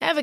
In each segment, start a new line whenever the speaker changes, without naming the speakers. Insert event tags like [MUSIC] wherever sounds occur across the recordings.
Ever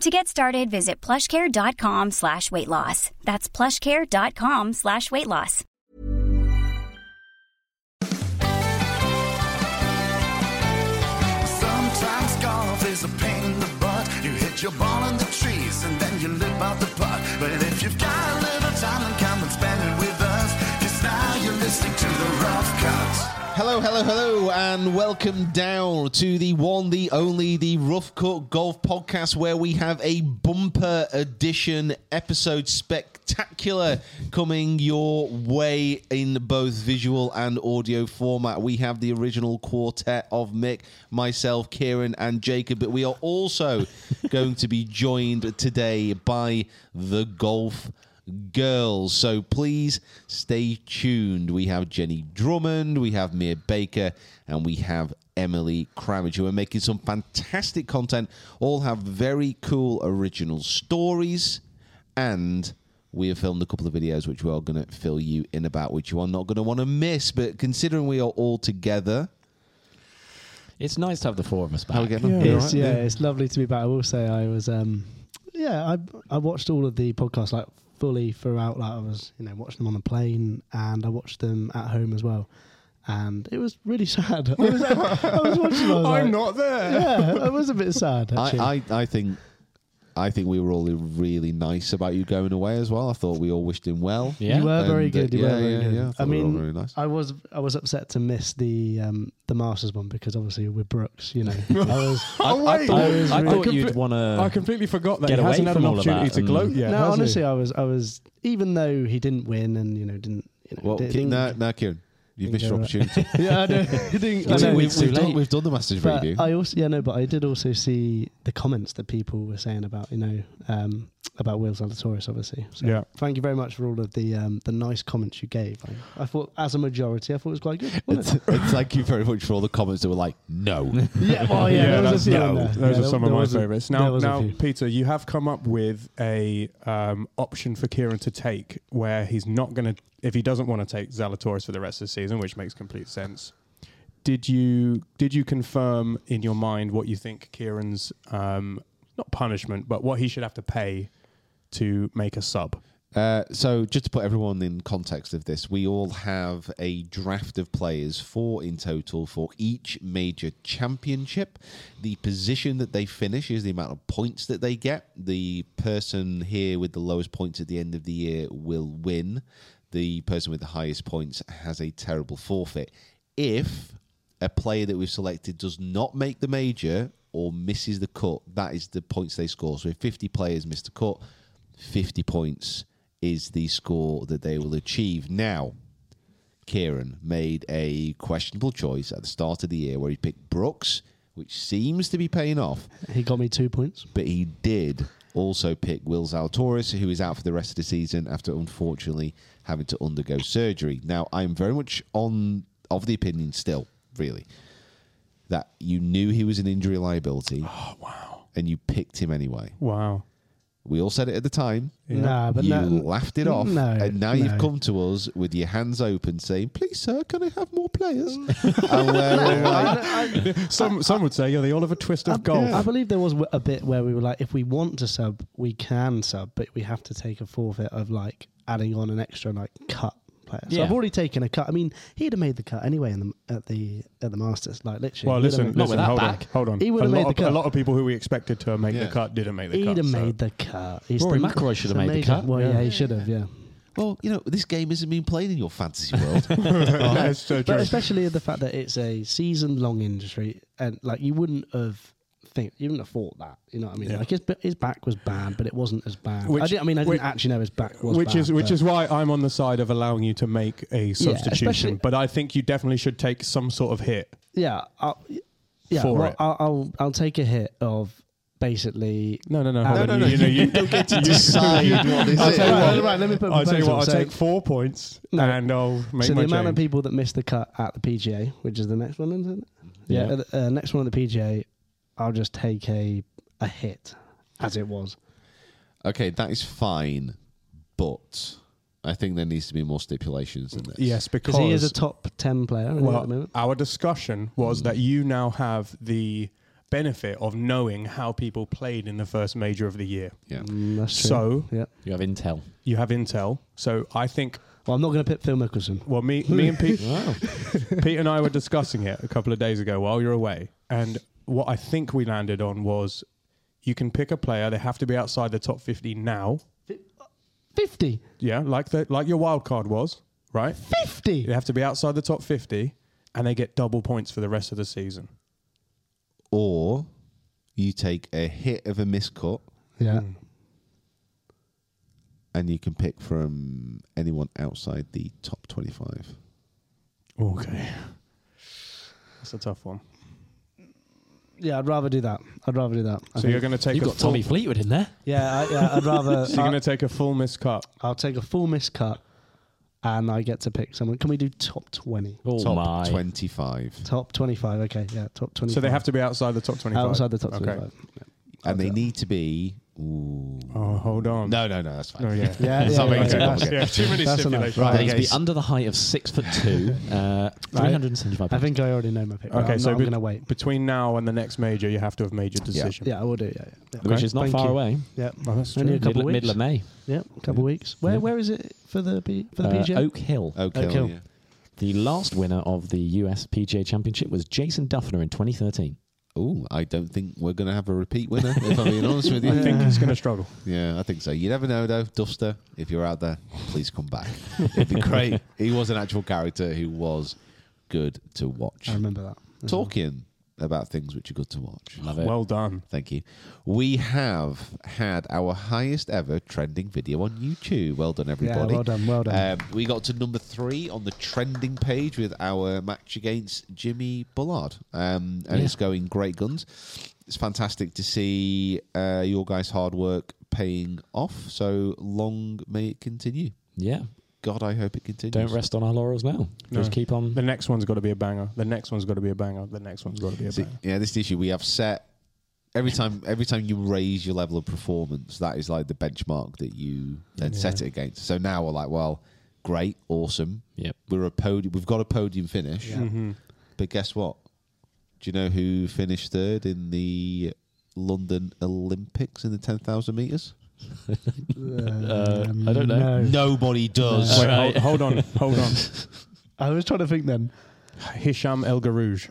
To get started, visit plushcare.com slash weight loss. That's plushcare.com slash weight loss.
Sometimes golf is a pain in the butt. You hit your ball in the trees and then you lip out the putt. But if you've got a little time, then come and spend it with us. 'Cause now you're listening to the rough cut.
Hello, hello, hello, and welcome down to the one, the only, the Rough Cut Golf Podcast, where we have a bumper edition episode spectacular coming your way in both visual and audio format. We have the original quartet of Mick, myself, Kieran, and Jacob, but we are also [LAUGHS] going to be joined today by the Golf girls. So please stay tuned. We have Jenny Drummond, we have Mia Baker, and we have Emily Cramage, who are making some fantastic content. All have very cool original stories, and we have filmed a couple of videos which we are going to fill you in about, which you are not going to want to miss. But considering we are all together,
It's nice to have the four of us back.
how are we getting on?
Yeah,
You all
it's,
right?
yeah, it's lovely to be back. I will say I was, um, yeah, I I watched all of the podcasts like fully throughout. Like I was, you know, watching them on the plane and I watched them at home as well. And it was really [LAUGHS] sad. I was, I, was watching. them, I was like-
not there.
Yeah, it was a bit sad. Actually.
I, I, I think. I think we were all really nice about you going away as well. I thought we all wished him well.
Yeah.
You were very
And, uh,
good. You
yeah,
were very
yeah,
good.
yeah. I
I
thought we were
mean,
very nice.
I was I was upset to miss the um, the Masters one because obviously we're Brooks,
[LAUGHS]
you know. I was
I,
Oh,
I
wait.
thought,
I was
I
really-
thought
I
you'd
compl-
want
I
to.
completely forgot that
Get
he
away
hasn't had
from
an
all of that
opportunity to
and-
gloat yet.
no,
has he?
honestly, I was I was even though he didn't win and you know didn't you know
Well,
didn't-
Ki- no, no, Kieran, you've missed your
go right.
opportunity.
[LAUGHS] yeah, I know.
[LAUGHS]
didn't- I
Two
know.
we,
weeks
have
too
done,
late.
we've done the Masters
But
review.
I also yeah no, but I did also see the comments that people were saying about you know um, about Will Zalatoris, obviously. So
Yeah.
Thank you very much for all of the um, the nice comments you gave. I, I thought as a majority, I thought it was quite good. wasn't
It's-
it?
it's thank you very much for all the comments that were like, no.
[LAUGHS] yeah, well,
Yeah,
yeah, there was
that's-
a few
no,
in there.
those
Yeah,
are
there-
some
there
of my
was a-
favourites.
there
Now,
was a
now,
few.
Peter, you have come up with a um, option for Kieran to take where he's not going to, if he doesn't want to take Zalatoris for the rest of the season, which makes complete sense. Did you did you confirm in your mind what you think Kieran's um, not punishment, but what he should have to pay to make a sub?
Uh, so, just to put everyone in context of this, we all have a draft of players, four in total, for each major championship. The position that they finish is the amount of points that they get. The person here with the lowest points at the end of the year will win. The person with the highest points has a terrible forfeit. If a player that we've selected does not make the major or misses the cut, that is the points they score. So, if 50 players miss the cut, 50 points is the score that they will achieve. Now, Kieran made a questionable choice at the start of the year where he picked Brooks, which seems to be paying off,
He got me two points.
but he did also pick Will Zalatoris, who is out for the rest of the season after unfortunately having to undergo surgery. Now, I'm very much on of the opinion still, really, that
[GASPS]
you knew he was an injury liability. Oh, wow. And you picked him anyway.
Wow.
We all said it at the time.
Nah, but
you
no-
laughed it off,
no,
and now
no.
you've come to us with your hands open, saying, "Please, sir, can I have
[LAUGHS]
more players?" and
uh,
[LAUGHS]
we're all like,
Some some would say you're the Oliver Twist
I,
of golf.
I believe there was a bit where we were like, if we want to sub, we can sub, but we have to take a forfeit of like adding on an extra like cut player. So I've
Yeah.
already taken a cut. I mean, he'd have made the cut anyway in the at the at the Masters. Like literally,
well,
he'd have
listen,
made-
Not with
listen
that
hold
back.
on, hold on.
He
a,
would've
lot
made the
of, a
cut.
lot of people who we expected to make
Yeah.
the cut didn't make the
he'd
cut.
have
so-
made the cut. He's
Rory
the-
McIlroy should have
the
made the
major-
cut.
Well, yeah,
Yeah.
he should have. Yeah,
"Well, you know, this game isn't being played in your fantasy world."
[LAUGHS] That's so
but
true.
especially the fact that it's a season-long industry, and like you wouldn't have. Think you wouldn't have thought that, you know what I mean?
Yeah.
Like his, his back was bad, but it wasn't as bad. I,
Which-
did, I mean, I didn't
which-
actually know his back was
which
bad,
is which
but-
is why I'm on the side of allowing you to make a substitution.
especially-
but I think you definitely should take some sort of hit.
Yeah, I'll, yeah.
For
well,
it.
I'll, I'll I'll take a hit of basically.
No, no, no,
No,
hold
no,
on.
no,
You,
[LAUGHS]
know,
you
you don't get to decide
what this
I'll
is.
tell you
Right,
what.
right, let me put a
I'll tell you
proposal.
what. I'll
So-
take four points
No.
and I'll make
so the
my
amount of
change.
people that missed the cut at the PGA, which is the next one, isn't it? Yeah,
Yeah.
uh, the, uh, next one at the PGA, I'll just take a a hit, as it was.
okay, that is fine, but I think there needs to be more stipulations in this.
Yes, because
Because he is a top ten player isn't he, at the
Well,
moment.
our discussion was that you now have the benefit of knowing how people played in the first major of the year.
Yeah.
Mm, that's true.
So-
yeah,
You have intel.
You have intel. So I think,
well, I'm not going to pick Phil Mickelson.
well, me, me and Pete, [LAUGHS] Pete and I were discussing it a couple of days ago while you're away. And what I think we landed on was you can pick a player, they have to be outside the top 50 now.
Fifty.
Yeah, like the, like your wild card was, right?
50?
They have to be outside the top 50 and they get double points for the rest of the season.
Or you take a hit of a miscut
Yeah.
and you can pick from anyone outside the top 25.
Okay. That's a tough one.
Yeah, I'd rather do that. I'd rather do that. I
So
think-
you're going to take
You've
a
got
full,
Tommy Fleetwood in there.
yeah, I, yeah, I'd
[LAUGHS]
rather.
So you're going to take a full miss cut.
I'll take a full miss cut, and I get to pick someone. Can we do top twenty?
Oh
top
my!
25.
Top twenty-five. Okay, yeah, top twenty.
So they have to be outside the top 25.
outside the top
Okay.
twenty-five.
And they need to be. Ooh.
Oh, hold on.
No, no, no, that's fine. [LAUGHS]
Oh, yeah.
Yeah, yeah,
Stop making
yeah, yeah,
it
that's-
complicated.
Yeah, too many
That's enough.
stipulations.
Right,
They need to
okay,
be
so-
under the height of six foot two, uh, three hundred and seventy-five.
I think I already know my pick.
Okay,
Okay, I'm
so
so I'm
be-
going to wait.
Between now and the next major, you have to have made your decision.
Yeah, I will do. Yeah, yeah. yeah.
which is not
Thank
far
you.
away.
Yeah,
Oh, that's
only a
true.
couple
Middle,
of weeks.
middle of May,
yeah, a couple weeks. Where
Yeah.
where is it for the P, for the
uh,
PGA?
Oak Hill.
Okay.
Okay.
yeah.
The last winner of the US PGA Championship was Jason Duffner in 2013.
Ooh, I don't think we're going to have a repeat winner, if I'm being honest with you.
I think he's going to struggle.
Yeah, I think so. You never know, though. Duster, if you're out there, please come
[LAUGHS]
back. It'd be great. He was an actual character who was good to watch.
I remember that.
Talking about things which are good to watch.
Love it.
Well done.
Thank you. We have had our highest ever trending video on YouTube. Well done, everybody.
well done, well done.
Um, we got to number three on the trending page with our match against Jimmy Bullard, um, and
Yeah.
it's going great guns. It's fantastic to see uh, your guys' hard work paying off. So long may it continue.
yeah.
God, I hope it continues.
Don't rest on our laurels now. Just
No.
keep on.
The next one's got to be a banger. The next one's got to be a banger. The next one's got to be a
See,
banger.
yeah, this is the issue we have set every time. Every time you raise your level of performance, that is like the benchmark that you then set it against. So now we're like, well, great, awesome.
Yep.
We're a podium. We've got a podium finish.
Mm-hmm.
But guess what? Do you know who finished third in the London Olympics in the ten thousand
[LAUGHS]
meters?
Uh, I don't know.
Uh, No.
Nobody does.
Wait, hold, hold on.
[LAUGHS]
Hold on.
I was trying to think then.
Hisham El Garouj.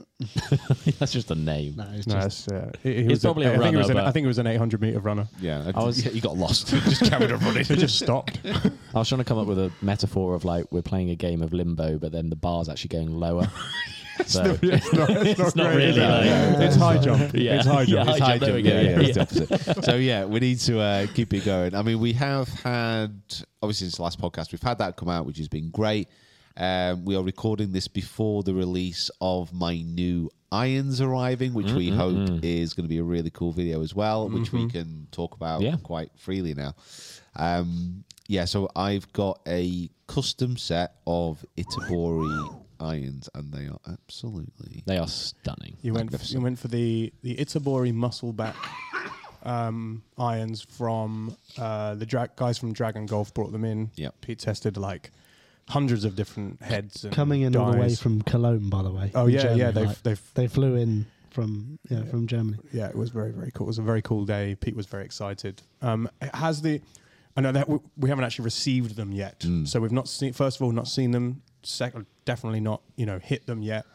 [LAUGHS] That's just a name.
No, it's
No, that's,
just
uh, he- he
He's
was
probably a
I think it was
runner,
an-
but-
I think it was an 800 meter runner.
Yeah,
I [LAUGHS] was-
You got lost. Just carried on running.
He [LAUGHS] just [LAUGHS] stopped.
I was trying to come up with a metaphor of like we're playing a game of limbo, but then the bar's actually going lower. so [LAUGHS]
it's not, it's
not
great.
really,
Yeah.
like-
Yeah. It's high jump.
Yeah.
It's high jump.
Yeah,
It's
high
high
jump, there we go.
jump.
yeah,
Yeah,
yeah,
yeah.
it's the
[LAUGHS]
opposite. so yeah, we need to uh, keep it going. I mean, we have had obviously since the last podcast, we've had that come out, which has been great. Um, we are recording this before the release of my new irons arriving, which we hope is going to be a really cool video as well, which we can talk about
Mm-hmm. Yeah.
quite freely now. Um, yeah, so I've got a custom set of Itabori irons, and they are absolutely
they are stunning.
You went, you went for the, the Itabori muscle back um, irons from uh, the dra- guys from Dragon Golf brought them in.
Yep.
He tested like hundreds of different heads. And
Coming in all the way
dyes.
from Cologne, by the way.
Oh,
in
yeah, yeah, they've- they've-
they flew in from yeah, from Germany.
yeah, it was very very cool. It was a very cool day. Pete was very excited. Um, it has the I know that we, we haven't actually received them yet,
Hmm.
so we've not seen. First of all, not seen them. Second, definitely not you know hit them yet.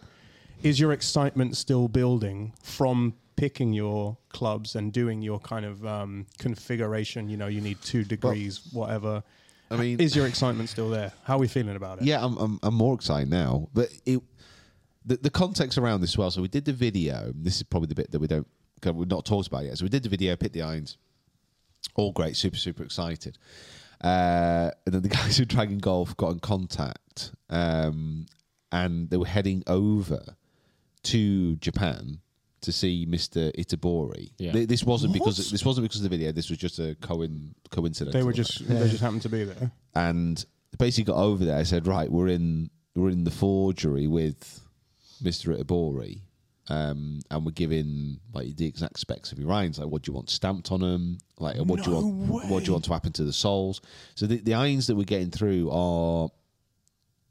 Is your excitement still building from picking your clubs and doing your kind of um, configuration? You know, you need two degrees, whatever.
I mean-
is your excitement still there? How are we feeling about it?
Yeah, I'm, I'm, I'm more excited now. But it, the, the context around this as well. So we did the video. This is probably the bit that we don't, 'cause we've not talked about yet. So we did the video, picked the irons. All great, super, super excited. Uh, and then the [LAUGHS] guys who Dragon Golf got in contact um, and they were heading over to Japan to see Mr. Itabori.
Yeah.
Th- This wasn't because this wasn't because of the video. This was just a coin coincidence.
They were just they just happened to be there.
and basically got over there. I said, right, we're in we're in the forgery with Mister Itabori, um, and we're giving like the exact specs of your irons. Like, what do you want stamped on them? Like, and what do you want? What do you want to happen to the soles? So the, the irons that we're getting through are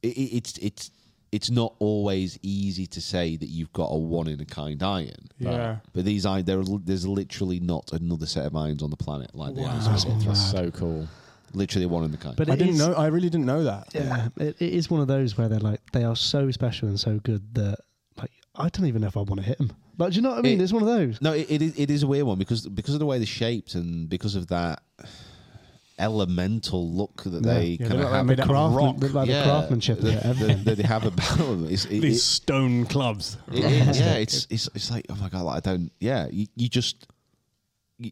it, it, it's it's it's not always easy to say that you've got a one in a kind iron.
Yeah.
But these irons, there are, there's literally not another set of irons on the planet like the irons. that we get through.
That's so cool.
Literally one in a kind.
But
I
it
didn't
is-
know. I really didn't know that.
Yeah, it, it is one of those where they're like they are so special and so good that like I don't even know if I want to hit them. But do you know what I mean?
It-
it's one of those.
No, it, it is it is a weird one because because of the way they're shaped and because of that elemental look that they
Yeah,
kind
they're
of
like
have.
made out of
craftsman-
rock.
the- like
Yeah,
the craftsmanship of
that,
it,
that-
everything.
that they have about them. It's, it,
These
it-
stone clubs.
it is, yeah, it's it's it's like oh my god, like I don't. Yeah, you, you just you,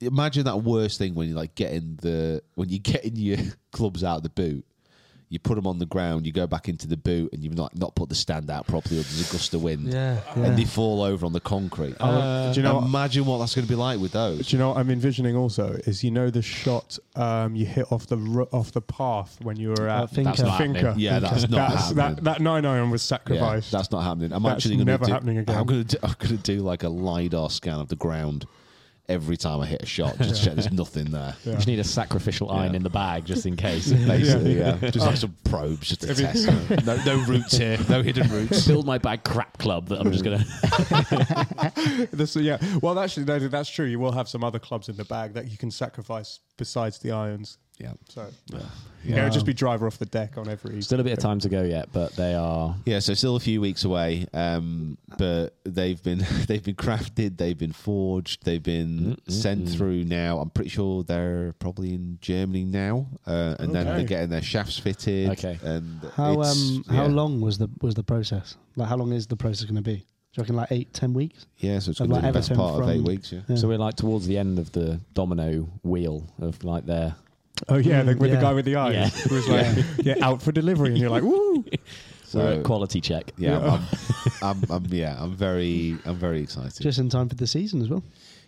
imagine that worst thing when you like getting the when you getting your [LAUGHS] clubs out of the boot. You put them on the ground. You go back into the boot, and you've not not put the stand out properly, or there's a gust of wind, and they fall over on the concrete.
Uh, do you know what-
Uh, imagine what that's going to be like with those.
Do you know what I'm envisioning also is you know the shot um, you hit off the ro- off the path when you were at
Finca. That's not
happening.
Finca.
Yeah, that's not happening.
that, that nine iron was
Yeah,
sacrificed.
that's not happening. I'm
That's
actually going to
never
do,
happening again.
I'm going to do, I'm going to do like a lidar scan of the ground every time I hit a shot, just to check there's nothing there.
You just need a sacrificial iron
Yeah.
in the bag just in
[LAUGHS]
case.
Basically, [LAUGHS] yeah, just like some probes just to test. no, no roots here, no hidden roots.
[LAUGHS] Build my bag crap club that I'm just gonna.
[LAUGHS] This- yeah. Well, actually, no, that's true. You will have some other clubs in the bag that you can sacrifice besides the irons.
Yeah,
So yeah, it would just be driver off the deck on every.
[LAUGHS] Still a bit of time to go yet, but they are.
yeah. So still a few weeks away, um, but they've been [LAUGHS] they've been crafted, they've been forged, they've been sent through now. I'm pretty sure they're probably in Germany now, uh, and then they're
Okay.
getting their shafts fitted.
Okay.
and
How
it's-
um how
yeah.
long was the was the process? Like how long is the process going to be? Do you reckon like eight, ten weeks?
[LAUGHS] Yeah, so it's
Of
going to
like
be the best
everything
part of eight
from-
weeks. Yeah.
So we're like towards the end of the domino wheel of like their.
oh yeah, the, with
Yeah.
the guy with the eyes
Yeah.
who was
[LAUGHS]
like, yeah. out for delivery, and you're like, woo.
we're
So
at quality check.
yeah, I'm, I'm, I'm, yeah, I'm very, I'm very excited.
Just in time for the season as well.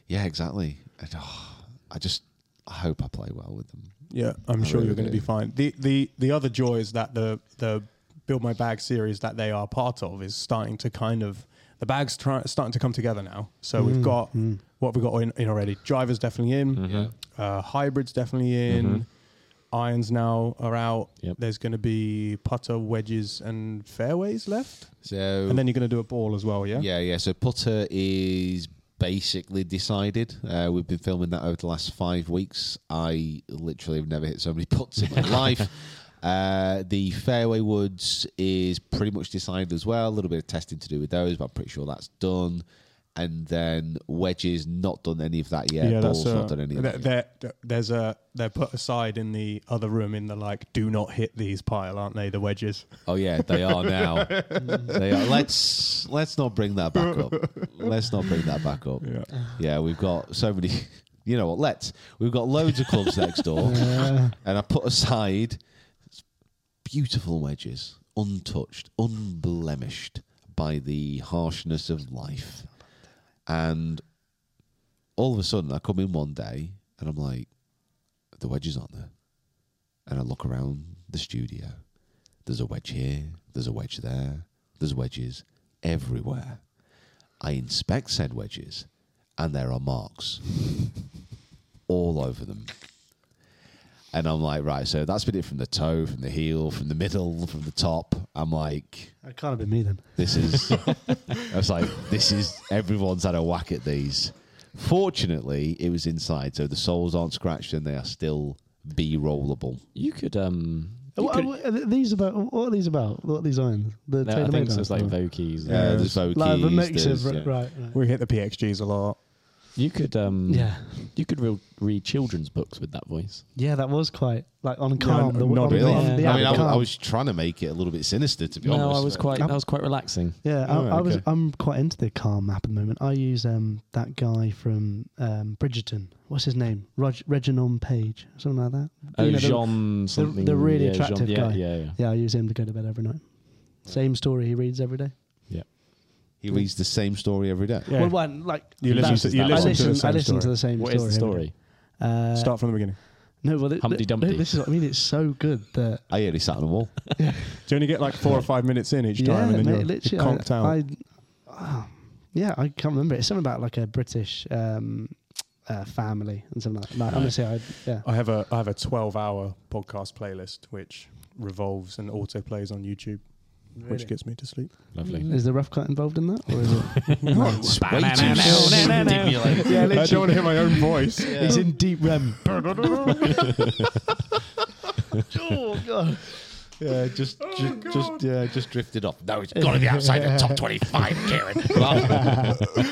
yeah, exactly. And, oh, I just, I hope I play well with them.
Yeah, I'm
I
sure
really
you're going to
do.
be fine. The the the other joy is that the the build my bag series that they are part of is starting to kind of the bags try, starting to come together now. So
Mm,
we've got what have we got in, in already. Drivers definitely in. Uh, hybrids definitely in. Irons now are out.
Yep.
There's going to be putter, wedges, and fairways left,
So
and then you're going to do a ball as well. Yeah.
yeah, yeah. So putter is basically decided. Uh, we've been filming that over the last five weeks. I literally have never hit so many [LAUGHS] putts in my life. Uh, the fairway woods is pretty much decided as well. A little bit of testing to do with those, but I'm pretty sure that's done. And then wedges, not done any of that yet. Balls, not done any of that.
uh, there-
yet.
there- there- there's a they're put aside in the other room in the like do not hit these pile, aren't they? The wedges.
Oh yeah, they are [LAUGHS]
[LAUGHS]
now. they are. Let's let's not bring that back up. Let's not bring that back up. Yeah, we've got so many. [LAUGHS] You know what? Let's. We've got loads of clubs next door, and I put aside beautiful wedges, untouched, unblemished by the harshness of life, and all of a sudden I come in one day and I'm like, the wedges aren't there, and I look around the studio. There's a wedge here, there's a wedge there, there's wedges everywhere. I inspect said wedges and there are marks [LAUGHS] all over them. And I'm like, right, so that's been it from the toe, from the heel, from the middle, from the top. I'm like,
It can't have been me then.
this is. [LAUGHS]
[LAUGHS]
I was like, this is. Everyone's had a whack at these. Fortunately, it was inside, so the soles aren't scratched and they are still be rollable.
You could. um you
What,
could-
what are these about? What are these about? What are these irons? The
no, I think [LAUGHS]
tailor-made
so. It's
irons?
like Vokies.
Yeah, there's Vokies.
Like a mix
there's-
of right,
yeah.
right.
We hit the PXGs a lot.
You could. um
Yeah,
You could re- read children's books with that voice.
yeah, that was quite like on calm.
no,
the,
not
on,
really.
the- on
Yeah.
the
I mean, I,
app
was- I
calm.
was trying to make it a little bit sinister, to be
No,
honest.
I was
but-
quite. That was quite relaxing.
Yeah, I,
Oh,
I was.
okay.
I'm quite into the calm app at the moment. I use um, that guy from um, Bridgerton. What's his name? Reg- Reginald Page, something like that.
Oh,
You know, the-
Jean something.
the really
yeah, Jean-
attractive
yeah,
guy.
Yeah, yeah.
Yeah, I use him to go to bed every night. Same story he reads every day.
He reads the same story every day.
Yeah.
Well, one like
You listen
that's-
to- you
I
listen to the
I
same
listen to
story.
the same
What
story.
is the
every day.
story?
Uh,
Start from the beginning.
No, well, th-
Humpty
th-
Dumpty.
This is what I mean. It's so good that
I nearly sat on the wall.
Do you only get like four or five minutes in each
yeah,
time, and then
mate,
you're,
literally,
you're conked
I,
out?
I, ah, yeah, I can't remember. It's something about like a British um, uh, family and something like that. Like, Honestly, I yeah.
I have a I have a twelve hour podcast playlist which revolves and autoplays on YouTube, which gets me to sleep.
Lovely.
Is the rough cut involved in that, or is
[LAUGHS]
it?
It's way too
[LAUGHS]
stimulating.
yeah,
I don't want to hear my own voice.
He's in deep
[LAUGHS]
REM. oh god!
Yeah, just, just, just, yeah, just drifted off. Oh, No, it's got to be outside the top twenty-five,
[LAUGHS]
Karen. Well,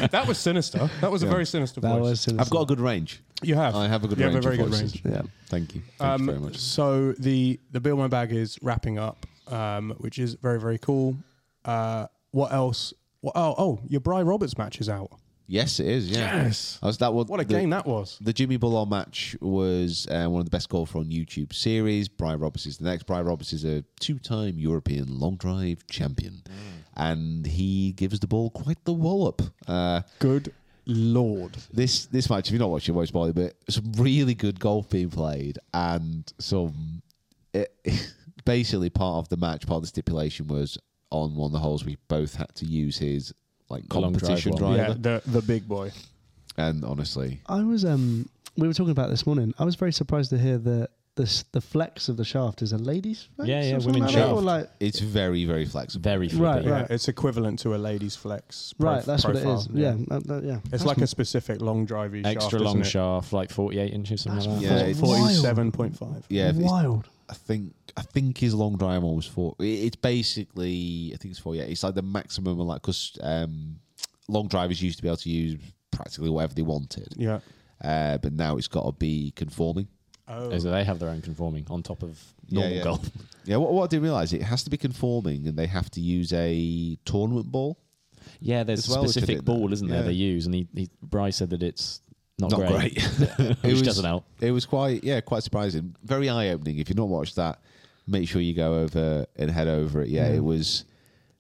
that was sinister. That was a very sinister
That
voice.
was.
I've got a good range.
you have.
I have a good
You
range.
have a very
of
good
voices.
range.
Yeah.
Thank you. Thank you
Um,
very much.
So the the bill my bag is wrapping up, um, which is very very cool. Uh, what else? What, oh oh, your Bry Roberts match is out.
Yes, it is. Yeah.
Yes.
That was that one.
What a
the-
game that was.
The Jimmy Bullard match was uh, one of the best golfer on YouTube series. Brian Roberts is the next. Brian Roberts is a two-time European long drive champion,
Mm.
and he gives the ball quite the wallop. Uh,
Good lord.
this this match, if you're not watching, watch Molly, but some really good golf being played and some. It, [LAUGHS] basically, part of the match, part of the stipulation was on one of the holes we both had to use his like
The long drive
competition
one.
driver,
Yeah, the the big boy.
and honestly,
I was. Um, we were talking about this morning. I was very surprised to hear that this the flex of the shaft is a lady's. Flex
Yeah,
or
yeah,
something
women's
like that, or
shaft.
like
it's very very flexible.
Very flippy.
Right,
Yeah,
right.
it's equivalent to a lady's flex. prof-
right, that's
profile.
what it is. Yeah, that, that- yeah.
It's like a specific long drive
Extra
shaft,
long
isn't it?
shaft, like 48 inches, something like that.
Yeah, it's-
Forty-seven point five.
Yeah, if it's-
wild.
I think I think his long drive one was four. it- It's basically I think it's four. Yeah, it's like the maximum, like because um, long drivers used to be able to use practically whatever they wanted,
Yeah.
uh, but now it's got to be conforming.
Oh.
Is eh? that they have their own conforming on top of
Yeah,
normal
yeah.
golf.
[LAUGHS] Yeah, what, what I didn't realise it has to be conforming, and they have to use a tournament ball.
Yeah, there's
As
a
well, which I
specific
didn't know.
ball, isn't there?
Yeah.
They use, and he, he Bryce said that it's not,
Not
[LAUGHS]
great. [LAUGHS]
which
was-
doesn't help.
It was quite yeah, quite surprising, very eye opening. If you've not watched that, make sure you go over and head over it. Yeah,
Mm.
it was.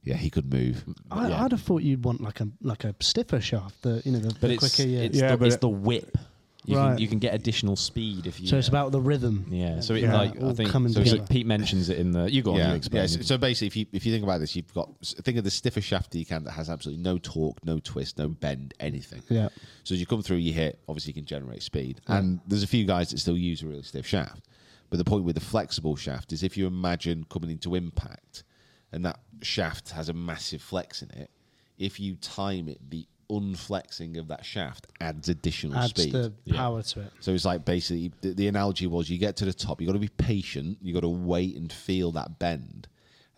Yeah, he could move.
I,
Yeah.
I'd have thought you'd want like a like a stiffer shaft. The you know the,
But
the
it's,
quicker. You,
it's,
Yeah,
the,
but
it's
it-
the whip. You,
Right.
can, you can get additional speed if you.
so it's about the rhythm.
Yeah, so it,
Yeah. [LAUGHS]
like I
All
think
coming
so Pete-
together.
Pete mentions it in the. You go on, you
yeah,
explain.
yeah, So, so basically, if you if you think about this, you've got think of the stiffer shaft that you can that has absolutely no torque, no twist, no bend, anything.
Yeah.
So as you come through, you hit. Obviously, you can generate speed, and there's a few guys that still use a really stiff shaft. But the point with the flexible shaft is if you imagine coming into impact, and that shaft has a massive flex in it. If you time it, the unflexing of that shaft adds additional
Adds
speed.
the power to it.
So it's like basically the, the analogy was you get to the top, you got to be patient, you got to wait and feel that bend,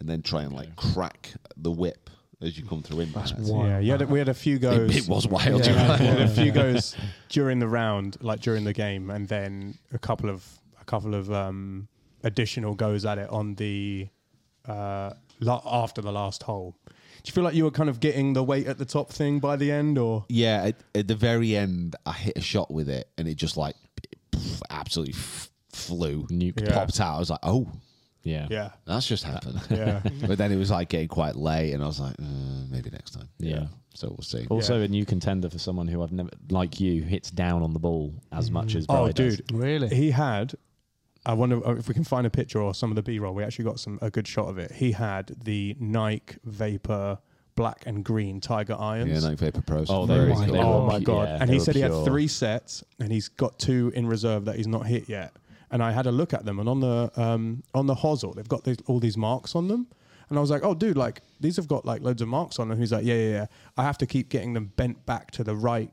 and then try and like crack the whip as you come through impact.
Yeah, you had a, we had a few goes.
[LAUGHS] It, it was wild. you're
Yeah,
right.
we had a
[LAUGHS]
few goes during the round, like during the game, and then a couple of a couple of um, additional goes at it on the uh, la- after the last hole. Do you feel like you were kind of getting the weight at the top thing by the end, or
Yeah, at, at the very end, I hit a shot with it, and it just like pff, absolutely f- flew,
Nuke.
Yeah.
popped out. I was like, oh,
yeah,
yeah,
that's just happened.
yeah,
[LAUGHS] but then it was like getting quite late, and I was like, uh, maybe next time.
Yeah.
So we'll see.
Also, a new contender for someone who I've never like you hits down on the ball as
Mm.
much as. Bry
Oh,
does.
dude,
Really?
he had. I wonder if we can find a picture or some of the B roll. We actually got some a good shot of it. He had the Nike Vapor black and green Tiger irons.
Yeah, no vapor pros.
Oh,
Very
they were,
good.
they
Oh
were
my
pu-
god!
yeah,
and
they
he
were
said he
pure.
had three sets, and he's got two in reserve that he's not hit yet. And I had a look at them, and on the um, on the hosel, they've got these, all these marks on them. And I was like, "Oh, dude, like these have got like loads of marks on them." He's like, "Yeah, yeah, yeah. I have to keep getting them bent back to the right,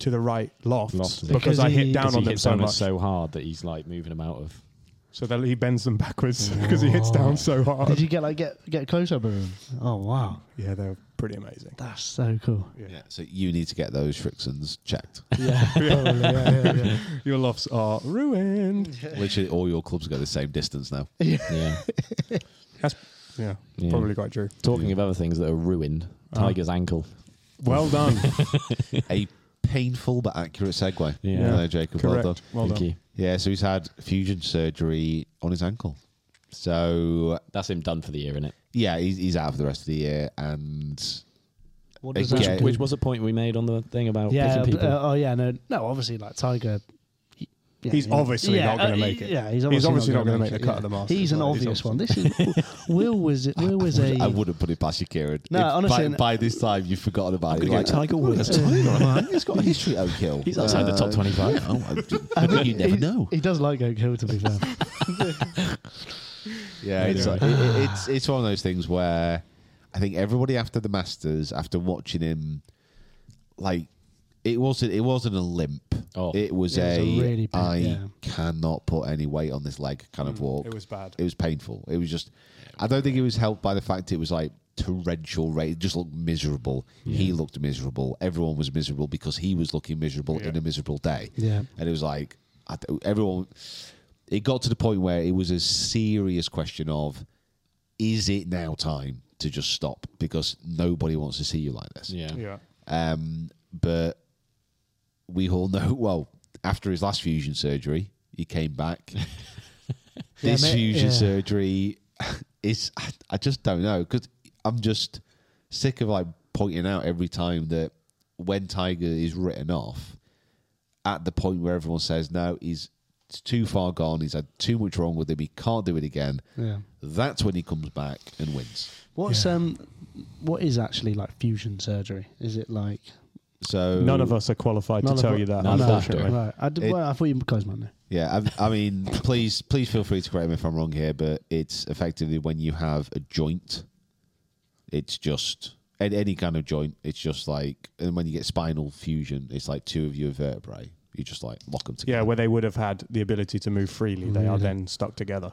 to the right lofts
Lofts,
because,
because
I
he-
hit down
Because
on
he
them
hits
so
so,
much." So,
so hard that he's like moving them out of.
that he bends them [LAUGHS] backwards because he hits
Oh.
down so hard.
Did you get like get get close up of him? Oh wow,
yeah, they're pretty amazing.
that's so cool.
Yeah, so you need to get those frictions
[LAUGHS]
checked,
Totally, [LAUGHS] Oh, yeah, yeah, yeah. Your lofts are [LAUGHS] ruined.
[LAUGHS] literally all your clubs go the same distance
[LAUGHS]
now.
Yeah.
That's yeah,
Yeah.
probably quite true. Uh-huh.
Talking of other things that are ruined, Tiger's ankle.
[LAUGHS]
Well done.
[LAUGHS]
A painful but accurate segue.
Yeah.
Well there, Jacob.
Correct.
Well done.
Well
Thank
done.
you.
Yeah, so he's had fusion surgery on his ankle. So
That's him done for the year, isn't it?
yeah, he's, he's out for the rest of the year, and
What
does
does
that
that
Yeah.
Which was a point we made on the thing about
yeah,
picking
but,
people.
uh, oh yeah, no, no, obviously like Tiger. he- yeah,
He's obviously not gonna
uh,
make it.
Yeah,
He's
he's obviously,
obviously not
gonna
gonna make the cut of the Masters,
He's an
like, he's
obvious one. This is [LAUGHS] Will was Will was a
I wouldn't put it past you, Kieran.
No,
If
honestly,
by,
and-
by this time you've forgotten about it. Like,
Tiger Woods.
man, he's
[LAUGHS]
got a history of kill.
He's outside the top Oh, 25.
Oh,
Yeah, I- I think you never
Uh, he,
know.
He does like Oak Hill to
[LAUGHS]
[LAUGHS]
be fair.
Yeah, it's, like, it, it- it's it's one of those things where I think everybody after the Masters, after watching him, like it wasn't it wasn't a limp.
Oh.
it was
It was
a I
a really big- yeah.
cannot put any weight on this leg kind of walk.
it was bad.
It was painful. It was just. I don't think it was helped by the fact it was like torrential rain. It just looked miserable. He looked miserable. Everyone was miserable because he was looking miserable in
Yeah.
a miserable day.
Yeah.
And it was like, I th- everyone, it got to the point where it was a serious question of, is it now time to just stop? Because nobody wants to see you like this.
yeah.
Yeah.
Um, but we all [LAUGHS] know, well, after his last fusion surgery, he came
[LAUGHS]
back. this
mate,
fusion
yeah.
surgery [LAUGHS] is, I, I just don't know because I'm just sick of like pointing out every time that when Tiger is written off, at the point where everyone says, no, he's too far gone, he's had too much wrong with him, he can't do it again.
Yeah.
That's when he comes back and wins.
What's um, what is actually like fusion surgery? Is it like
So
None of us are qualified to
None of
tell
us-
you that,
none of us do.
unfortunately.
Right. I, did,
It-
well, I thought you guys might know.
Yeah, I, I mean, please, please feel free to correct me if I'm wrong here, but it's effectively when you have a joint, it's just and any kind of joint, it's just like, and when you get spinal fusion, it's like two of your vertebrae, you just like lock them
Yeah,
together.
where they would have had the ability to move freely, they are then stuck together,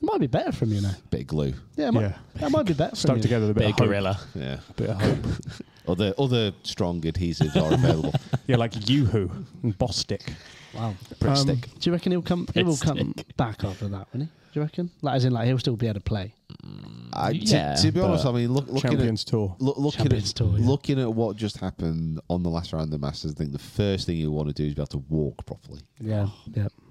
It might be better from you now.
bit of glue.
Yeah, it might,
Yeah.
that might be better. from
stuck
you.
together with a bit,
Bit of
of hope.
gorilla.
Yeah,
[LAUGHS] Bit of hope.
[LAUGHS] other other strong adhesives are available.
[LAUGHS] yeah, like YooHoo and Bostick.
Wow.
Print stick.
Um, Do you reckon he'll come? He will
It's
come back after that, won't he? Do you reckon? Like, as in, like he'll still be able to play.
I, to-
yeah,
to, be honest, I mean, look, looking
Champions
at
Tour.
look, looking
Champions
at
Tour, yeah.
looking at what just happened on the last round of the Masters, I think the first thing you want to do is be able to walk properly.
Yeah. Yeah. Oh.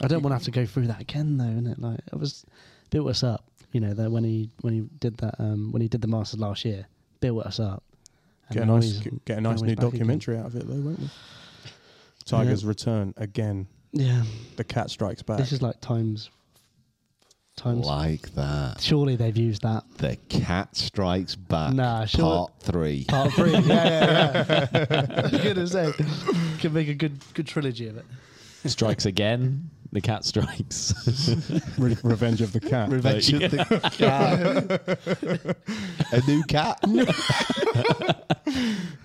I don't want to have to go through that again, though, innit? Like, it was built us up. You know that when he when he did that um, when he did the Masters last year, built us up. And
Get a
now
nice,
he's-
get a
now
nice
he's
new
back again.
documentary out of it, though, won't we? Tiger's return again.
Yeah.
The cat strikes back.
This
[LAUGHS]
is like times. Times.
Like that.
Surely they've used that.
The Cat Strikes Back,
Nah, sure.
Part 3.
Part three. yeah, yeah,
[LAUGHS]
yeah. I was gonna say, can make a good good trilogy of it.
Strikes again. The cat strikes.
[LAUGHS] Re- Revenge of the Cat.
Revenge of
[LAUGHS]
the Cat.
[LAUGHS]
A new
[LAUGHS]
cat.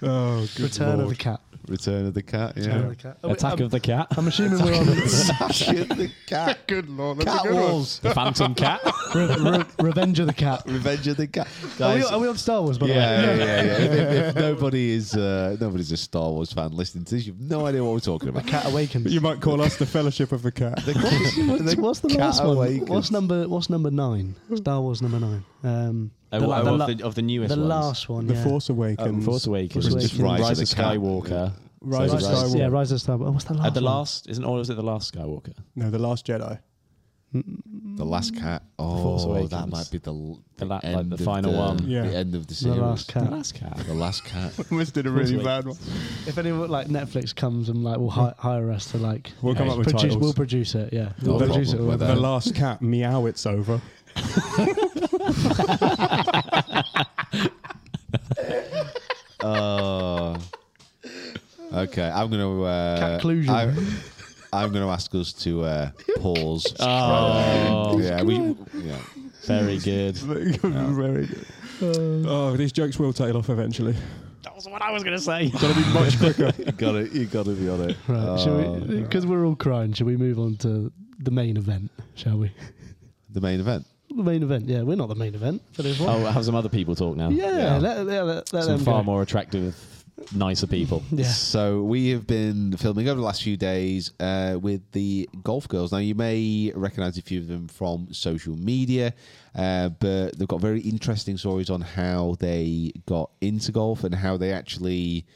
Oh, good
Return of
lord.
the Cat.
Return of the Cat,
Return of
yeah.
the Cat. Oh, wait,
Attack
I'm,
of the cat.
I'm assuming we're on
Attack of the Cat.
[LAUGHS] Good lord. That's
Cat Walls.
The phantom
[LAUGHS]
[LAUGHS]
cat.
Re- Re- Revenge of the Cat.
Revenge of the Cat.
[LAUGHS] Are we,
Guys,
are we on Star Wars, by the way?
yeah, yeah, yeah, yeah. If, if nobody is, uh, nobody's a Star Wars fan listening to this, you've no idea what we're talking about.
Cat Awakens.
You might call us the Fellowship of the Cat. [LAUGHS]
what's, what's the
Cat
last one?
Awakens.
What's number What's number nine? Star Wars number nine. Um,
Oh,
la-
oh,
la-
of, the, of the newest
the
ones.
last one.
The
yeah. Um,
Force [LAUGHS] Awakens.
Um, Force Awakens.
Force
Just
Awakens.
Rise of
Rise
the
of the
Skywalker.
Rise of
Rise of,
Skywalker.
yeah, Rise of Skywalker. Oh, what's
[LAUGHS]
the last?
At the
one?
last, isn't or was it the last Skywalker?
No, The Last Jedi.
The Last Cat.
Force
Oh,
Awakens.
that might be the, l-
The la- like
end
the
of
final one.
Yeah.
The end of the
The
series.
last
The
cat.
last cat.
The Last Cat.
[LAUGHS]
Almost did a really bad one.
If anyone like Netflix comes and like will hi- hire us to like
We'll come up with
produce,
titles.
we'll produce it. Yeah,
No
we'll produce
problem
it.
with
The
that.
Last [LAUGHS]
[LAUGHS]
Cat. Meow. It's over.
Uh, I'm going to. Uh,
Conclusion.
I, I'm going to ask us to uh, pause.
Oh,
yeah, we. Yeah.
very good.
Very good.
Uh.
oh, these jokes will tail off eventually.
That was what I was gonna say.
Got to be much quicker.
You got to. You got to be on it.
Right, shall
Um, Uh,
we? Because we're all crying. Shall we move on to the main event? Shall we? [LAUGHS]
The main event.
The main event. Yeah, we're not the main event. But it's one.
Oh, have some other people talk now.
yeah, Let, yeah, let, let
Some
them
far
go.
more attractive, nicer people.
Yeah.
So we have been filming over the last few days uh, with the golf girls. Now you may recognise a few of them from social media, uh, but they've got very interesting stories on how they got into golf and how they actually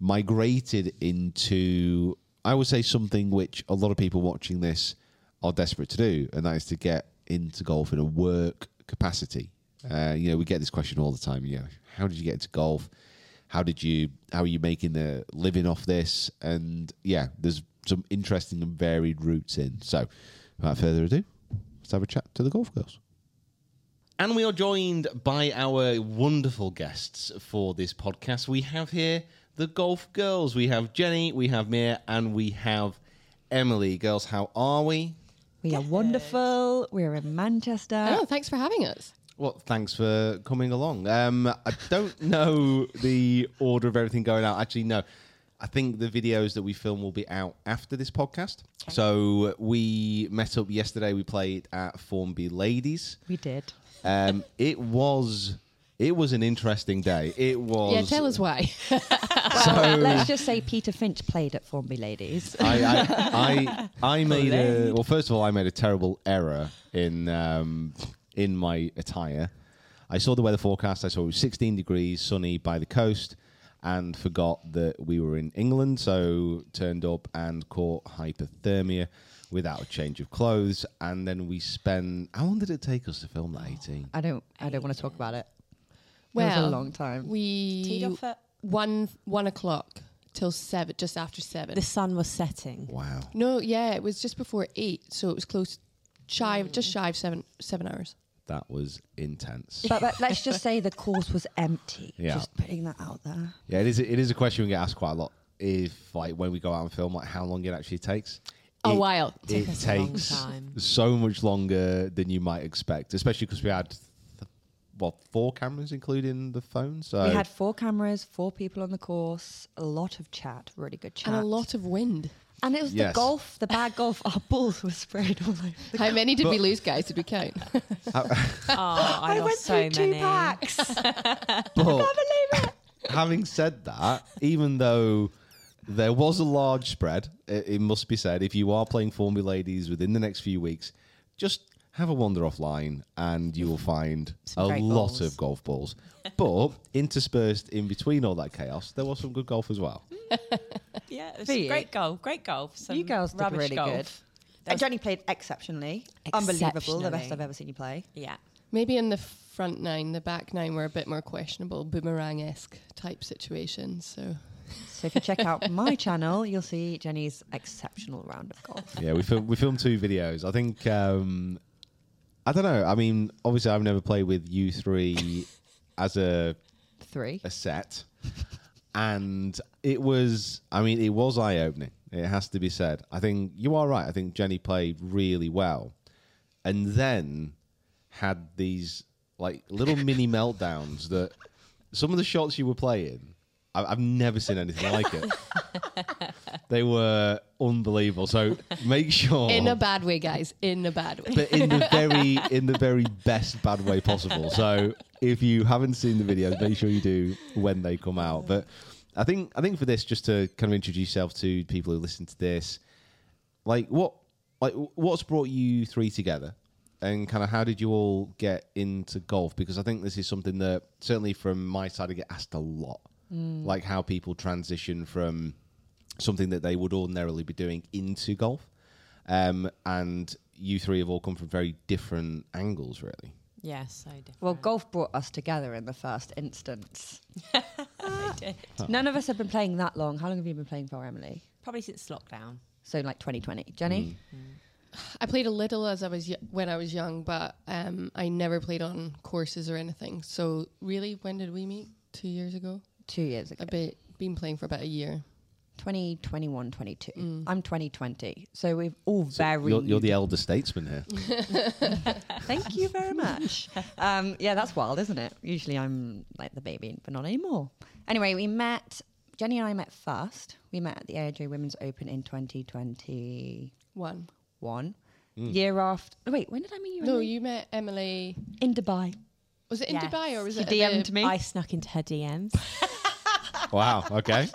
migrated into. I would say something which a lot of people watching this are desperate to do, and that is to get into golf in a work capacity. Uh, you know, we get this question all the time. You know, how did you get into golf? how did you how are you making a living off this and yeah there's some interesting and varied routes in so without further ado let's have a chat to the golf girls
And we are joined by our wonderful guests for this podcast. We have here the Golf Girls. We have Jenny, we have Mia, and we have Emily. Girls, how are we?
We are wonderful. We are in Manchester.
Oh, thanks for having us.
Well, thanks for coming along. Um, I don't know the order of everything going out. Actually, no. I think the videos that we film will be out after this podcast. So we met up yesterday. We played at Formby Ladies.
We did.
Um, it was it was an interesting day. It was.
Yeah, tell us
[LAUGHS]
why.
Well, let's just say Peter Finch played at Formby Ladies. [LAUGHS]
I, I, I, I made a well. First of all, I made a terrible error in um, in my attire. I saw the weather forecast. I saw it was 16 degrees, sunny by the coast, and forgot that we were in England. So turned up and caught hypothermia without a change of clothes. And then we spent. How long did it take us to film that 18?
I don't. I don't want to talk about it.
well,
it was a long time.
We
Teed off at-
one one o'clock till seven, just after seven.
The sun was setting.
Wow.
no, yeah, it was just before eight, so it was close, shy,
Hmm.
of just shy of seven seven hours.
That was intense.
but, but let's just say the course was empty.
Yeah.
Just putting that out there.
Yeah, it is. It is a question we get asked quite a lot. If like when we go out and film, like how long it actually takes.
A
It-
while.
It
Took us a long
takes
time.
so much longer than you might expect, especially because we had th- what four cameras, including the phone. So
We had four cameras, four people on the course, a lot of chat, really good chat,
And a lot of wind.
And it was
Yes.
the golf, the bad golf. Our balls were sprayed all over.
[LAUGHS]
The
How many did we lose, guys? Did we count? [LAUGHS]
[LAUGHS]
oh, I,
lost
went
so
through two
many.
packs.
[LAUGHS] but
Believe it.
[LAUGHS] having said that, even though there was a large spread, it, it must be said, if you are playing Formula Ladies within the next few weeks, just have a wander offline and you will find
Some
a
great
lot
balls.
of golf balls. But interspersed in between all that chaos, there was some good golf as well.
[LAUGHS] Yeah, it was
For you.
great golf. Great golf. Some
you girls did
rubbish
really
golf.
good. And Johnny played exceptionally. Unbelievable. The best I've ever seen you play.
Yeah.
Maybe in the front nine, the back nine were a bit more questionable, boomerang esque type situations. So
So if you check
[LAUGHS]
out my channel, Oh, you'll see Jenny's exceptional round of
[LAUGHS]
golf.
yeah, we film, we filmed two videos. I think um, I don't know. I mean, obviously, I've never played with you three as a
Three.
a set, and it was. I mean, it was eye opening. It has to be said. I think you are right. I think Jenny played really well, and then had these like
[LAUGHS]
little mini meltdowns that some of the shots you were playing. I- I've never seen anything like
[LAUGHS]
it. they were unbelievable. So make sure
in a bad way, guys, in a bad way.
Oh. but in the very in the very best bad way possible. So if you haven't seen the videos, make sure you do when they come out. But I think I think for this, just to kind of introduce yourself to people who listen to this, like what like what's brought you three together, and kind of how did you all get into golf? Because I think this is something that certainly from my side I get asked a lot, like how people transition from something that they would ordinarily be doing into golf. Um, and you three have all come from very different angles, really.
Yeah, so different.
Well, golf brought us together in the first
[LAUGHS]
instance. None of us have been playing that long. How long have you been playing for, Emily?
Probably since lockdown.
So like 2020. Jenny?
Mm.
I played a little as I was y- when I was young, but um, I never played on courses or anything. So really, when did we meet? Two years ago.
Two years ago.
I've been, been playing for about a year.
2021, 22.
Mm.
I'm 2020. So we've all very.
You're, you're the elder statesman here.
[LAUGHS]
[LAUGHS]
Thank you
[LAUGHS]
very much. Um, yeah, that's wild, isn't it? Usually I'm like the baby, but not anymore. Anyway, we met, Jenny and I met first. We met at the AJ Women's Open in 2021.
One.
One. Year after. oh, Wait, when did I meet you?
No,
Emily?
you met Emily
in Dubai.
Was it in Dubai or was
She
it?
DM'd me.
I snuck into her [LAUGHS] DMs.
wow. Okay.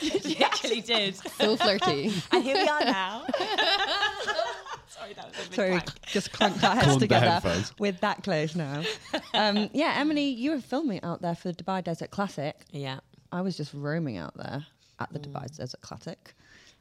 she actually did.
So flirty.
[LAUGHS] and here we are now. [LAUGHS] Sorry, that was a big
Sorry, we
wank.
just clunked
[LAUGHS]
our heads
Clunked the
together.
headphones.
We're that close now. Um, yeah, Emily, you were filming out there for the Dubai Desert Classic.
Yeah. Mm.
I was just roaming out there at the Dubai Desert Classic.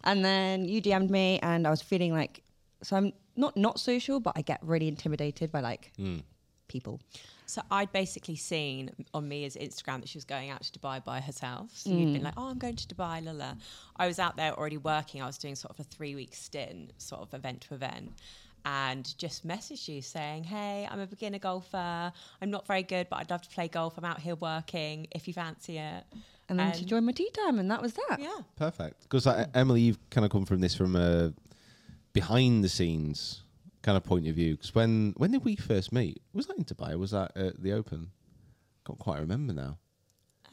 And then you DM'd me, and I was feeling like, so I'm not not social, but I get really intimidated by like
Hmm.
people.
So I'd basically seen on Mia's Instagram that she was going out to Dubai by herself. So you'd been
Mm.
like, "Oh, I'm going to Dubai, la la." I was out there already working. I was doing sort of a three week stint, sort of event to event, and just messaged you saying, "Hey, I'm a beginner golfer. I'm not very good, but I'd love to play golf. I'm out here working. If you fancy it."
And then she joined my tea time, and that was that.
Yeah.
Perfect. Because Emily, you've kind of come from this from a behind the scenes kind of point of view. Because when when did we first meet? Was that in Dubai? or Was that at the Open? Can't quite remember now.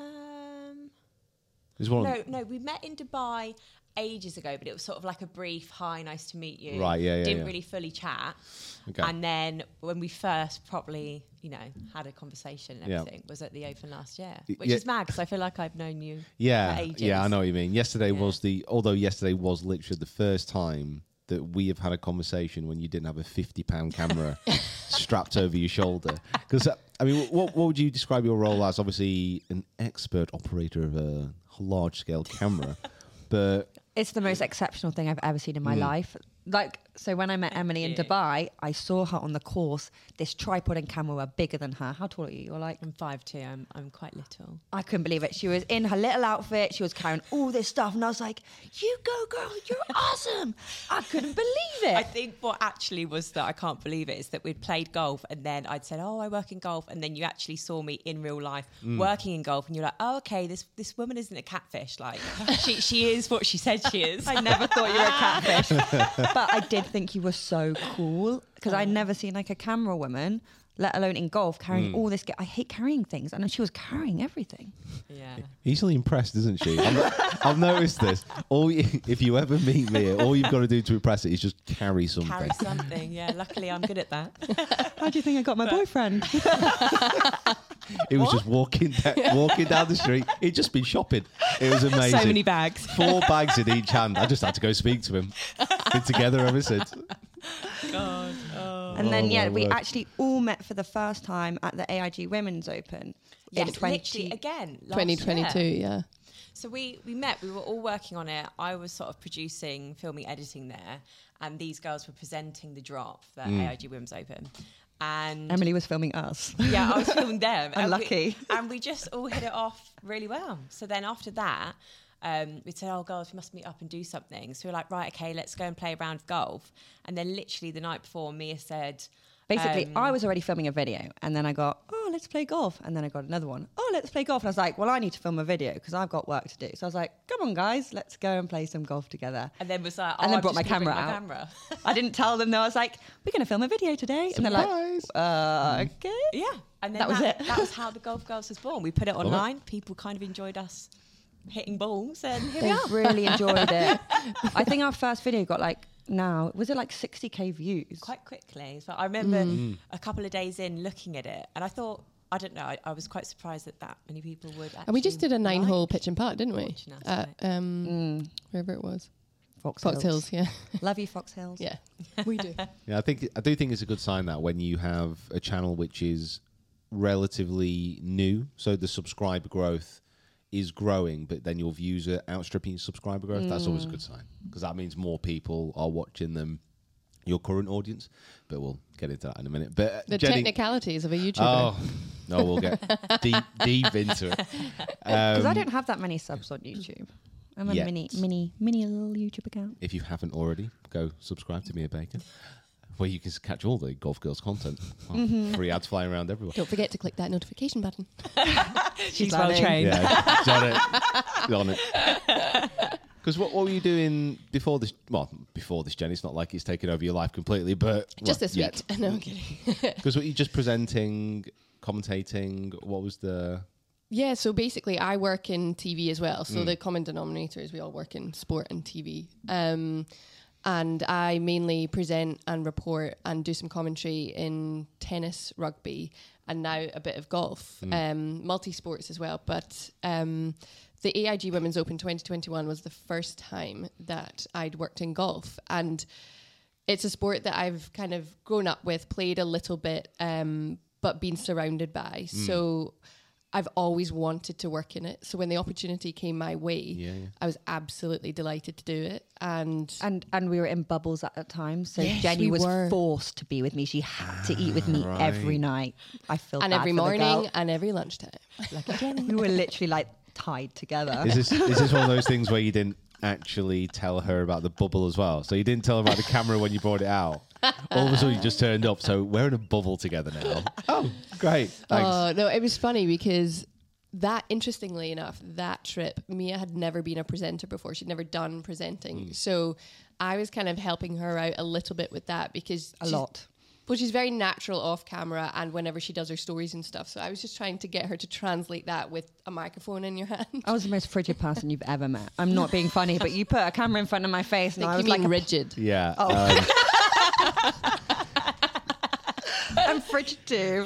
Um,
There's one.
No, no, we met in Dubai ages ago, but it was sort of like a brief "Hi, nice to meet you."
Right, yeah, yeah,
Didn't
yeah.
really fully chat.
Okay.
And then when we first probably, you know, had a conversation and
Yeah.
everything was at the Open last year,
Y-
which
yeah.
is mad because I feel like I've known you.
[LAUGHS] Yeah,
for ages.
yeah, I know what you mean. Yesterday was the although yesterday was literally the first time that we have had a conversation when you didn't have a fifty pound
[LAUGHS]
camera strapped over your shoulder. Because I mean, what what would you describe your role as? Obviously, an expert operator of a large scale camera, but
It's the most exceptional thing I've ever seen in my
Mm.
life. Like, so when I met Emily in
you.
Dubai, I saw her on the course. This tripod and camera were bigger than her. How tall are you? You're like,
I'm five two. I'm I'm quite little.
I couldn't believe it. She was in her little outfit. She was carrying all this stuff, and I was like, "You go, girl!
[LAUGHS]
You're awesome!" I couldn't believe
I
it.
think what actually was that I can't believe it is that we'd played golf and then I'd said, "Oh, I work in golf," and then you actually saw me in real life
Mm.
working in golf, and you're like, "Oh, okay, this this woman isn't a catfish.
[LAUGHS]
Like she she is what she said she is."
I never thought
[LAUGHS]
you were a catfish, but I did think you were so cool because I'd never seen like a camera woman, let alone in golf, carrying
Mm.
all this. Ge- I hate carrying things, and she was carrying everything.
[LAUGHS]
Yeah.
easily impressed, isn't she? I've, I've noticed this. All you, [LAUGHS] if you ever meet me, all you've got to do to impress it is just carry something.
Carry something, yeah. Luckily, I'm good at that.
[LAUGHS] How do you think I got my boyfriend?
It was just walking da- walking down the street. He'd just been shopping. It was amazing.
many bags.
Four bags in each hand. I just had to go speak to him. Been together ever since.
God, oh.
And then
Oh,
yeah,
my
we
word.
actually all met for the first time at the AIG Women's Open. in
Yes,
20
literally again. last
2022,
year.
yeah.
[LAUGHS] So we we met. We were all working on it. I was sort of producing, filming, editing there, and these girls were presenting the drop that
Mm.
AIG Women's Open. And
Emily was filming us.
yeah, I
[LAUGHS]
was filming them. and we-
Unlucky.
and we just all hit it off really well. So then after that, um, we said, "Oh, girls, we must meet up and do something." So we were like, "Right, okay, let's go and play a round of golf." And then literally the night before, Mia said,
Basically,
um,
I was already filming a video, and then I got, oh, let's play golf, and then I got another one, oh, let's play golf, and I was like, well, I need to film a video because I've got work to do. So I was like, come on, guys, let's go and play some golf together.
and then was
and
like, oh,
then
I'm
brought
just
my
gonna
camera
bring
out.
my
[LAUGHS]
camera.
I didn't tell them though. I was like, we're going to film a video today, and they're like, uh, okay.
Yeah, and then
That was it.
That was
[LAUGHS]
how the Golf Girls was born. We put it
Love it.
online. People kind of enjoyed us hitting balls, and here
They
we are.
really enjoyed
[LAUGHS]
it. I think our first video got like now was it like 60k views?
quite quickly. So I remember
Mm.
a couple of days in looking at it, and I thought, I don't know, I, I was quite surprised that that many people would. Actually
And we just did a nine
like
hole pitch and putt, didn't we?
watching us.
At, um, Wherever it was.
Fox,
Hills. yeah.
Love you, Fox Hills.
[LAUGHS]
Yeah. We do.
Yeah, I think I do think it's a good sign that when you have a channel which is relatively new, so the subscriber growth is growing, but then your views are outstripping subscriber growth. That's always a
Mm.
good sign because that means more people are watching them. Your current audience, but we'll get into that in a minute. But uh,
[LAUGHS] The
Jenny-
technicalities of a YouTuber.
Oh no, we'll
[LAUGHS]
get deep deep into it.
Because I
Um,
don't have that many subs on YouTube. I'm a
Yet.
mini, mini, mini little YouTube account.
If you haven't already, go subscribe to Mia Baker, where you can s- catch all the golf girls content. Wow,
Mhm.
Free ads flying around everywhere.
Don't forget to click that notification button.
[LAUGHS]
She's well learning. trained.
Yeah, she's on it. She's on it. Because what, what were you doing before this? Well, before this, Jen, it's not like it's taken over your life completely, but
Just
well,
this week. [LAUGHS] No, I'm kidding.
Because what you just presenting, commentating. What was the?
Yeah, so basically, I work in TV as well. So
Mm.
the common denominator is we all work in sport and TV. Um, and I mainly present and report and do some commentary in tennis, rugby, and now a bit of golf,
Mm.
um, multi sports as well. But um, the AIG Women's Open 2021 was the first time that I'd worked in golf. And it's a sport that I've kind of grown up with, played a little bit, um, but been surrounded by.
Mm.
So I've always wanted to work in it. So when the opportunity came my way,
yeah.
I was absolutely delighted to do it. And
and and we were in bubbles at that time. So
Yes,
Jenny
we
was
were.
forced to be with me. She had to eat with me
Ah,
every
right.
night. I feel
and
bad
every
for the
morning
girl.
and every lunchtime.
[LAUGHS] we were literally like tied together.
Is this is this one
[LAUGHS]
of those things where you didn't actually tell her about the bubble as well? So you didn't tell her about the camera when you brought it out. All of a sudden, you just turned up. So we're in a bubble together now. Oh, great! Thanks.
Oh no, it was funny because that interestingly enough, that trip, Mia had never been a presenter before. She'd never done presenting.
Mm.
So I was kind of helping her out a little bit with that because
A
she's-
lot.
Well, she's very natural off camera and whenever she does her stories and stuff. So I was just trying to get her to translate that with a microphone in your [LAUGHS] hand.
I was the most frigid person you've ever met. I'm not being
[LAUGHS]
funny, but you put a camera in front of my face, and
Think
I
you
was
mean
like a-
rigid.
Yeah.
Oh. [LAUGHS]
um,
I'm frigid too.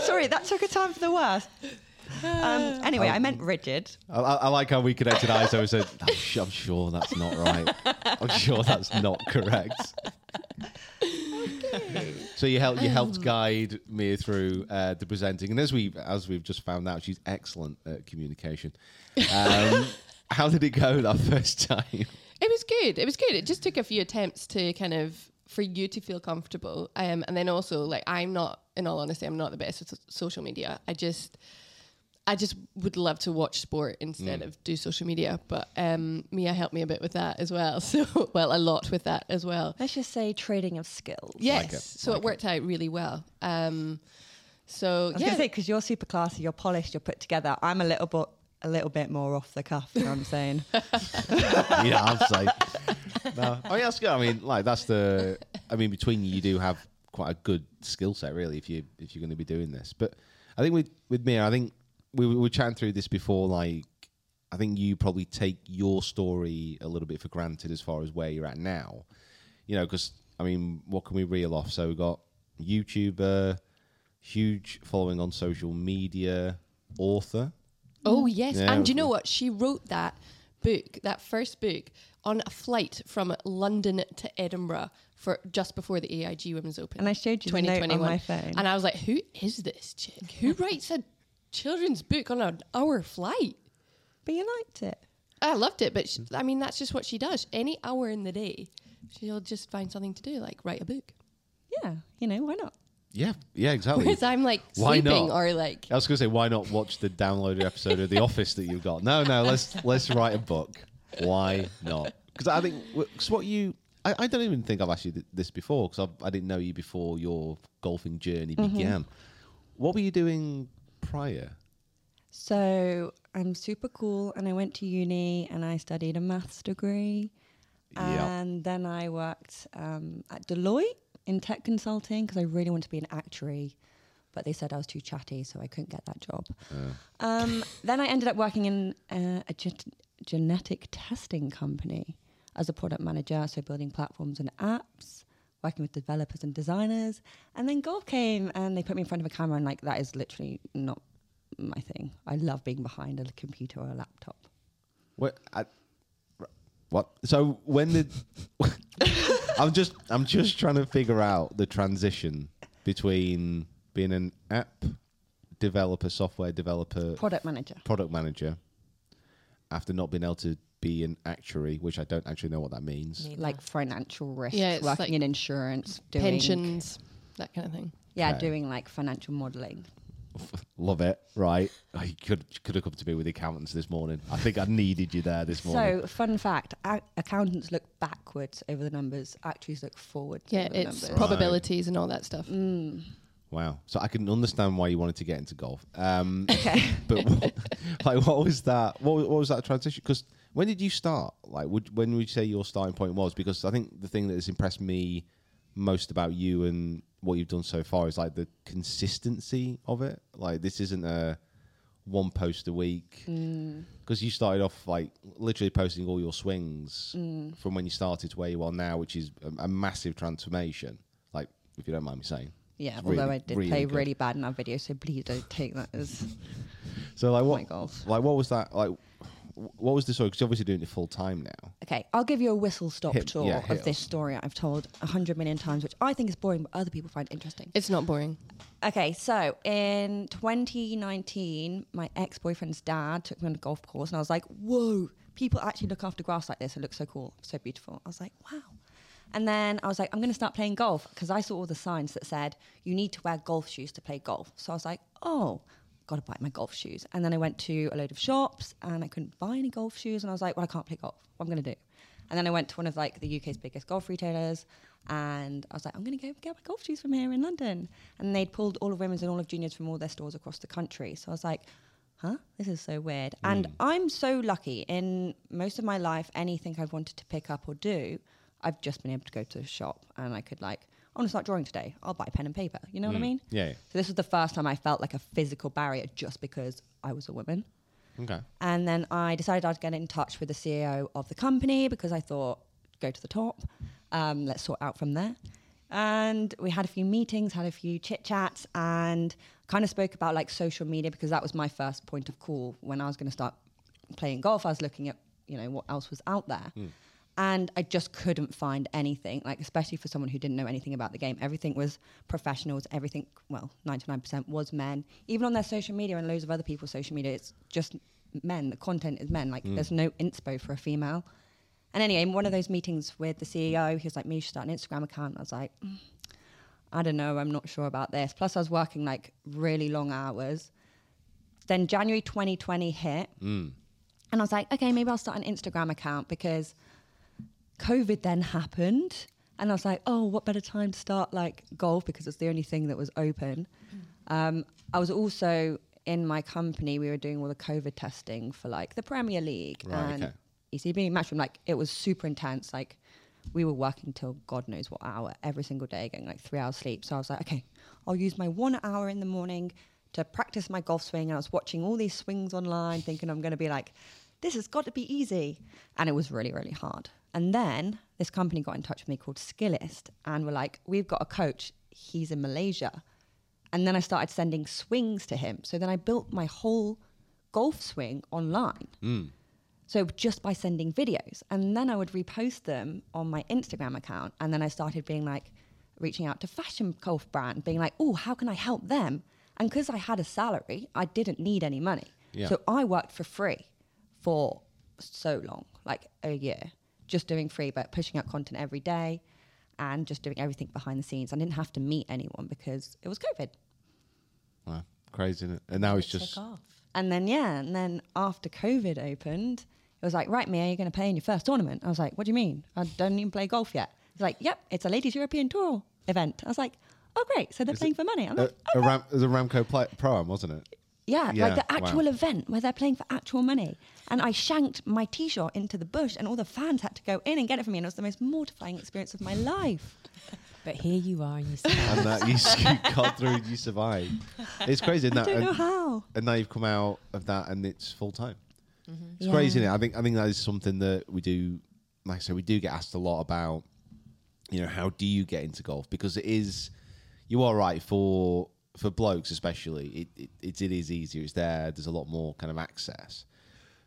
Sorry, that took a time for the worst. Um, anyway, I meant rigid.
Oh. I, I I like how we connected eyes. I was like, I'm, su- I'm sure that's not right. I'm sure that's not correct. So you helped you helped guide Mia through uh, the presenting, and as we as we've just found out, she's excellent at communication. Um, how did it go that first [LAUGHS] time?
It was good. It was good. It just took a few attempts to kind of for you to feel comfortable. Um, and then also like I'm not, in all honesty, I'm not the best with so- social media. I just, I just would love to watch sport instead
Mm.
of do social media. But um, Mia helped me a bit with that as well. [LAUGHS] So well, a lot with that as well.
Let's just say trading of skills.
Yes. so it worked out really well. Um, so
I was
yeah,
gonna say because you're super classy, you're polished, you're put together. I'm a little bit a little bit more off the cuff. You know what I'm saying?
[LAUGHS] yeah, I'd say. No. I mean, that's good. I mean, like that's the. I mean, between you, you do have quite a good skill set, really, if you if you're going to be doing this. But I think with with Mia, I think we we were chatting through this before. Like, I think you probably take your story a little bit for granted as far as where you're at now. You know, because I mean, what can we reel off? So we got YouTuber, huge following on social media, author.
Oh yes,
Yeah.
and do you know what? She wrote that book, that first book, on a flight from London to Edinburgh for just before the AIG Women's Open.
And I showed you the note on my phone.
and I was like, "Who is this chick?
[LAUGHS]
Who writes a children's book on an hour flight?"
But you liked it.
I loved it, but sh I mean, that's just what she does. Any hour in the day, she'll just find something to do, like write a book.
Yeah, you know why not?
Yeah, yeah, exactly.
Whereas I'm, like, sleeping or, like-
I was gonna say, why not watch the downloaded episode of The Office that you've got? No, no, let's let's write a book. Why not? Because I think because what you, I, I don't even think I've asked you th- this before because I didn't know you before your golfing journey
Mm-hmm.
Mhm.
began. What were you doing prior?
So I'm super cool, and I went to uni and I studied a maths degree,
Yeah.
and then I worked um, at Deloitte in tech consulting because I really wanted to be an actuary, but they said I was too chatty, so I couldn't get that job. Um, then I ended up working in uh, a gen- genetic testing company as a product manager, so building platforms and apps, working with developers and designers. And then golf came and they put me in front of a camera, and like, that is literally not my thing. I love being behind a computer or a laptop.
What? I, what? So when did? [LAUGHS] I'm just I'm just trying to figure out the transition between being an app developer, software developer,
Product manager.
product manager, after not being able to be an actuary, which I don't actually know what that means.
Like financial risk,
Yeah, it's
working
like
in insurance, doing
Pensions, that kind of thing.
Yeah,
Okay.
doing like financial modeling.
Love it, right? I could could have come to me with accountants this morning. I think I needed you there this morning.
So, fun fact: a- accountants look backwards over the numbers, actuaries look forwards.
Yeah,
over the
it's
numbers.
probabilities and all that stuff.
Mm.
Wow. So I can understand why you wanted to get into golf.
[LAUGHS]
Um, [LAUGHS] But what, like, what was that? What, was- what was that transition? Because when did you start? Like, would, when would you say your starting point was? Because I think the thing that has impressed me most about you and what you've done so far is like the consistency of it. Like, this isn't a one post a week
Mm.
because you started off like literally posting all your swings
Mm.
from when you started to where you are now, which is a, a massive transformation. Like, if you don't mind me saying.
Yeah,
It's
although
really,
I did
really
play
good.
really bad in that video, so please don't take that as. [LAUGHS]
So like what?
my golf.
Like what was that? Like wh- what was the story? Because you're obviously doing it full time now.
Okay, I'll give you a whistle stop
Hit-
tour
yeah, hit
of this
us.
story I've told a hundred million times, which I think is boring, but other people find interesting.
It's not boring.
Okay, so in 2019, my ex boyfriend's dad took me on a golf course, and I was like, whoa, people actually look after grass like this. It looks so cool, so beautiful. I was like, wow. And then I was like, I'm going to start playing golf because I saw all the signs that said you need to wear golf shoes to play golf. So I was like, oh, got to buy my golf shoes. And then I went to a load of shops and I couldn't buy any golf shoes. And I was like, well, I can't play golf. What am I going to do? And then I went to one of like the UK's biggest golf retailers and I was like, I'm going to go get my golf shoes from here in London. And they'd pulled all of women's and all of juniors from all their stores across the country. So I was like, huh, this is so weird. And I'm so lucky in most of my life, anything I've wanted to pick up or do, I've just been able to go to a shop and I could like, I want to start drawing today. I'll buy pen and paper. You know what I
Mm.
mean?
Yeah, yeah.
So this was the first time I felt like a physical barrier just because I was a woman.
Okay.
And then I decided I'd get in touch with the CEO of the company because I thought, go to the top, um, let's sort out from there. And we had a few meetings, had a few chit chats, and kind of spoke about like social media because that was my first point of call when I was going to start playing golf. I was looking at, you know, what else was out there. And I just couldn't find anything, like, especially for someone who didn't know anything about the game. Everything was professionals, everything, well, 99% was men. Even on their social media and loads of other people's social media, it's just men. The content is men. Like,
Mm.
there's no inspo for a female. And anyway, in one of those meetings with the CEO, he was like, Me, you should start an Instagram account. I was like, "Mm, I don't know, I'm not sure about this. Plus, I was working like really long hours. Then January 2020 hit.
Mm.
And I was like, okay, maybe I'll start an Instagram account because COVID then happened. And I was like, oh, what better time to start like golf because it's the only thing that was open. Um, I was also in my company, we were doing all the COVID testing for like the Premier League
Right,
and
okay.
ECB matchroom. Like it was super intense. Like we were working till God knows what hour every single day, getting like three hours sleep. So I was like, okay, I'll use my one hour in the morning to practice my golf swing. And I was watching all these swings online, thinking I'm going to be like, this has got to be easy. And it was really, really hard. And then this company got in touch with me called Skillist and were like, we've got a coach. He's in Malaysia. And then I started sending swings to him. So then I built my whole golf swing online.
Mm.
So just by sending videos. And then I would repost them on my Instagram account. And then I started being like, reaching out to fashion golf brand, being like, oh, how can I help them? And because I had a salary, I didn't need any money.
Yeah.
So I worked for free for so long, like a year, just doing free, but pushing out content every day and just doing everything behind the scenes. I didn't have to meet anyone because it was COVID.
Wow, crazy. Isn't it? And now it's just
And then yeah, and then after COVID opened, it was like, right, Mia, you're going to play in your first tournament. I was like, what do you mean? I don't even play golf yet. It's like, yep, it's a ladies European Tour event. I was like, oh great, so they're
Is
playing
it- Uh,
for money. I'm
a,
like,
a, Ram, it was a Ramco pla pro am, wasn't it?
yeah,
yeah,
like the actual
wow.
event where they're playing for actual money. And I shanked my t-shirt into the bush, and all the fans had to go in and get it for me, and it was the most mortifying experience of my life.
But here you are, and you [LAUGHS]
and that you, [LAUGHS] s- you got through and you survived. It's crazy. Isn't
I
that,
don't
and,
know how.
And now you've come out of that and it's full time.
Mhm.
It's crazy,
Yeah.
isn't it? I think I think that is something that we do. Like I said, we do get asked a lot about. You know, how do you get into golf? Because it is, you are right for for blokes especially. It it, it, it is easier. It's there. There's a lot more kind of access.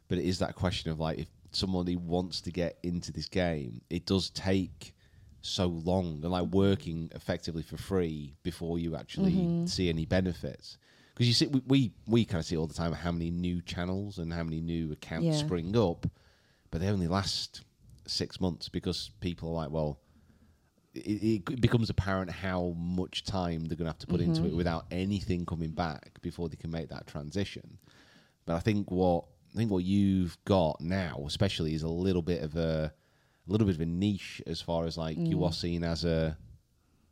But it is that question of like if somebody wants to get into this game, it does take so long and like working effectively for free before you actually
Mhm.
see any benefits. Because you see, we, we, we kind of see all the time how many new channels and how many new accounts
Yeah.
spring up, but they only last six months because people are like, well, it, it becomes apparent how much time they're going to have to put into
Mhm.
it without anything coming back before they can make that transition. But I think what I think what you've got now, especially, is a little bit of a, a little bit of a niche as far as like you
Mm.
are seen as a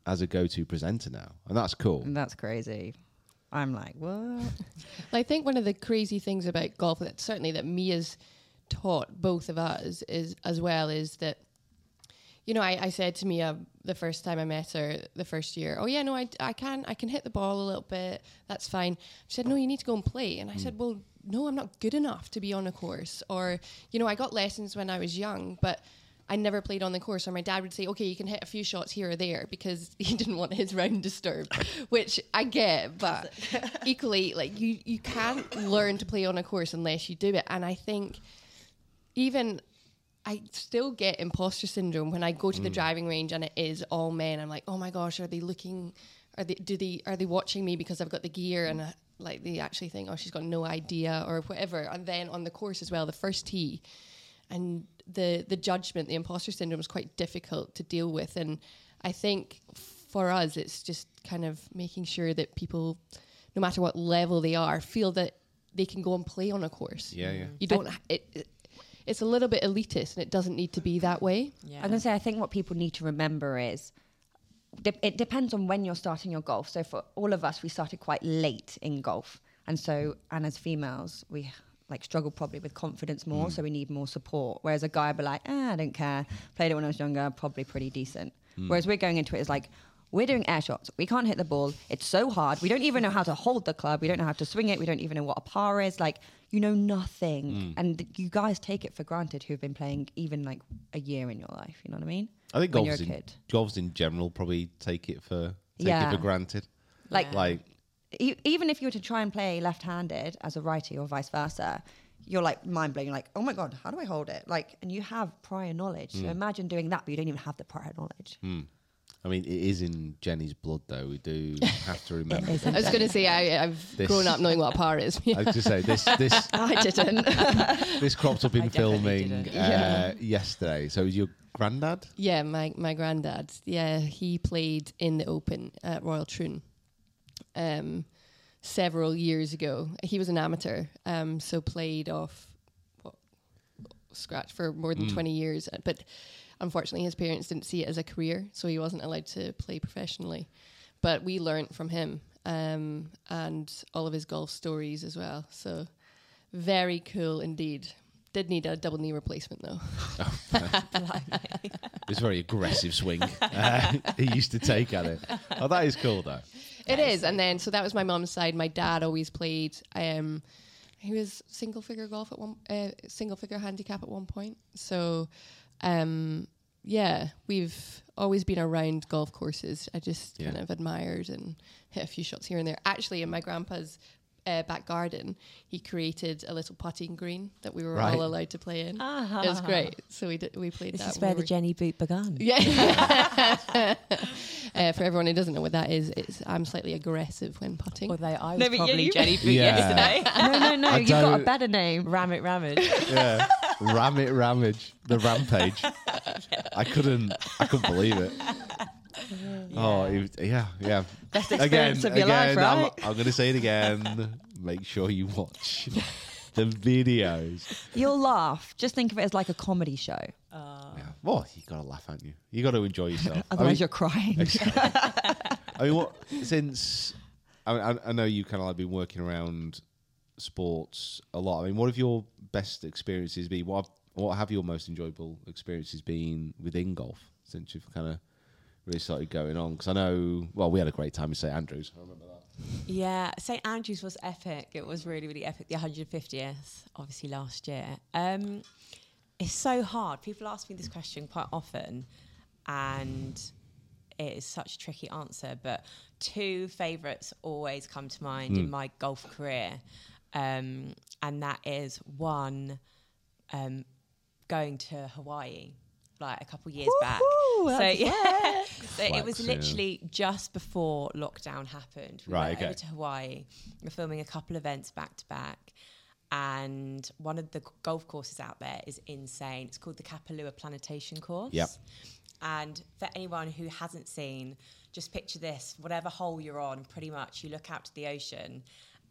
as a go-to presenter now, and that's cool.
That's crazy. I'm like, what?
Well, I think one of the crazy things about golf that certainly that Mia's taught both of us is as well is that you know I, I said to Mia the first time I met her the first year oh yeah no I, I can I can hit the ball a little bit that's fine she said no you need to go and play and I said well no I'm not good enough to be on a course or you know I got lessons when I was young but I never played on the course, or my dad would say, "Okay, you can hit a few shots here or there," because [LAUGHS] he didn't want his round disturbed, which I get. But equally, like you, you can't learn to play on a course unless you do it. And I think even I still get imposter syndrome when I go to the driving range and it is all men. I'm like, oh my gosh, are they looking? Are they do they are they watching me because I've got the gear and uh, like they actually think, oh, she's got no idea or whatever. And then on the course as well, the first tee, and the the judgment, the imposter syndrome is quite difficult to deal with. And I think for us, it's just kind of making sure that people, no matter what level they are, feel that they can go and play on a course.
Yeah, yeah.
You don't. ha- It, it, it's a little bit elitist, and it doesn't need to be that way.
I was gonna say, I think what people need to remember is de- it depends on when you're starting your golf. So for all of us, we started quite late in golf, and so and as females, we like struggle probably with confidence more, so we need more support. Whereas a guy would be like, ah, I don't care, played it when I was younger, probably pretty decent. Whereas we're going into it as like. We're doing air shots. We can't hit the ball. It's so hard. We don't even know how to hold the club. We don't know how to swing it. We don't even know what a par is. Like, you know nothing.
Mm.
And th- you guys take it for granted who've been playing even like a year in your life. You know what I mean?
I think
when you're a
golfers in,
kid.
golfers in general probably take it for take
Yeah.
it for granted.
Like-
like
e- even if you were to try and play left-handed as a righty or vice versa, you're like mind blowing. You're like, oh my god, how do I hold it? Like, and you have prior knowledge.
Mm.
So imagine doing that, but you don't even have the prior knowledge.
hmm. I mean, it is in Jenny's blood, though.
[LAUGHS]
We do have to remember.
is
I was going to say I, I've
This-
grown up knowing what a par is.
I was just say this
[LAUGHS]
this
I didn't.
[LAUGHS] this cropped up in
definitely
filming uh,
didn't.
yesterday. So it was your granddad?
Yeah, my my granddad. Yeah, he played in the Open at Royal Troon, um, several years ago. He was an amateur, um, so played off what, scratch for more than twenty years. uh, But unfortunately, his parents didn't see it as a career, so he wasn't allowed to play professionally. But we learnt from him um, and all of his golf stories as well. So very cool indeed. Did need a double knee replacement though. [LAUGHS]
It was a very
[LAUGHS]
aggressive swing uh, [LAUGHS] he used to take at it. Oh, that is cool, though.
It is, and then so that was my mom's side. My dad always played. Um, he was single figure golf at one, uh, single figure handicap at one point. So, um, yeah, we've always been around golf courses. I just kind
Yeah.
of admired and hit a few shots here and there. Actually, in my grandpa's uh, back garden, he created a little putting green that we were
Right.
all allowed to play in. It was great. So we did, we played that. when we were
Jenny boot began.
yeah.
[LAUGHS]
uh, for everyone who doesn't know what that is, it's I'm slightly aggressive when putting.
Although I was
No, but yeah,
probably
[LAUGHS]
you-
Jenny boot
Yeah.
yesterday.
no, no, no.
I
You've got a
don't-
better name.
Ram it, ram it.
[LAUGHS]
[LAUGHS] Yeah. Ram it, ramage. The rampage. I couldn't, I couldn't believe it. Oh, it was, yeah, yeah. Best
experience of your life, right?
I'm, I'm going to say it again. Make sure
[LAUGHS]
you watch the videos.
You'll laugh. Just think of it as like a comedy show.
Yeah. Well, you got to laugh, haven't you? You got to enjoy yourself. I
Otherwise,
mean-
you're crying. [LAUGHS]
I mean, what since I, mean, I, I know you kind of like been working around sports a lot. I mean, what have your best experiences been? What have, what have your most enjoyable experiences been within golf since you've kind of really started going on? Because I know, well, we had a great time in St Andrews. I remember that.
Yeah, St Andrews was epic. It was really, really epic. The 150th, obviously last year. Um, it's so hard. People ask me this question quite often, and it is such a tricky answer. But two favourites always come to mind in my golf career, um, and that is one um, going to Hawaii. Like a couple years back, so yeah, [LAUGHS] so it was
Flex, yeah.
literally just before lockdown happened. We
Right,
went
okay.
over to Hawaii. We're filming a couple events back to back. And one of the g- golf courses out there is insane. It's called the Kapalua Plantation Course.
Yep.
And for anyone who hasn't seen, just picture this whatever hole you're on, pretty much, you look out to the ocean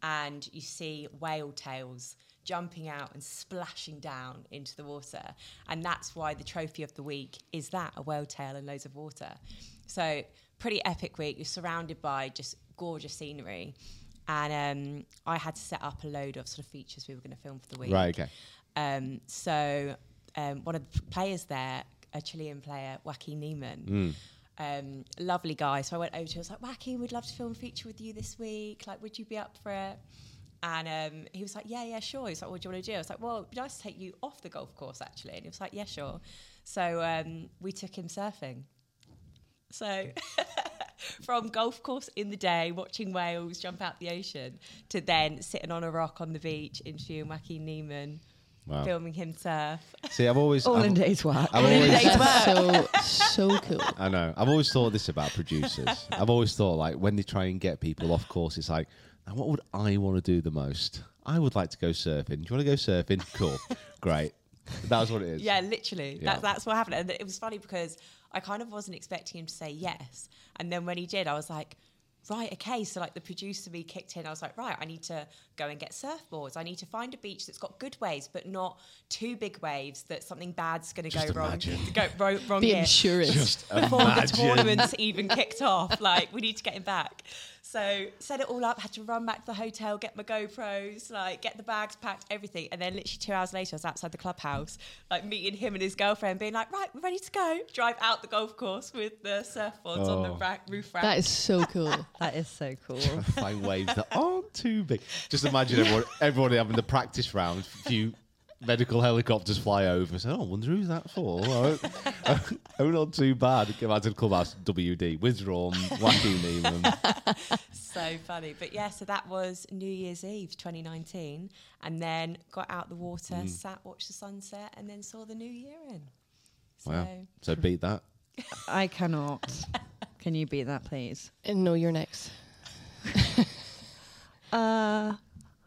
and you see whale tails jumping out and splashing down into the water. And that's why the trophy of the week is that a whale tail and loads of water. So pretty epic week. You're surrounded by just gorgeous scenery. And um, I had to set up a load of sort of features we were going to film for the week.
Right, okay.
Um, so um, one of the players there, a Chilean player, Wacky Neiman,
Mm.
um, lovely guy. So I went over to him. I was like, Wacky, we'd love to film a feature with you this week. Like, would you be up for it? And um, he was like, Yeah, yeah, sure. He's like, What do you want to do? I was like, Well, it'd be nice to take you off the golf course, actually. And he was like, Yeah, sure. So um, we took him surfing. So [LAUGHS] from golf course in the day, watching whales jump out the ocean, to then sitting on a rock on the beach, interviewing Wacky Neiman,
Wow.
filming him surf.
See, I've always
All
I've,
in
days work.
I've
All in
always,
a day's work.
So so cool.
I know. I've always thought this about producers. I've always thought like when they try and get people off course, it's like, now what would I want to do the most? I would like to go surfing. Do you want to go surfing? Cool, great. That was what it is.
Yeah, literally.
Yeah.
That, that's what happened. And it was funny because I kind of wasn't expecting him to say yes. And then when he did, I was like, right, okay. So, like, the producer me kicked in. I was like, right, I need to go and get surfboards. I need to find a beach that's got good waves, but not too big waves that something bad's going to go wrong.
imagine.
Go ro- wrong
The
here.
insurance. Just
Before the
imagine.
tournament's even kicked off. Like, we need to get him back. So set it all up, had to run back to the hotel, get my GoPros, like get the bags packed, everything. And then literally two hours later I was outside the clubhouse, like meeting him and his girlfriend, being like, Right, we're ready to go. Drive out the golf course with the surfboards on the
Oh.
rack, roof rack.
That is so cool.
[LAUGHS] That is so cool.
Find
[LAUGHS]
waves that aren't too big. Just imagine everyone, everyone having the practice round. Few medical helicopters fly over. So, oh, I wonder who's that for. [LAUGHS] Oh, oh, not too bad. Come out to the clubhouse. WD
[LAUGHS]
withdrawn. [LAUGHS] Wacky Neiman.
so funny. But yeah, so that was New Year's Eve 2019. And then got out the water,
Mm.
sat, watched the sunset, and then saw the new year in. So
Wow. So beat that.
I cannot. Can you beat that, please?
And no, you're next.
[LAUGHS] Uh,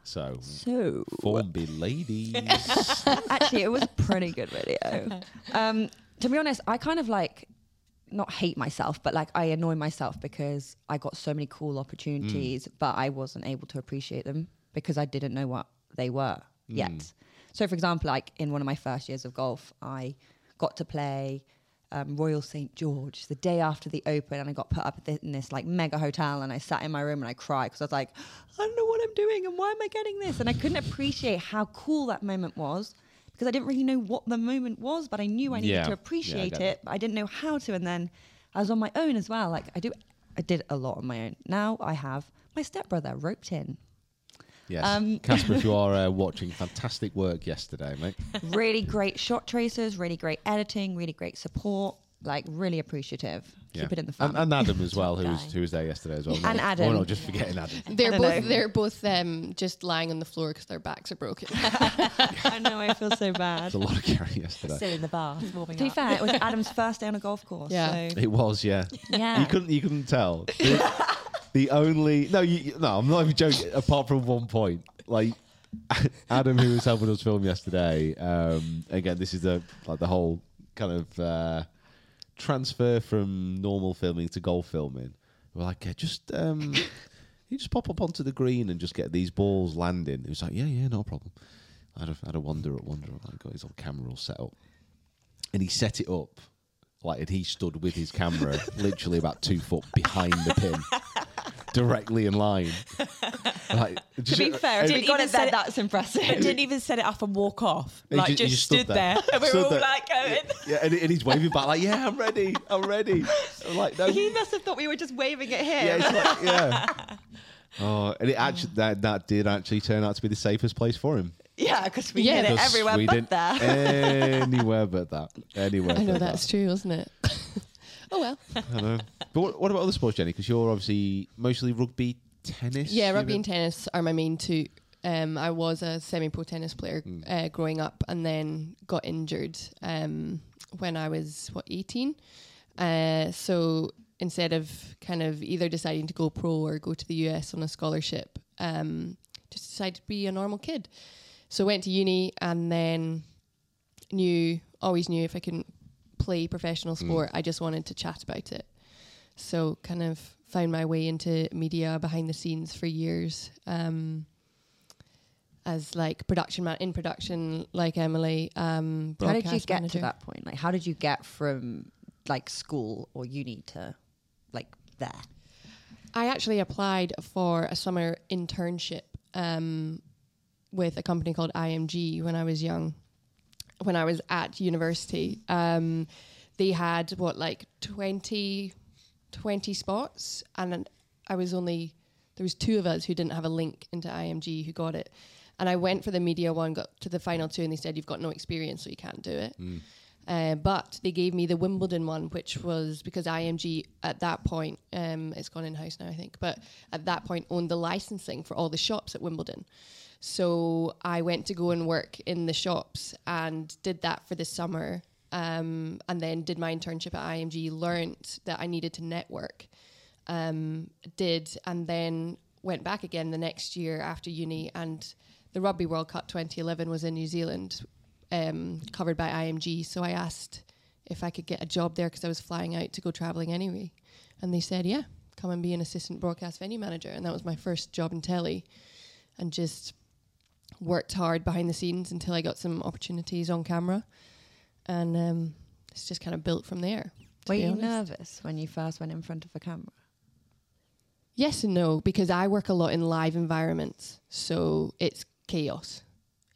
So
so
Formby ladies.
[LAUGHS] actually, it was a pretty good video. Um, to be honest, I kind of like not hate myself, but like I annoy myself because I got so many cool opportunities, but I wasn't able to appreciate them because I didn't know what they were
Hmm.
yet. So, for example, like in one of my first years of golf, I got to play um, Royal St George the day after the Open, and I got put up thi- in this like mega hotel, and I sat in my room and I cried because I was like, I don't know what I'm doing, and why am I getting this? And I couldn't appreciate how cool that moment was because I didn't really know what the moment was, but I knew I needed
Yeah.
to
Yeah, I
appreciate
get
it
that.
but I didn't know how to. And then I was on my own as well. Like I do, I did a lot on my own. Now I have my stepbrother roped in.
Yes.
Um,
Casper,
[LAUGHS]
if you are uh, watching, fantastic work yesterday, mate.
really great shot tracers, really great editing, really great support. Like really appreciative.
Yeah.
Keep it in the
and,
family.
and Adam as well, who
Top
was
guy.
who was there yesterday as well.
And
We're not-
Adam.
We're not just forgetting Adam.
They're
don't
both
know.
they're both um, just lying on the floor because their backs are broken.
[LAUGHS] I know. I feel so bad.
It's a lot of carrying yesterday.
Still in the
Ah,
bath, warming
To be
up.
[LAUGHS]
fair, [LAUGHS] it was Adam's first day on a golf course.
Yeah.
So
It was, yeah.
Yeah.
You couldn't you couldn't tell. The, the only no, you, you- no, I'm not even joking. Apart from one point, like [LAUGHS] Adam, who was helping us film yesterday. Um, again, this is the like the whole kind of uh, transfer from normal filming to golf filming. We're like, yeah, just um, you just pop up onto the green and just get these balls landing. It was like, yeah, yeah, no problem. I had a, I had a wonder at wonder. I got his whole camera all set up and he set it up like and he stood with his camera [LAUGHS] literally about two foot behind the pin [LAUGHS] directly in line like,
to be fair, if
Didn't
we got
even
it
set
there,
it-
that's
But
impressive.
didn't even set it up and walk off.
He
Like
ju- he
just, stood, there. and [LAUGHS] we were
Stood
all
there.
like uh, going.
yeah and, and he's waving back like yeah i'm ready i'm ready I'm like no
[LAUGHS] he must have thought we were just waving at him.
yeah,
[LAUGHS]
it's like, yeah. oh and it
Mm.
actually that, that did actually turn out to be the safest place for him
Yeah, because we
Yeah,
did it
'Cause
everywhere
we
but
didn't
there.
anywhere but that anywhere
I know
but
that's
that.
true, isn't it? oh well.
I know. but what, what about other sports jenny because you're obviously mostly rugby tennis
Yeah, rugby
even?
and tennis are my main two. Um, I was a semi-pro tennis player uh, growing up, and then got injured um, when I was what eighteen. Uh, so instead of kind of either deciding to go pro or go to the US on a scholarship, um, just decided to be a normal kid. So went to uni, and then knew always knew if I couldn't play professional sport, I just wanted to chat about it. So kind of found my way into media behind the scenes for years. Um, as like production man in production, like Emily. Um,
[LAUGHS] How did you
broadcast
get
manager.
to that point? Like, how did you get from like school or uni to like there?
I actually applied for a summer internship um, with a company called IMG when I was young. When I was at university, um, they had what like 20, 20 spots, and then I was only there was two of us who didn't have a link into IMG who got it, and I went for the media one, got to the final two, and they said you've got no experience, so you can't do it.
Mm.
Uh, but they gave me the Wimbledon one, which was because IMG at that point, um, it's gone in house now, I think, but at that point owned the licensing for all the shops at Wimbledon. So I went to go and work in the shops and did that for the summer. Um, and then did my internship at IMG, learnt that I needed to network, um, did, and then went back again the next year after uni. And the Rugby World Cup 2011 was in New Zealand, um, covered by IMG. So I asked if I could get a job there because I was flying out to go traveling anyway. And they said, yeah, come and be an assistant broadcast venue manager. And that was my first job in telly and just worked hard behind the scenes until I got some opportunities on camera. And um, it's just kind of built from there. to
Were
be
you
honest.
nervous when you first went in front of a camera?
Yes and no, because I work a lot in live environments, so it's chaos.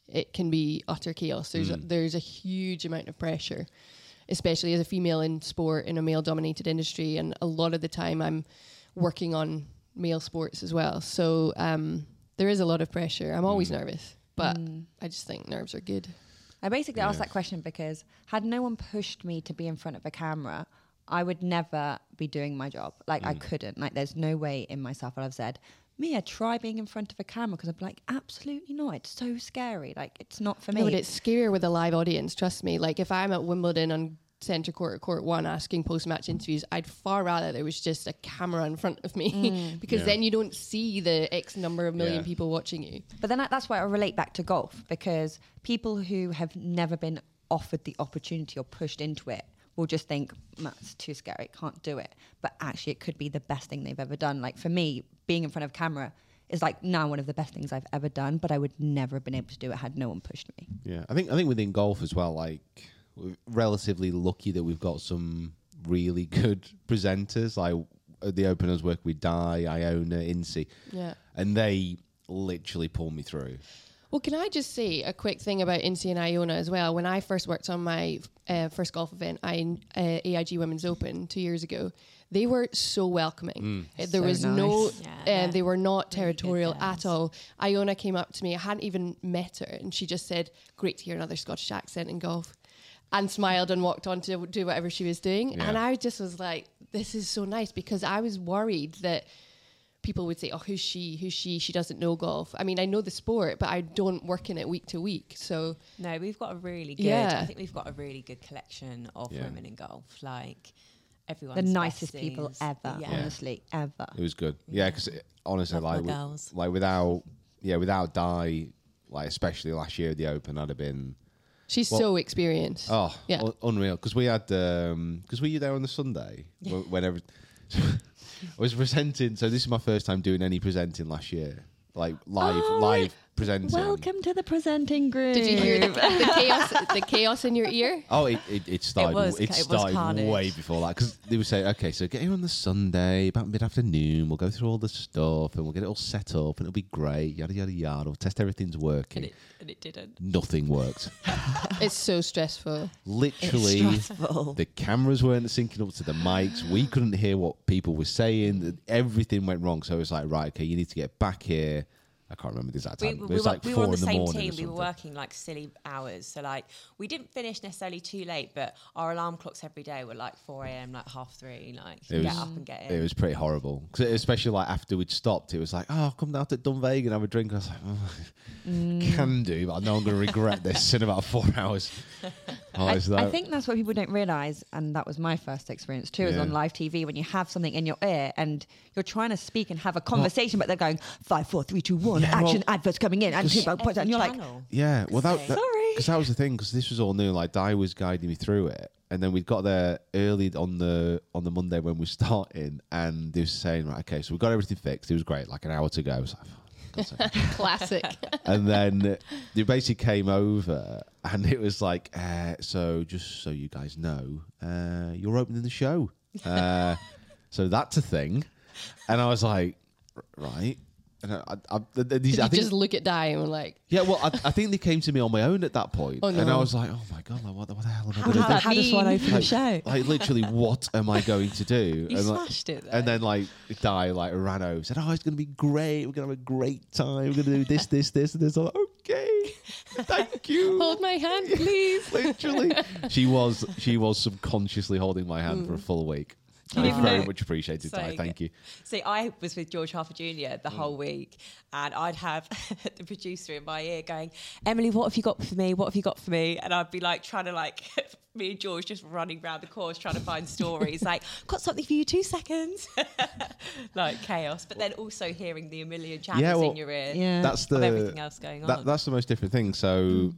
It can be utter chaos. There's a,
Mm.
there's a huge amount of pressure, especially as a female in sport in a male dominated industry, and a lot of the time I'm working on male sports as well. So um, there is a lot of pressure. I'm always nervous, but I just think nerves are good.
I basically asked
Yeah.
that question because had no one pushed me to be in front of a camera, I would never be doing my job. Like I
Mm.
couldn't. Like there's no way in myself. I've said, Mia, try being in front of a camera because I'm like, absolutely not. It's so scary. Like it's not for me.
No, but it's scarier with a live audience. Trust me. Like if I'm at Wimbledon on Centre Court or Court One asking post-match interviews, I'd far rather there was just a camera in front of me
Mm.
[LAUGHS] because
Yeah.
then you don't see the X number of million
Yeah.
people watching you.
But then that- that's why I relate back to golf because people who have never been offered the opportunity or pushed into it will just think that's too scary, can't do it. But actually, it could be the best thing they've ever done. Like for me, being in front of camera is like now one of the best things I've ever done, but I would never have been able to do it had no one pushed me.
Yeah, I think I think within golf as well, like we're relatively lucky that we've got some really good presenters. Like at the openers work with Di, Iona, Incy,
Yeah.
and they literally pull me through.
Well, can I just say a quick thing about Incy and Iona as well? When I first worked on my uh, first golf event, I, uh, AIG Women's Open two years ago, they were so welcoming.
Mm.
Uh, There
So
was
nice.
no,
Yeah,
uh, they were not territorial at all. Iona came up to me, I hadn't even met her, and she just said, Great to hear another Scottish accent in golf. And smiled and walked on to do whatever she was doing.
Yeah.
And I just was like, this is so nice because I was worried that people would say, "Oh, who's she? Who's she? She doesn't know golf." I mean, I know the sport, but I don't work in it week to week. So
No, we've got a really good.
Yeah.
I think we've got a really good collection of
Yeah.
women in golf. Like everyone,
The nicest people ever,
Yeah.
honestly,
Ah.
ever.
It was good. Yeah, because honestly,
my
like wi-
girls.
like without yeah without Di, like especially last year at the Open, I'd have been.
she's
Well-
so experienced.
Oh,
Yeah.
un- unreal. Because we had, because were you there on the Sunday?
Yeah.
Wh- Whenever [LAUGHS] I was presenting, so this is my first time doing any presenting last year, like live,
Oh,
live presenting.
Welcome to the presenting group.
Did you hear the,
[LAUGHS]
the chaos? The chaos in your ear?
Oh, it, it, it started. It,
was- it was
started
carnage.
way before that because they would say, "Okay, so get here on the Sunday about mid-afternoon. We'll go through all the stuff and we'll get it all set up, and it'll be great. Yada yada yada. We'll test everything's working.
And it- and it didn't.
Nothing worked.
It's so stressful.
literally the cameras weren't syncing up to the mics we couldn't hear what people were saying th- everything went wrong so it was like right okay you need to get back here i can't remember the exact
We,
time but
we
it was
were,
like
we
four
were on the,
in the
same
morning or
team. We were
something.
working like silly hours, so like we didn't finish necessarily too late, but our alarm clocks every day were like four a.m., like half three, like get
it was,
up and get in.
it was pretty horrible 'Cause it- especially like after we'd stopped it was like oh I'll come down to Dunvegan and have a drink I was like oh,
Mm.
Mm.
can do but I know I'm going to regret this in about four [LAUGHS] hours oh,
I,
it's
I
like-
think that's what people don't realize, and that was my first experience too, is
Yeah.
on live TV when you have something in your ear and you're trying to speak and have a conversation, but they're going five, four, three, two, one,
Yeah,
action,
well,
adverts coming in, and,
just-
people put- and you're like,
Yeah, well, that, that
Sorry.
because that was the thing because this was all new. Like Di was guiding me through it, and then we got there early on the on the Monday when we [LAUGHS] starting, and they were saying, right, okay, so we got everything fixed. It was great. Like an hour to go, I was like, [LAUGHS]
[LAUGHS] Classic.
and then they basically came over and it was like
[LAUGHS]
uh, so just so you guys know uh, you're opening the show uh, So that's a thing. And I was like, "R- right. And I, I, I, th- th- these,
Did
I
you
think,
just look at Di and were like,
yeah, well, I, I think they came to me on my own at that point,
Oh,
and I
no.
was like, oh my god, like what, the- what the hell am I
How
going to
does
do?
that How does one mean? open the
Like-
show?
Like literally, what am I going to do?
You
and like-
smashed it, though.
And then like Di like ran over, said, oh, it's going to be great. We're going to have a great [LAUGHS] time. We're going to do this, this, this, and this. I'm like,
oh.
okay, thank you.
Hold my
[LAUGHS]
hand, please.
Literally. she was she was subconsciously holding my hand
Mm.
for a full week.
You
I
didn't
very
know. [LAUGHS]
much appreciated Di.
Saying
Thank you. Mm.
See, I was with George Harper Jr. the whole week, and I'd have [LAUGHS] the producer in my ear going, "Emily, what have you got for me? What have you got for me?" And I'd be like trying to like [LAUGHS] me and George just running round the course trying to find stories. like, [LAUGHS] got something for you? Two seconds, [LAUGHS] like chaos. But then also hearing the a million channels in your ear.
That's the
of everything else going on.
that- that's the most different thing. So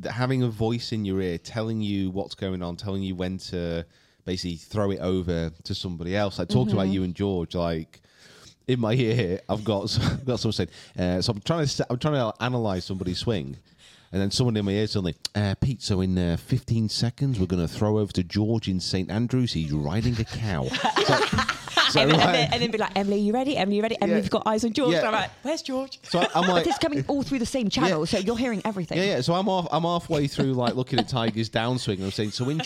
th- having a voice in your ear, telling you what's going on, telling you when to basically throw it over to somebody else. Like talking about
Mhm.
you and George, like. In my ear, I've got s- [LAUGHS] I've got someone saying. Uh, so I'm trying to se- I'm trying to analyze somebody's swing, and then someone in my ear suddenly, uh, Pete. So in uh, 15 seconds, we're going to throw over to George in St Andrews. He's riding a cow.
[LAUGHS]
So,
Em- Em-
right.
and then be like, Emily, you ready? Emily, you ready? Emily,
Yeah.
you've got eyes on George.
Yeah.
And I'm like, where's George?
So
[LAUGHS]
I- I'm like-
but it's coming all through the same channel, so you're hearing everything.
Yeah, yeah. So I'm off. I'm halfway through, like looking at Tiger's downswing. and I'm saying, so in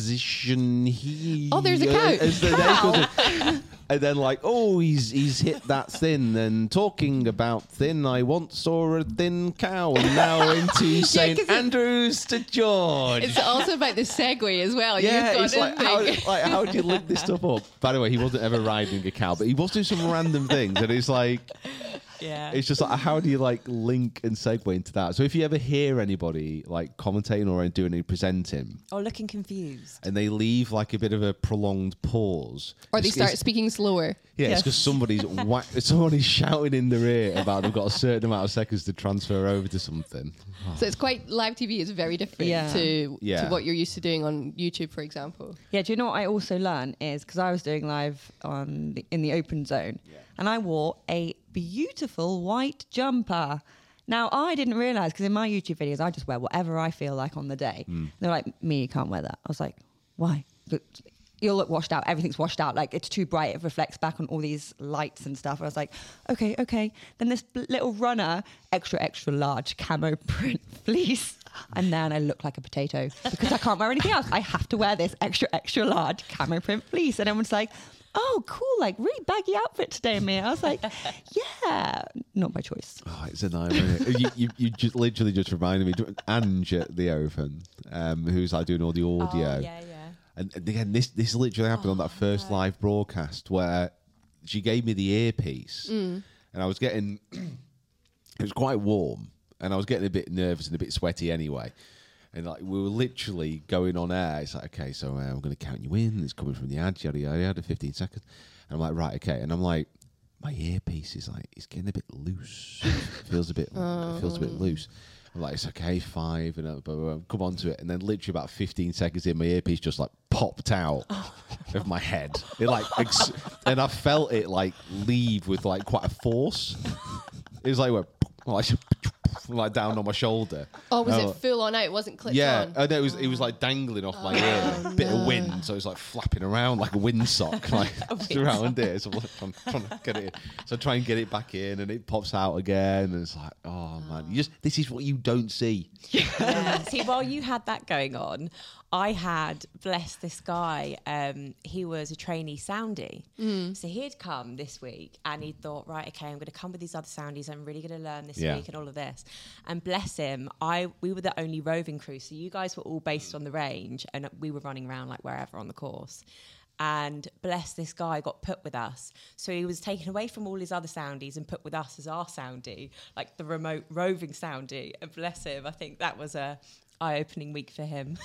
transition, he.
Oh, there's a
uh,
cow.
is the- there goes a- and then like, oh, he's he's hit that thin. And talking about thin, I once saw a thin cow, and now
[LAUGHS]
into St
'cause it-
Andrews to George.
It's also about the segue as well. You've
yeah,
Oh, got
it's
to
like how,
think.
like how
[LAUGHS]
do you
[LAUGHS]
link this stuff up? By the way, he wasn't ever riding a cow, but he was doing some random things, and it's like
Yeah.
it's just like how do you like link and segue into that? So if you ever hear anybody like commentating or doing any presenting,
or Oh, looking confused.
and they leave like a bit of a prolonged pause,
Or they
it's-
start
it's-
speaking slower.
Yeah, it's because somebody's whack, [LAUGHS] somebody's shouting in their ear about they've got a certain amount of seconds to transfer over to something. Oh.
So it's quite live TV is very different
Yeah.
to
Yeah.
to what you're used to doing on YouTube, for example.
Yeah, do you know what I also learned is because I was doing live on the, in the open zone, and I wore a beautiful white jumper. Now I didn't realize because in my YouTube videos I just wear whatever I feel like on the day.
Mm.
And They're like, "Me, you can't wear that." I was like, "Why?" Look, You'll look washed out. Everything's washed out. Like it's too bright. It reflects back on all these lights and stuff. I was like, okay, okay. Then this bl- little runner, extra, extra large camo [LAUGHS] print fleece. And then I look like a potato because I can't wear anything else. I have to wear this extra, extra large camo print fleece. And everyone's like, oh, cool. Like, really baggy outfit today, me. I was like, [LAUGHS] yeah, not by choice.
Oh, it's a nightmare. [LAUGHS] isn't it? you, you, you just literally just reminded me, Ange at the Open, um, who's like doing all the audio.
yeah, yeah.
And, and again, this this literally happened on that first live broadcast where she gave me the earpiece,
Mm.
and I was getting it was quite warm, and I was getting a bit nervous and a bit sweaty anyway. And like we were literally going on air. It's like, okay, so uh, I'm going to count you in. It's coming from the ad, yada yada yada, 15 seconds. And I'm like, right, okay. And I'm like, my earpiece is like, it's getting a bit loose. It feels a bit, it feels a bit
Oh.
loose. I'm like, it's okay, five, and uh, blah, blah, blah. come on to it. And then literally about 15 seconds in, my earpiece just like popped out of my head. It like, ex- and I felt it like leave with like quite a force. It was like, it went [LAUGHS] like, like down on my shoulder.
Oh, was
Oh.
it full on out? It wasn't clipped
yeah,
on. Oh,
oh, no, it was it was like dangling off my ear, bit of wind, so it was like flapping around like
[LAUGHS]
a windsock, like just [LAUGHS] around it. So I'm trying to get it, so I try and get it back in, and it pops out again, and it's like, oh man, you just this is what you don't see.
Yeah. See, while you had that going on, I had bless this guy. Um, he was a trainee soundy,
Mm.
so he'd come this week, and he thought, right, okay, I'm going to come with these other soundies. I'm really going to learn this
Yeah.
week and all of this. And bless him, I we were the only roving crew, so you guys were all
Mm.
based on the range, and we were running around like wherever on the course. And bless this guy got put with us, so he was taken away from all his other soundies and put with us as our soundie, like the remote roving soundie. And bless him, I think that was a eye-opening week for him.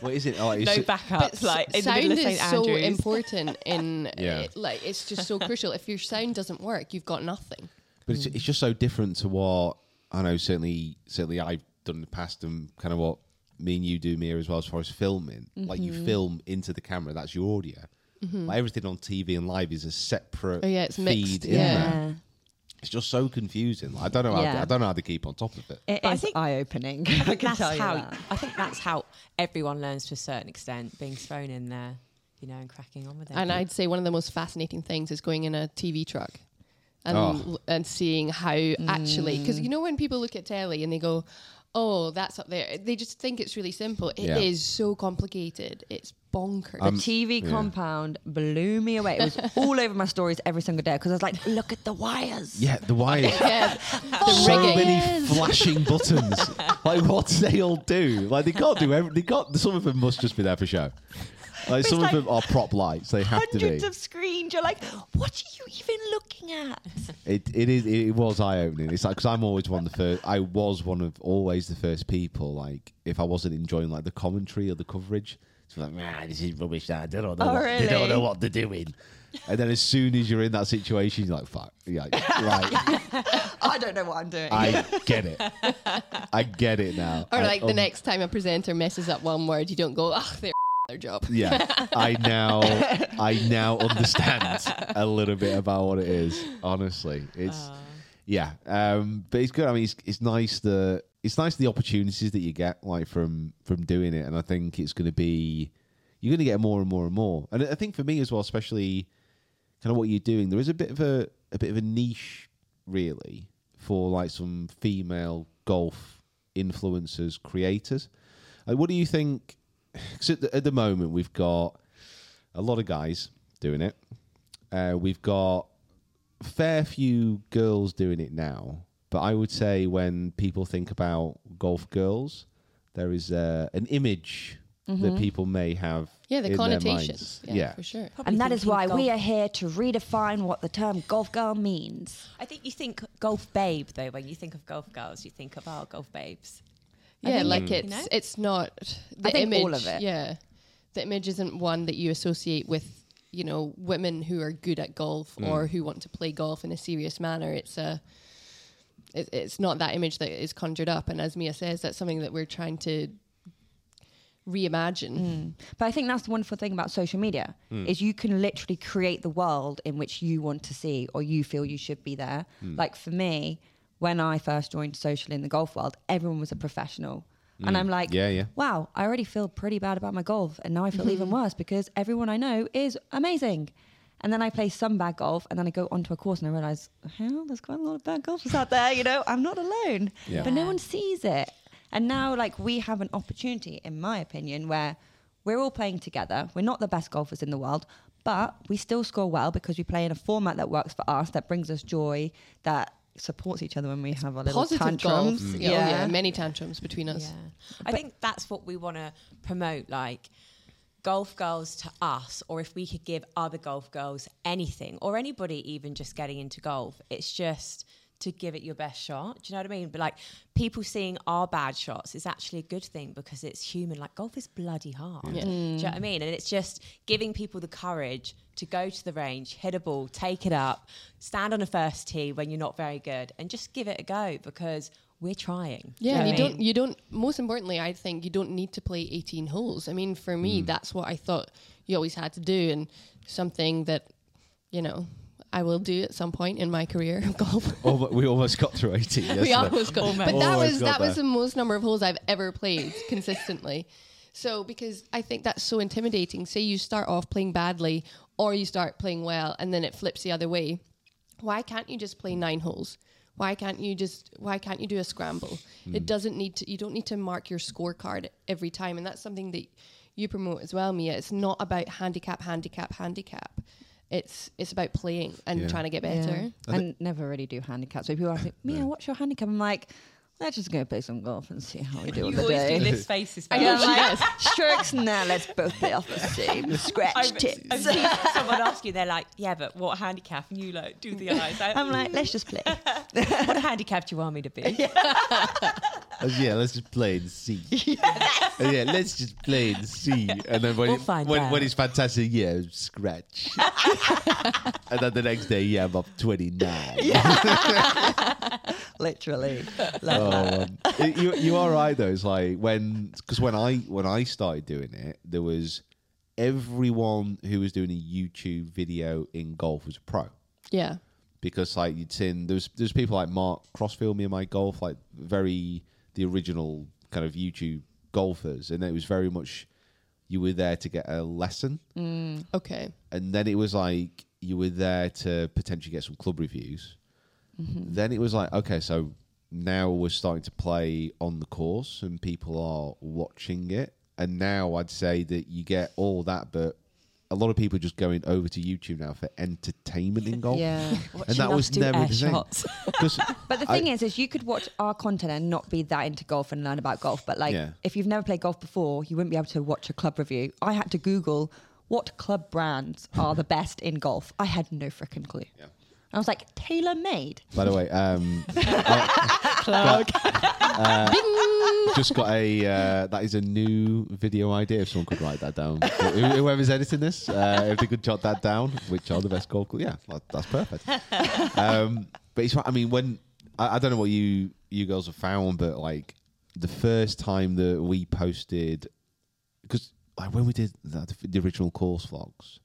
What
[LAUGHS]
is it? Oh, it's-
no backups, like in the
sound
middle of
is
St
so
Andrews.
[LAUGHS]
important in
Yeah.
it, like it's just so crucial. If your sound doesn't work, you've got nothing.
But
Hmm.
it's, it's just so different to what I know. Certainly, certainly I've done in the past, and kind of what me and you do, Mia, as well as far as filming. Like you
Mhm.
film into the camera, that's your audio.
Mhm.
Like everything on TV and live is a separate
Oh, yeah, it's
feed
mixed,
in
yeah.
there. It's just so confusing. Like, I don't know. How
Yeah.
I don't know how they keep on top of it.
[LAUGHS] It
But I
is
think-
eye-opening. I can
that's
tell you
how
that.
I think that's how everyone learns to a certain extent, being thrown in there. you know, and cracking on with it.
And I'd say one of the most fascinating things is going in a TV truck and
Oh.
and seeing how actually because
Mm.
you know when people look at telly and they go, "Oh, that's up there," they just think it's really simple. It is
Yeah.
so complicated. It's bonkers.
Um,
The TV compound blew me away. It was all over my stories every single day because I was like, look at the wires.
Yeah, the
[LAUGHS]
wires.
[LAUGHS] Yeah.
so many flashing
[LAUGHS]
buttons. like, what do they all do? Like, they can't do every. They got some of them must just be there for show. Like,
It's
some
like
of them are prop lights. They have to be.
Hundreds of screens. You're like, what are you even looking at?
It it is it was eye opening. It's like because I'm always one of the first. I was one of always the first people. Like if I wasn't enjoying like the commentary or the coverage, it's like man, this is rubbish. I don't know.
Oh,
what, They don't
really?
know what they're doing. And then as soon as you're in that situation, you're like fuck. Yeah, right.
oh, I don't know what I'm doing.
I get it. I get it now.
[LAUGHS] Or
I um
like the
un-
next time a presenter messes up one word, you don't go, "Oh, they're [LAUGHS] their job."
Yeah,
[LAUGHS]
I now I now understand a little bit about what it is. Honestly, it's yeah, um, but it's good. I mean, it's, it's nice the it's nice the opportunities that you get like from from doing it, and I think it's going to be you're going to get more and more and more. And I think for me as well, especially kind of what you're doing, there is a bit of a a bit of a niche really for like some female golf influencers creators. Like, what do you think? Because at, the- at the moment we've got a lot of guys doing it. Uh, we've got fair few girls doing it now, but I would say when people think about golf girls, there is uh, an image that
Mm-hmm.
Mhm.
people may have.
Yeah, the
in their
connotations.
minds.
Yeah, for
sure.
and that is why we
golf.
are here to redefine what the term golf girl means.
I think you think golf babe though. When you think of golf girls, you think of our golf babes. I
Yeah,
think,
like
you
it's
know?
it's not the
I think
image.
all of it.
Yeah, the image isn't one that you associate with you know women who are good at golf
Mm.
or who want to play golf in a serious manner. It's a it, it's not that image that is conjured up, and as Mia says, that's something that we're trying to reimagine.
Mm. But I think that's the wonderful thing about social media
Hmm.
Mm.
is you can literally create the world in which you want to see or you feel you should be there.
Hmm.
Mm.
Like for me, when I first joined social in the golf world, everyone was a professional. And
Mm.
I'm like,
Yeah, Hmm. yeah.
wow, I already feel pretty bad about my golf. And now I feel even worse because everyone I know is amazing. And then I play some bad golf and then I go onto a course and I realize, hell, there's quite a lot of bad golfers out there. You know, I'm not alone.
Yeah.
But no one sees it. And now, like, we have an opportunity, in my opinion, where we're all playing together. We're not the best golfers in the world, but we still score well because we play in a format that works for us, that brings us joy, that supports each other when we have our little
Positive
tantrums.
golf. Yeah, oh yeah, many tantrums between us.
I think that's what we want to promote. Like golf girls to us, or if we could give other golf girls anything, or anybody even just getting into golf, it's just to give it your best shot. Do you know what I mean? But like people seeing our bad shots is actually a good thing because it's human. Like golf is bloody hard.
Yeah.
Do you know
Mm.
what I mean? And it's just giving people the courage to go to the range, hit a ball, take it up, stand on a first tee when you're not very good, and just give it a go because we're trying. Do
Yeah, and
know
you
what I mean?
don't. You don't. Most importantly, I think you don't need to play eighteen holes. I mean, for me,
Mm.
that's what I thought you always had to do, and something that you know I will do at some point in my career [LAUGHS] of golf.
Almo- we almost got
[LAUGHS]
through 18.
we
yesterday.
almost got, but that
Almost
was
got
that was
there.
the most number of holes I've ever played [LAUGHS] consistently. So because I think that's so intimidating. Say you start off playing badly, or you start playing well, and then it flips the other way. Why can't you just play nine holes? Why can't you just why can't you do a scramble? It
Mm.
doesn't need to you don't need to mark your scorecard every time and that's something that you promote as well, Mia. It's not about handicap, handicap, handicap. It's it's about playing and
Yeah.
trying to get
Yeah.
better.
I n- never really do handicaps. So people ask me, Mia, what's your handicap? I'm like, let's just go play some golf and see how we do
You
on the
always
day.
do this face as
I
well.
know she does. [LAUGHS] Strokes, nah, let's both play off the
[LAUGHS]
same scratch
I've,
tips.
I've seen someone ask you, they're like, "Yeah, but what handicap?" And you like do
[LAUGHS]
the eyes.
I'm like, let's just play.
[LAUGHS] what handicap do you want me to
[LAUGHS]
be?
Uh, yeah, let's just play and
[LAUGHS]
see. Uh, yeah, let's just play and see. And then when,
We'll
it-
find
when,
out.
when it's fantastic, yeah,
[LAUGHS]
scratch. and then the next day, yeah, I'm up 29.
[LAUGHS]
Literally.
Oh, man. It- you, you are right though. It's like when because when I when I started doing it, there was everyone who was doing a YouTube video in golf was a pro.
Yeah.
because like you'd seen there's there's people like Mark Crossfield, me and my golf, like very the original kind of YouTube golfers, and it was very much you were there to get a lesson,
Mm. Okay.
and then it was like you were there to potentially get some club reviews.
Mhm.
Then it was like, okay, so now we're starting to play on the course and people are watching it. And now I'd say that you get all that, but a lot of people are just going over to YouTube now for entertainment in
[LAUGHS]
golf.
Yeah.
and that was never the thing. [LAUGHS] 'Cause
[LAUGHS] But the
I-
thing is, is you could watch our content and not be that into golf and learn about golf. But like,
Yeah.
if you've never played golf before, you wouldn't be able to watch a club review. I had to Google what club brands are the best in golf. I had no freaking clue. I was like, tailor made.
By the way, um, I-
Plug.
uh, just got a uh, that is a new video idea. If someone could write that down, Who- whoever's editing this, uh, if they could jot that down, which are the best golf club? Yeah, that- that's perfect. Um, but it's I mean when I, I don't know what you you girls have found, but like the first time that we posted because like when we did that, the original course vlogs,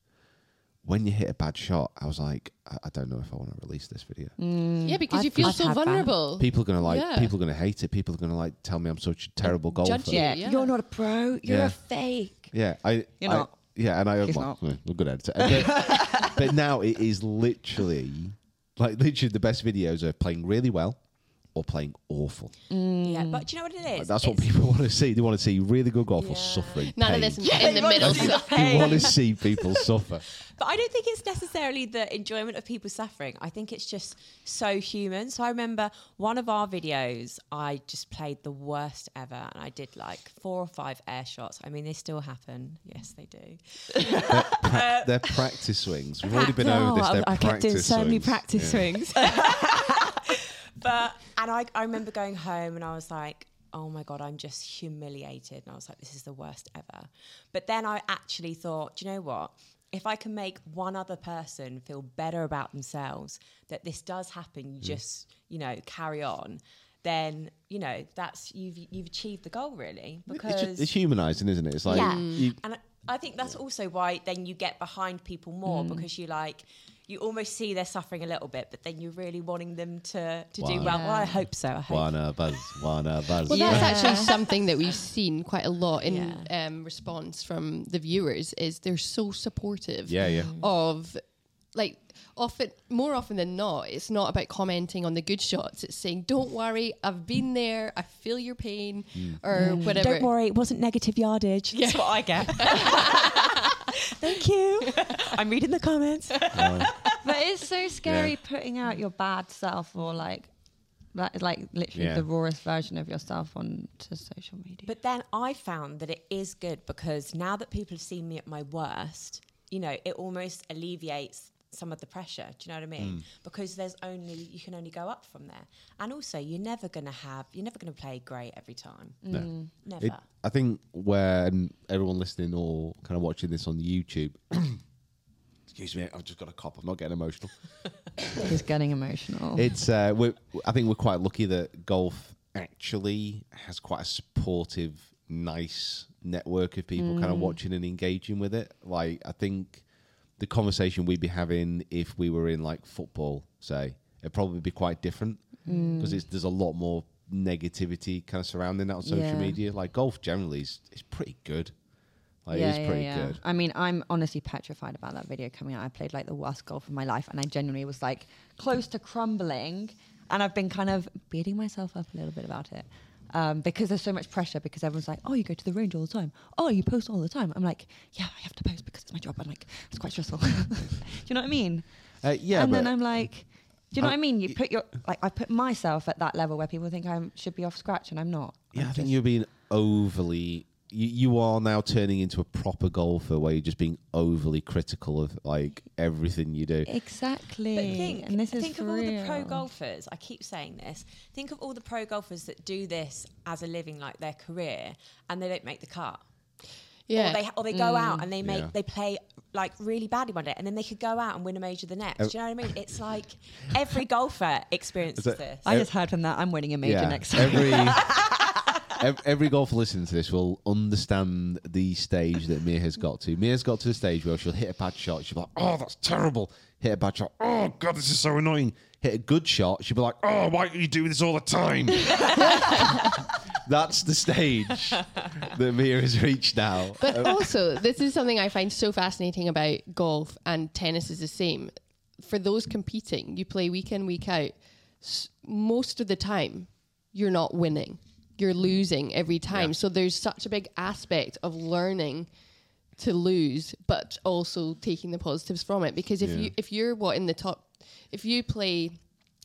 when you hit a bad shot, I was like, I, I don't know if I want to release this video.
Yeah, because you feel so vulnerable.
People are gonna like.
Yeah.
People are gonna hate it. People are gonna like tell me I'm such a terrible golfer.
Judge you. Yeah.
You're not a pro. You're
Yeah.
a fake.
Yeah, I.
You're
I-
not.
Yeah, and I.
He's
well, I'm a good editor.
[LAUGHS]
But, but now it is literally, like, literally the best videos are playing really well, or playing awful.
Yeah, but do you know what it
Like,
is?
that's what
It's-
people want to see. They want to see really good golf or suffering.
None of
pain.
this Yeah, in the you wanna middle see the stuff.
You want
pain.
to see people suffer.
[LAUGHS] But I don't think it's necessarily the enjoyment of people suffering. I think it's just so human. So I remember one of our videos, I just played the worst ever, and I did like four or five air shots. I mean, they still happen. Yes, they do. [LAUGHS]
Pra- their practice swings. We've already been
Prac-
over this.
Uh, Oh,
Their
I, I kept doing
practice
so many
swings.
practice
Yeah.
swings.
[LAUGHS]
[LAUGHS] but and I, I remember going home and I was like, oh my god, I'm just humiliated, and I was like, this is the worst ever. But then I actually thought, do you know what? If I can make one other person feel better about themselves, that this does happen, you
Mm.
just you know carry on. Then you know that's you've you've achieved the goal really
It's,
because
just, it's humanizing, isn't it? It's like
yeah.
you,
Mm. and I- I think that's also why then you get behind people more
Mm.
because you like you almost see they're suffering a little bit, but then you're really wanting them to to
Wow.
do well. Well, I
Yeah.
hope so. I hope.
wanna buzz, wanna buzz.
Well, that's
buzz.
[LAUGHS]
actually something that we've seen quite a lot in um, response from the viewers is they're so supportive.
Yeah, yeah.
Of like often more often than not, it's not about commenting on the good shots. It's saying, "Don't worry, I've been there. I feel your pain,"
Mm.
or whatever.
Don't worry, it wasn't negative yardage. That's what I get. Thank you. I'm reading the
[LAUGHS]
[LAUGHS]
comments.
but it's so scary putting out your bad self or like, like, like literally
Yeah.
the rawest version of yourself onto social media.
But then I found that it is good because now that people have seen me at my worst, you know, it almost alleviates some of the pressure. Do you know what I mean?
Mm.
Because there's only you can only go up from there. And also, you're never gonna have you're never gonna play great every time.
No.
Never.
It- I think when everyone listening or kind of watching this on YouTube, [COUGHS] excuse me, I've just got a cop. I'm not getting emotional.
He's getting emotional.
It's uh, we're, I think we're quite lucky that golf actually has quite a supportive, nice network of people kind of
Mm.
watching and engaging with it. Like I think the conversation we'd be having if we were in like football, say, it'd probably be quite different
Mm.
because it's there's a lot more negativity kind of surrounding that on social
Yeah.
media. Like golf generally is is pretty good. Like it is pretty good.
I mean, I'm honestly petrified about that video coming out. I played like the worst golf of my life, and I genuinely was like close to crumbling. And I've been kind of beating myself up a little bit about it um, because there's so much pressure. Because everyone's like, "Oh, you go to the range all the time. Oh, you post all the time." I'm like, "Yeah, I have to post because it's my job." I'm like, "It's quite stressful." [LAUGHS] Do you know what I mean?
Uh, yeah,
And then
but-
I'm like. Do you know
I-
what I mean? You put your like I put myself at that level where people think I should be off scratch and I'm not.
Yeah, I think you're being overly. You, you are now turning into a proper golfer where you're just being overly critical of like everything you do.
Exactly.
But think,
and this is
think
for
of all the pro
real.
golfers. I keep saying this. Think of all the pro golfers that do this as a living, like their career, and they don't make the cut.
Yeah.
Or they or they go
Mm.
out and they make
Yeah.
they play like really badly one day, and then they could go out and win a major the next.
Ev-
Do you know what I mean?
[LAUGHS]
It's like every golfer experiences
Is that-
this.
I just
heard from that I'm winning a [LAUGHS]
Every, [LAUGHS]
[LAUGHS]
ev- every golfer listening to this will understand the stage that Mia has got to. Mia's got to the stage where she'll hit a bad shot. She'll be like, oh, that's terrible. Hit a bad shot. Oh, God, this is
[LAUGHS]
so annoying. Hit a good shot. She'll be like, oh, why do you do this all the time? That's the stage that Mia has reached now.
But
Uh,
also, this is something I find so fascinating about golf and tennis is the same. For those competing, you play week in, week out. S- Most of the time, you're not winning. You're losing every time. So there's such a big aspect of learning to lose, but also taking the positives from it. Because if
Yeah.
you if you're what in the top, if you play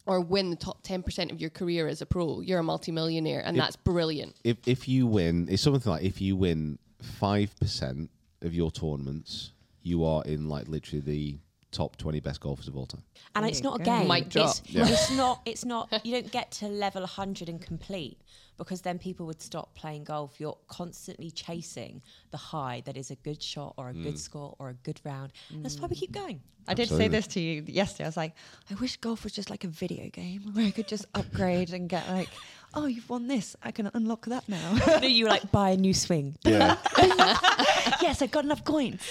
or win the top ten percent of your career as a pro, you're a multimillionaire, and
If-
that's brilliant.
if if you win, it's something like if you win five percent of your tournaments, you are in like literally the top twenty best golfers of all time.
and
Oh
There
it's
you
not a
go.
game.
Mic
It's,
drop.
[LAUGHS]
Yeah.
it's not. It's not. You don't get to level 100 and complete because then people would stop playing golf. You're constantly chasing the high that is a good shot or a good
Mm.
score or a good round. That's why we keep going.
I did say this to you yesterday. I was like, I wish
[LAUGHS]
golf was just like a video game [LAUGHS] where I could just upgrade and get like, oh, you've won this. I can unlock
[LAUGHS]
that now.
no, you like buy a new swing.
Yeah.
[LAUGHS] yes, I've got enough
[LAUGHS]
coins.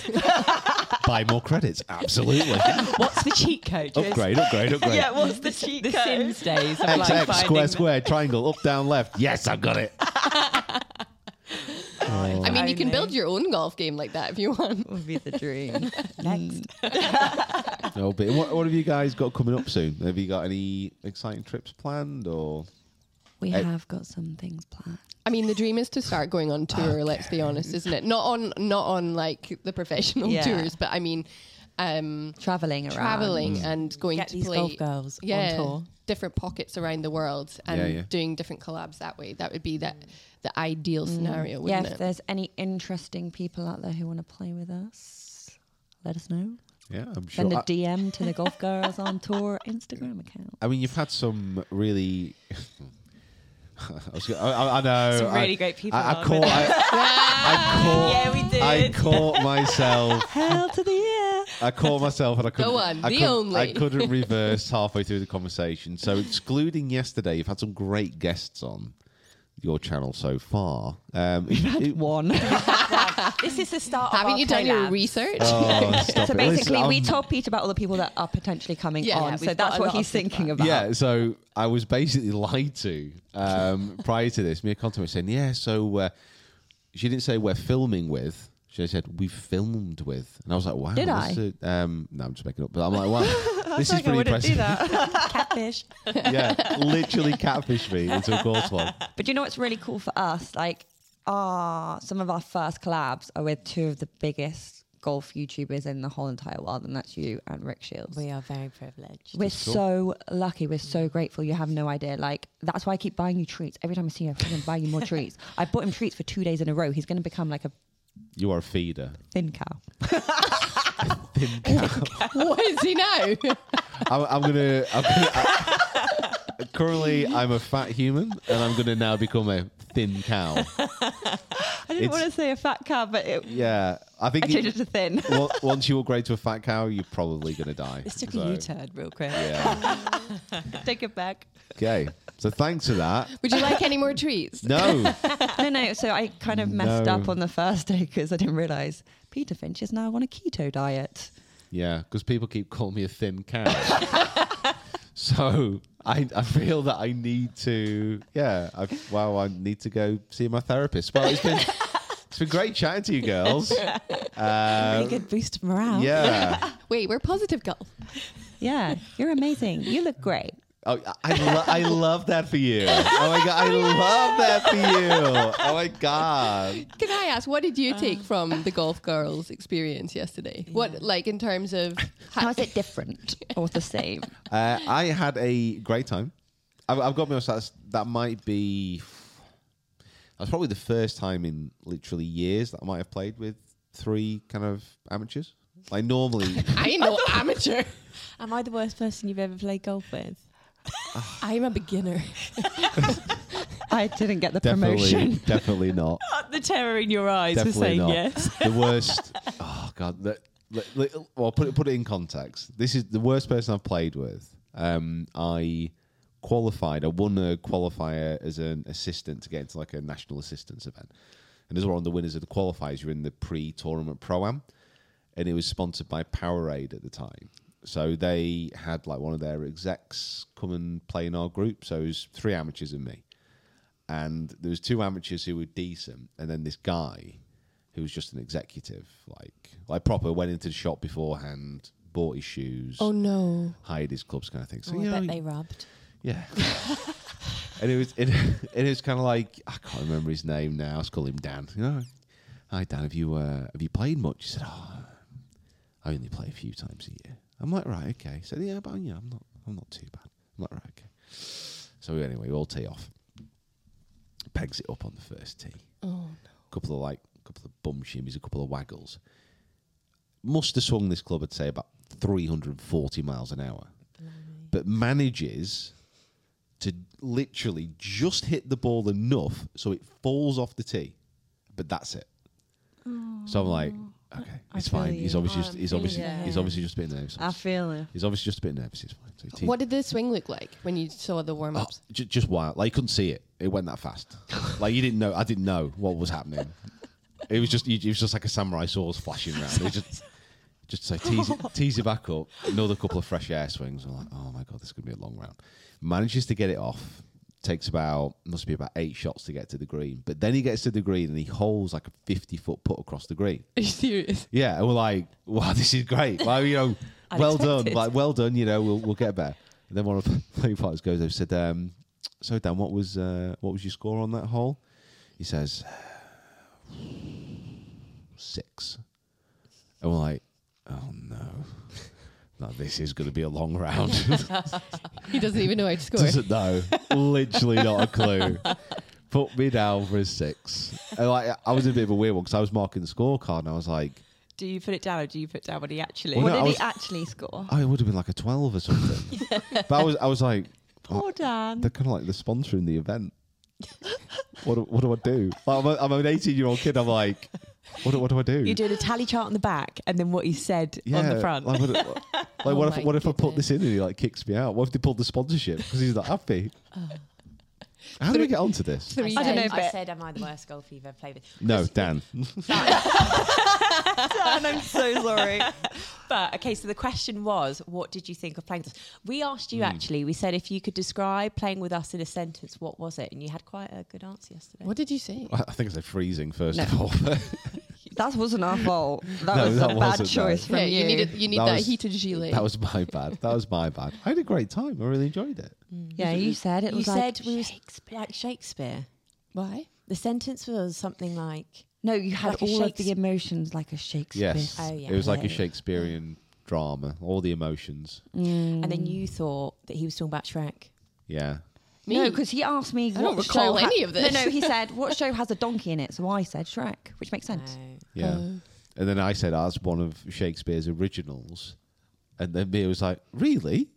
Buy more credits, absolutely.
[LAUGHS] What's the cheat code?
Upgrade, upgrade, upgrade.
Yeah, what's the cheat
The
code?
Sims days of
X
like
X square
finding
square triangle up down left. Yes, I've got it.
[LAUGHS] I mean, you can build your own golf game like that if you want.
Would be
[LAUGHS]
the dream.
Next.
[LAUGHS] No, but what, what have you guys got coming up soon? Have you got any exciting trips planned or?
We
Eh,
have got some things planned.
I mean, the dream is to start going on tour. Let's be honest, isn't it? Not on, not on like the professional
Yeah.
tours, but I mean, um,
traveling around,
traveling,
Mm.
and going
Get
to
these
play
golf girls on
yeah,
tour.
different pockets around the world, and
Yeah, yeah.
doing different collabs that way. That would be that the ideal
Mm.
scenario,
yeah,
wouldn't
if
it?
there's any interesting people out there who want to play with us, let us know.
Yeah, I'm sure.
Send a
I-
DM to the
[LAUGHS]
Golf Girls on Tour Instagram account.
I mean, you've had some really. [LAUGHS] I, was gonna, I, I- I know.
Some really
I-
great people
I, I
on
caught.
there.
I,
[LAUGHS]
I caught.
Yeah, we did.
I caught myself.
[LAUGHS] Hell to the air.
I caught myself, and I couldn't.
one,
I
the
couldn't-
only.
[LAUGHS]
I couldn't reverse halfway through the conversation. So, excluding yesterday, you've had some great guests on your channel so far. Um, We've had
one.
This is the start. of
Haven't
our
you done your
collabs.
research?
Oh, stop
so
it.
basically,
Listen,
we
I'm-
told Pete about all the people that are potentially coming
Yeah,
on.
we've
So
got
that's
a
what
lot
he's
of feedback.
thinking about.
Yeah, so I was basically [LAUGHS] lied to um, prior to this. Mia Conte was saying, "Yeah, so uh, she didn't say we're filming with." She said we filmed with, and I was like, "Wow,
Did
this is a- um, no, I'm just making up, but I'm like,
[LAUGHS]
"Wow, this is
like I
pretty
wouldn't
impressive."
[LAUGHS]
do that.
Catfish.
[LAUGHS]
[LAUGHS]
yeah, literally catfish me into a course one.
But you know what's really cool for us? Like, ah, some of our first collabs are with two of the biggest golf YouTubers in the whole entire world, and that's you and Rick Shields.
[LAUGHS] We are very privileged.
We're so lucky. We're so grateful. You have no idea. Like that's why I keep buying you treats. Every time I see you, I freaking buy you
[LAUGHS]
more treats. I bought him treats for two days in a row. He's going to become like a
You are a feeder.
thin cow.
[LAUGHS]
[LAUGHS]
what is he now?
I'm, I'm gonna. I'm gonna I- currently, I'm a fat human, and I'm gonna now become a thin cow.
I
didn't It's- wanna
to say a fat cow, but it,
Yeah, I think
I
you-
changed it to thin.
[LAUGHS] on- once you upgrade to a fat cow, you're probably gonna die.
This took a
So-
U-turn real quick.
Yeah.
[LAUGHS] Take it back.
Okay. So thanks for that.
Would you like any more treats? [LAUGHS]
No.
no, no. So I kind of messed
No.
up on the first day because I didn't realize Peter Finch is now on a keto diet.
Yeah, because people keep calling me a
[LAUGHS]
thin cow. so I, I feel that I need to. Yeah. I, wow. I need to go see my therapist. Well, it's been it's been great chatting to
[LAUGHS]
you girls. Uh,
Really good boost of morale.
yeah.
[LAUGHS] Wait, we're positive golf.
Yeah, you're amazing. You look great.
Oh, I, lo- I love that for you. Oh my
[LAUGHS]
god, I love that for you. Oh my god.
Can I ask, what did
Uh.
you take
[LAUGHS]
from the golf girls experience yesterday? What, like, in terms of
How is it different or the same?
Uh, I had a great time. I've, I've got to be honest, that's, that might be. That's probably the first time in literally years that I might have played with three kind of amateurs. Like normally,
[LAUGHS] I
[LAUGHS]
know amateur.
[LAUGHS] Am I the worst person you've ever played golf with?
[SIGHS] I'm a
[LAUGHS]
beginner.
I didn't get the
definitely,
promotion.
[LAUGHS]
definitely not.
the terror in your eyes for
Definitely
saying
not.
yes.
The worst. [LAUGHS] Oh god. Let, let- let- well, put it put it in context. This is the worst person I've played with. Um, I qualified. I won a qualifier as an assistant to get into like a national assistance event, and as one of the winners of the qualifiers, you're in the pre-tournament pro-am, and it was sponsored by Powerade at the time. So they had like one of their execs come and play in our group. So it was three amateurs and me and there was two amateurs who were decent, and then this guy who was just an executive, like like proper went into the shop beforehand, bought his shoes.
Oh, no.
Hired his clubs kind of thing. So
Oh, I
you know,
bet
you-
they rubbed. [LAUGHS]
Yeah. and it was it, [LAUGHS] it was kind of like I can't remember his name now. Let's call him Dan. You know, hi Dan. Have you uh, have you played much? He said, oh, I only play a few times a year. I'm like, right, okay. So yeah, but you know, I'm not, I'm not too bad. I'm like, right, okay. So anyway, we all tee off. Pegs it up on the first tee.
Oh,
Couple of like, couple of bum shimmies, a couple of waggles. Must have swung this club, I'd say, about 340 miles an hour. But manages to literally just hit the ball enough so it falls off the tee. But that's it. So I'm like, okay,
I
it's
feel
fine. He's
you.
obviously,
I'm
just, he's
feeling
obviously,
you.
he's obviously just a bit nervous.
I feel you.
He's obviously just a bit nervous. He's fine. So he
[LAUGHS]
teed-
What did the swing look like when you saw the warm ups?
Ju- just wild. Like you couldn't see it. It went that fast. like you didn't know. I didn't know what was happening. It was just. It was just like a samurai sword flashing around. It was just. Just so tease it, tease it back up. Another couple of fresh air swings. I'm like, oh my god, this is gonna be a long round. Manages to get it off. Takes about must be about eight shots to get to the green. But then he gets to the green and he holds like a fifty foot put across the green.
Are you serious?
Yeah, and we're like, wow, [LAUGHS] this is great. Well, you know, well done.
Unexpected.
Like, well done. You know, we'll we'll get better. And then one of the [LAUGHS] play partners goes over and said, um, "So Dan, what was uh, what was your score on that hole?" He says, [SIGHS] six. And we're like, "Oh no, [LAUGHS] now this is going to be a long [LAUGHS] round."
[LAUGHS] He doesn't even
[LAUGHS]
know how to score.
Doesn't know. Literally not a clue. Put me down for a six. And like, I was a bit of a weird one because I was marking the scorecard and I was like.
[LAUGHS] Do you put it down or do you put down what he actually?
Well, no, What did I he was-
actually score?
Oh, it would have been like a twelve or
[LAUGHS]
something. But I was, I was like,
Poor
oh,
Dan.
They're kind of like the sponsor in the event. what, do, what do I do? Like, I'm, a, I'm an 18 year old kid. I'm like, what, do- what do I do?
You did a tally chart on the back and then what he said on the front. Oh
Like, what,
[LAUGHS]
like, what if, what if I put this in and he like kicks me out? What if they pulled the sponsorship because he's not happy? How do we get onto this?
I,
I don't
said,
know,
I
but-
said, am I the worst golfer you've ever played with? [LAUGHS]
No, Dan. [LAUGHS]
[LAUGHS]
Dan, I'm so sorry. but okay, so the question was, what did you think of playing with us? We asked you
Hmm.
actually. We said if you could describe playing with us in a sentence, what was it? And you had quite a good answer yesterday.
What did you say?
I I think I said freezing first
No.
of all. [LAUGHS]
That wasn't our fault. That
No,
was
that
a
wasn't,
bad choice
Yeah,
from
you
you.
needed you need
That
that,
was-
heated gilet.
that was my bad. That was my bad. I had a great time. I really enjoyed it.
yeah, you said it
Mm. you
was
said
like
we was like Shakespeare.
why?
The sentence was something like
No, you had
Like a
all of the
Shakespeare-
emotions like a Shakespeare.
Yes.
Oh, yeah.
It was like a
Yeah.
Shakespearean drama, all the emotions.
Mm.
and then you thought that he was talking about Shrek.
Yeah.
Me?
No, because he asked me
I
what
don't recall
show ha-
any of this.
No, no, he said
[LAUGHS]
what show has a donkey in it, so I said Shrek, which makes sense.
No.
Yeah.
Oh.
and then I said, that's one of Shakespeare's originals. And then Mia was like, really?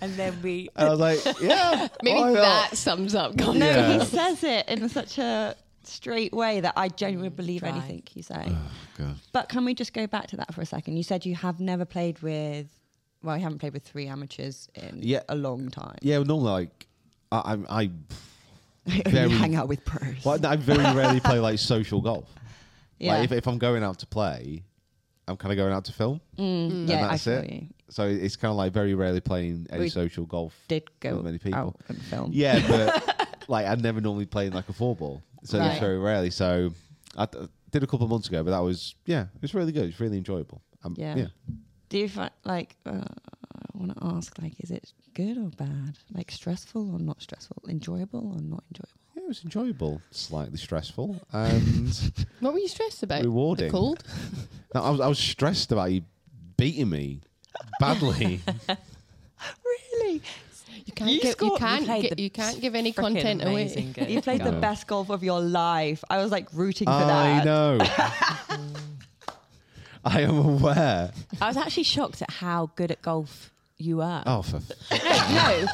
And then we
And I was
[LAUGHS]
like, yeah.
[LAUGHS] Maybe
why not?"
that sums up golf.
No,
Yeah.
he says it in such a straight way that I genuinely
Mm,
believe
Right.
anything you say.
Oh, God.
But can we just go back to that for a second? You said you have never played with, well, you haven't played with three amateurs in
Yeah.
a long time.
Yeah, well, normally, like, I, I, I
[LAUGHS] you hang out with pros.
Well,
[LAUGHS]
I very rarely play like social golf.
Yeah,
Like, if, if I'm going out to play, I'm kind of going out to film.
Mm, yeah,
that's
I
it.
feel you.
So it's kind of like very rarely playing any
We
social golf.
Did go
With many people.
out and film. [LAUGHS]
Yeah, but like I'd never normally play in like a four ball, so it's
Right.
very rarely. So I d- did a couple of months ago, but that was yeah, it was really good. It's really enjoyable. Um,
Yeah.
yeah,
Do you find like uh, I want to ask like is it good or bad? Like stressful or not stressful? Enjoyable or not enjoyable?
Yeah, it was enjoyable. Slightly stressful, and
[LAUGHS]
What were you stressed about?
Rewarding.
The cold?
[LAUGHS] no, I was I was stressed about you beating me
[LAUGHS]
badly.
Really?
You can't
You
give you
scored- you
can't
played
get,
the
you can't give any
frickin'
content away. [LAUGHS]
amazing game.
You played the
No.
best golf of your life. I was like rooting for
[LAUGHS]
that.
I know. I am aware.
I was actually shocked at how good at golf you were.
Oh, for f-
No,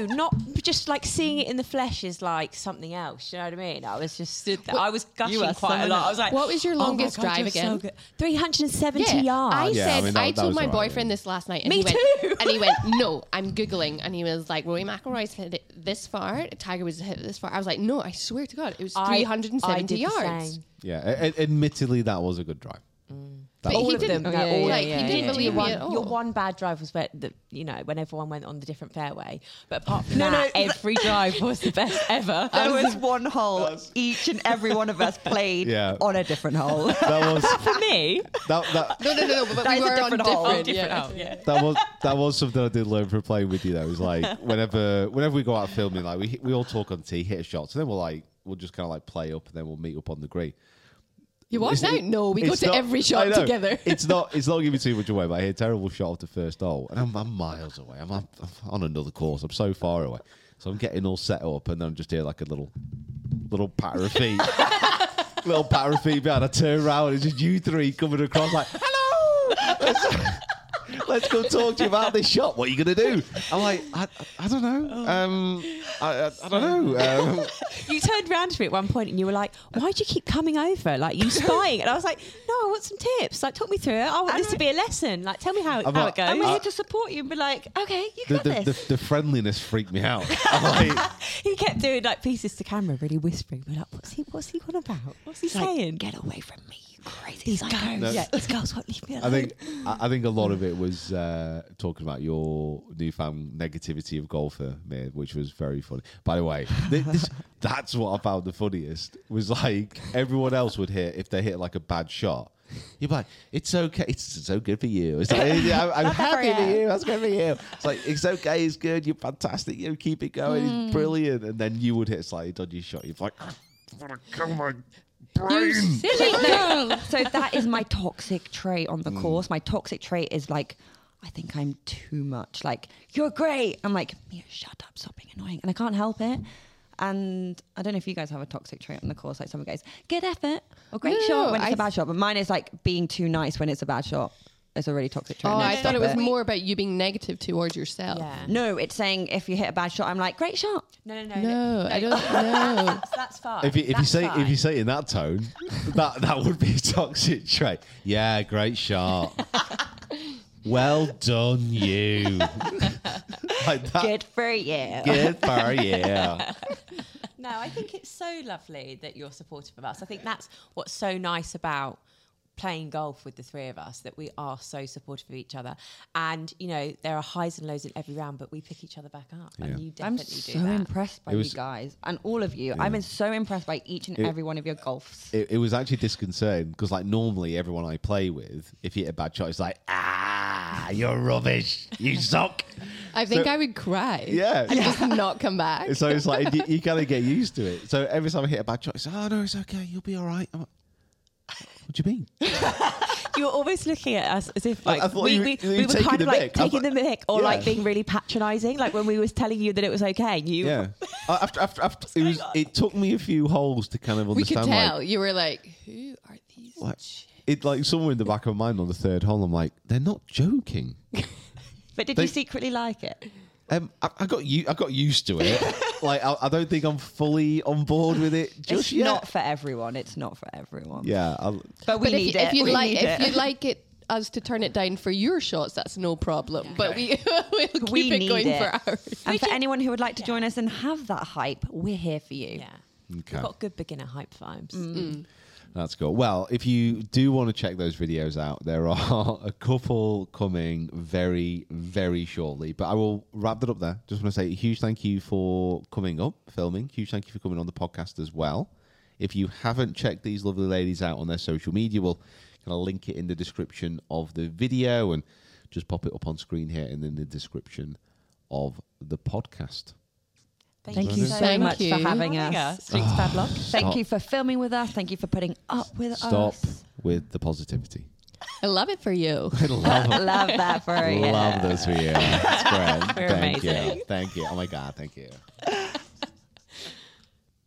no, no, not just like seeing it in the flesh is like something else. You know what I mean? I was just stood there.
What-
I was gushing
are
quite a
someone
lot. I
else.
was like,
What was your
"Oh my
longest
God,
drive
you're so
again?"
good." 370 yards.
I
Yeah,
said
I
I,
mean, that- that
told
was
my
alright,
boyfriend
yeah.
this last night, and
Me
he went,
too.
[LAUGHS] and he went, "No, I'm googling," and he was like, "Rory McIlroy's hit it this far, Tiger was hit this far." I was like, "No, I swear to God, it was
I-
370
I did the
yards."
same.
yeah. a- a- admittedly, that was a good drive. That-
all
Mm. he
of
didn't-
them.
yeah,
no, all
yeah,
of
yeah,
them.
he didn't
Your
believe me
one-
at all.
Your one bad drive was where the, you know when everyone went on the different fairway. But apart from
No,
that,
no,
every drive was the best ever.
[LAUGHS] There was one hole each and every one of us [LAUGHS] played
Yeah.
on a different hole.
that was
[LAUGHS] for me. Oh,
that, that
No, no, no, no. But
That
we
is a
were on
different
different.
hole.
Different
yeah.
hole, yeah.
that was that was something I did learn from playing with you. Though, is
[LAUGHS]
like whenever whenever we go out filming, like we we all talk on tee, hit shots, and then we'll like we'll just kind of like play up, and then we'll meet up on the green.
You what now?
It's-
No, we go
it's
to
not-
every
I
shot
know.
together. [LAUGHS]
It's not it's not giving too much away, but I hear a terrible shot off the first hole, and I'm, I'm miles away. I'm, I'm on another course. I'm so far away, so I'm getting all set up, and then I'm just hear like a little little patter of feet, [LAUGHS] little patter of feet behind. I turn around, and it's just you three coming across like, hello.
[LAUGHS]
Let's go talk to you about this shot. What are you going to do? I'm like, I, I don't
Oh.
know. Um, I, I, I
[LAUGHS]
don't know. Um,
You turned round to me at one point and you were like, "Why do you keep coming over? Like
[LAUGHS]
you spying?" And I was like, "No, I want some tips. Like talk me through it. I want this to be a lesson. Like tell me how,
I'm
how
like-
it goes."
And we're here to support you and be like, okay, you
the,
got
the,
this.
the, the friendliness freaked
[LAUGHS]
me out. I'm like,
he kept doing like pieces to camera, really whispering. We're like, "What's he? What's he on about? What's he saying? Get away from me, you crazy These girls, yeah, these girls won't leave me
I
alone."
think I I think a lot of it was uh, talking about your newfound negativity of golfer, mate, which was very funny. By the way, th- [LAUGHS] this, that's what I found the funniest was like everyone else would hit if they hit like a bad shot. You're like, it's okay. It's so good for you. It's like, yeah, I'm, I'm happy for you. That's good for you. It's like, it's okay. It's good. You're fantastic. You know, keep it going. It's brilliant. And then you would hit a slightly dodgy shot. You're like, "Ah, I want to kill my brain.
[LAUGHS]
Silly girl. so that is my toxic trait on the course. My toxic trait is like, I think I'm too much. Like, you're great. I'm like, Mia, shut up, stop being annoying. And I can't help it. And I don't know if you guys have a toxic trait on the course, like some guys, good effort or great
No,
shot when it's
I-
a bad shot. But mine is like being too nice when it's a bad shot. It's a really toxic trait.
Oh,
No,
I
stop
thought it was more about you being negative towards yourself.
yeah.
No, it's saying if you hit a bad shot, I'm like, great shot.
No, no, no,
No, I [LAUGHS] don't know.
That's fine.
If you, if you
That's
say if you
fine.
say it in that tone, that that would be a toxic trait. Yeah, great shot. well done, you. like that.
Good for you.
Good for you.
[LAUGHS] No, I think it's so lovely that you're supportive of us. I think that's what's so nice about playing golf with the three of us that we are so supportive of each other. And you know, there are highs and lows in every round, but we pick each other back up, and you
I'm
definitely
so
do that.
impressed by
It was-
you guys and all of you. I've been so impressed by each and
It-
every one of your golfs.
It, it was actually disconcerting because, like, normally everyone I play with, if you hit a bad shot, it's like, ah, you're rubbish. You suck.
I think
So-
I would cry.
Yeah.
And just not come back.
so it's like
[LAUGHS]
you, you gotta get used to it. So every time I hit a bad shot, it's oh no, it's okay. You'll be all right. I'm like, what do you mean?
You were always looking at us as if
I-
like
I thought
we,
you were-
we,
you were
we were
taking
kind
the
of like
mick. I
taking the
thought-
mic or
Yeah.
like being really patronising, like when we was telling you that it was okay. You [LAUGHS]
Yeah. Uh, after, after, after, it was. It took me a few holes to kind of
we could
understand.
tell.
Like,
you were like, who are these?
like, it like somewhere in the back of my mind on the third hole, I'm like, they're not joking.
But did
They-
you secretly like it?
Um, I, I got you. I got used
[LAUGHS]
to it. like, I, I don't think I'm fully on board with it just
it's
yet.
not for everyone. It's not for everyone.
yeah. I,
But we
but if,
need it.
if you'd
we
like,
need
if
it.
you'd like it us to turn it down for your shots, that's no problem. But we [LAUGHS] we'll keep
[LAUGHS] We
it
need
going
it.
for ours.
and for anyone who would like to join us and have that hype, we're here for you. Mm.
yeah.
okay.
We've got good beginner hype vibes.
Mm.
That's cool. Well, if you do want to check those videos out, there [LAUGHS] are a couple coming very, very shortly. But I will wrap that up there. Just want to say a huge thank you for coming up, filming. Huge thank you for coming on the podcast as well. If you haven't checked these lovely ladies out on their social media, we'll kind of link it in the description of the video and just pop it up on screen here and in the description of the podcast.
Thank you so
Thank
much
you.
for having
Having
us.
us. Drinks Padlock.
Thank
Ah, Stop.
you for filming with us. Thank you for putting up with
Stop
us.
with the positivity.
I love it for you.
[LAUGHS]
I love it.
Love that for you.
Love those for you. It's
[LAUGHS]
great.
We're
thank
amazing.
you. Thank you. Oh my god, thank you.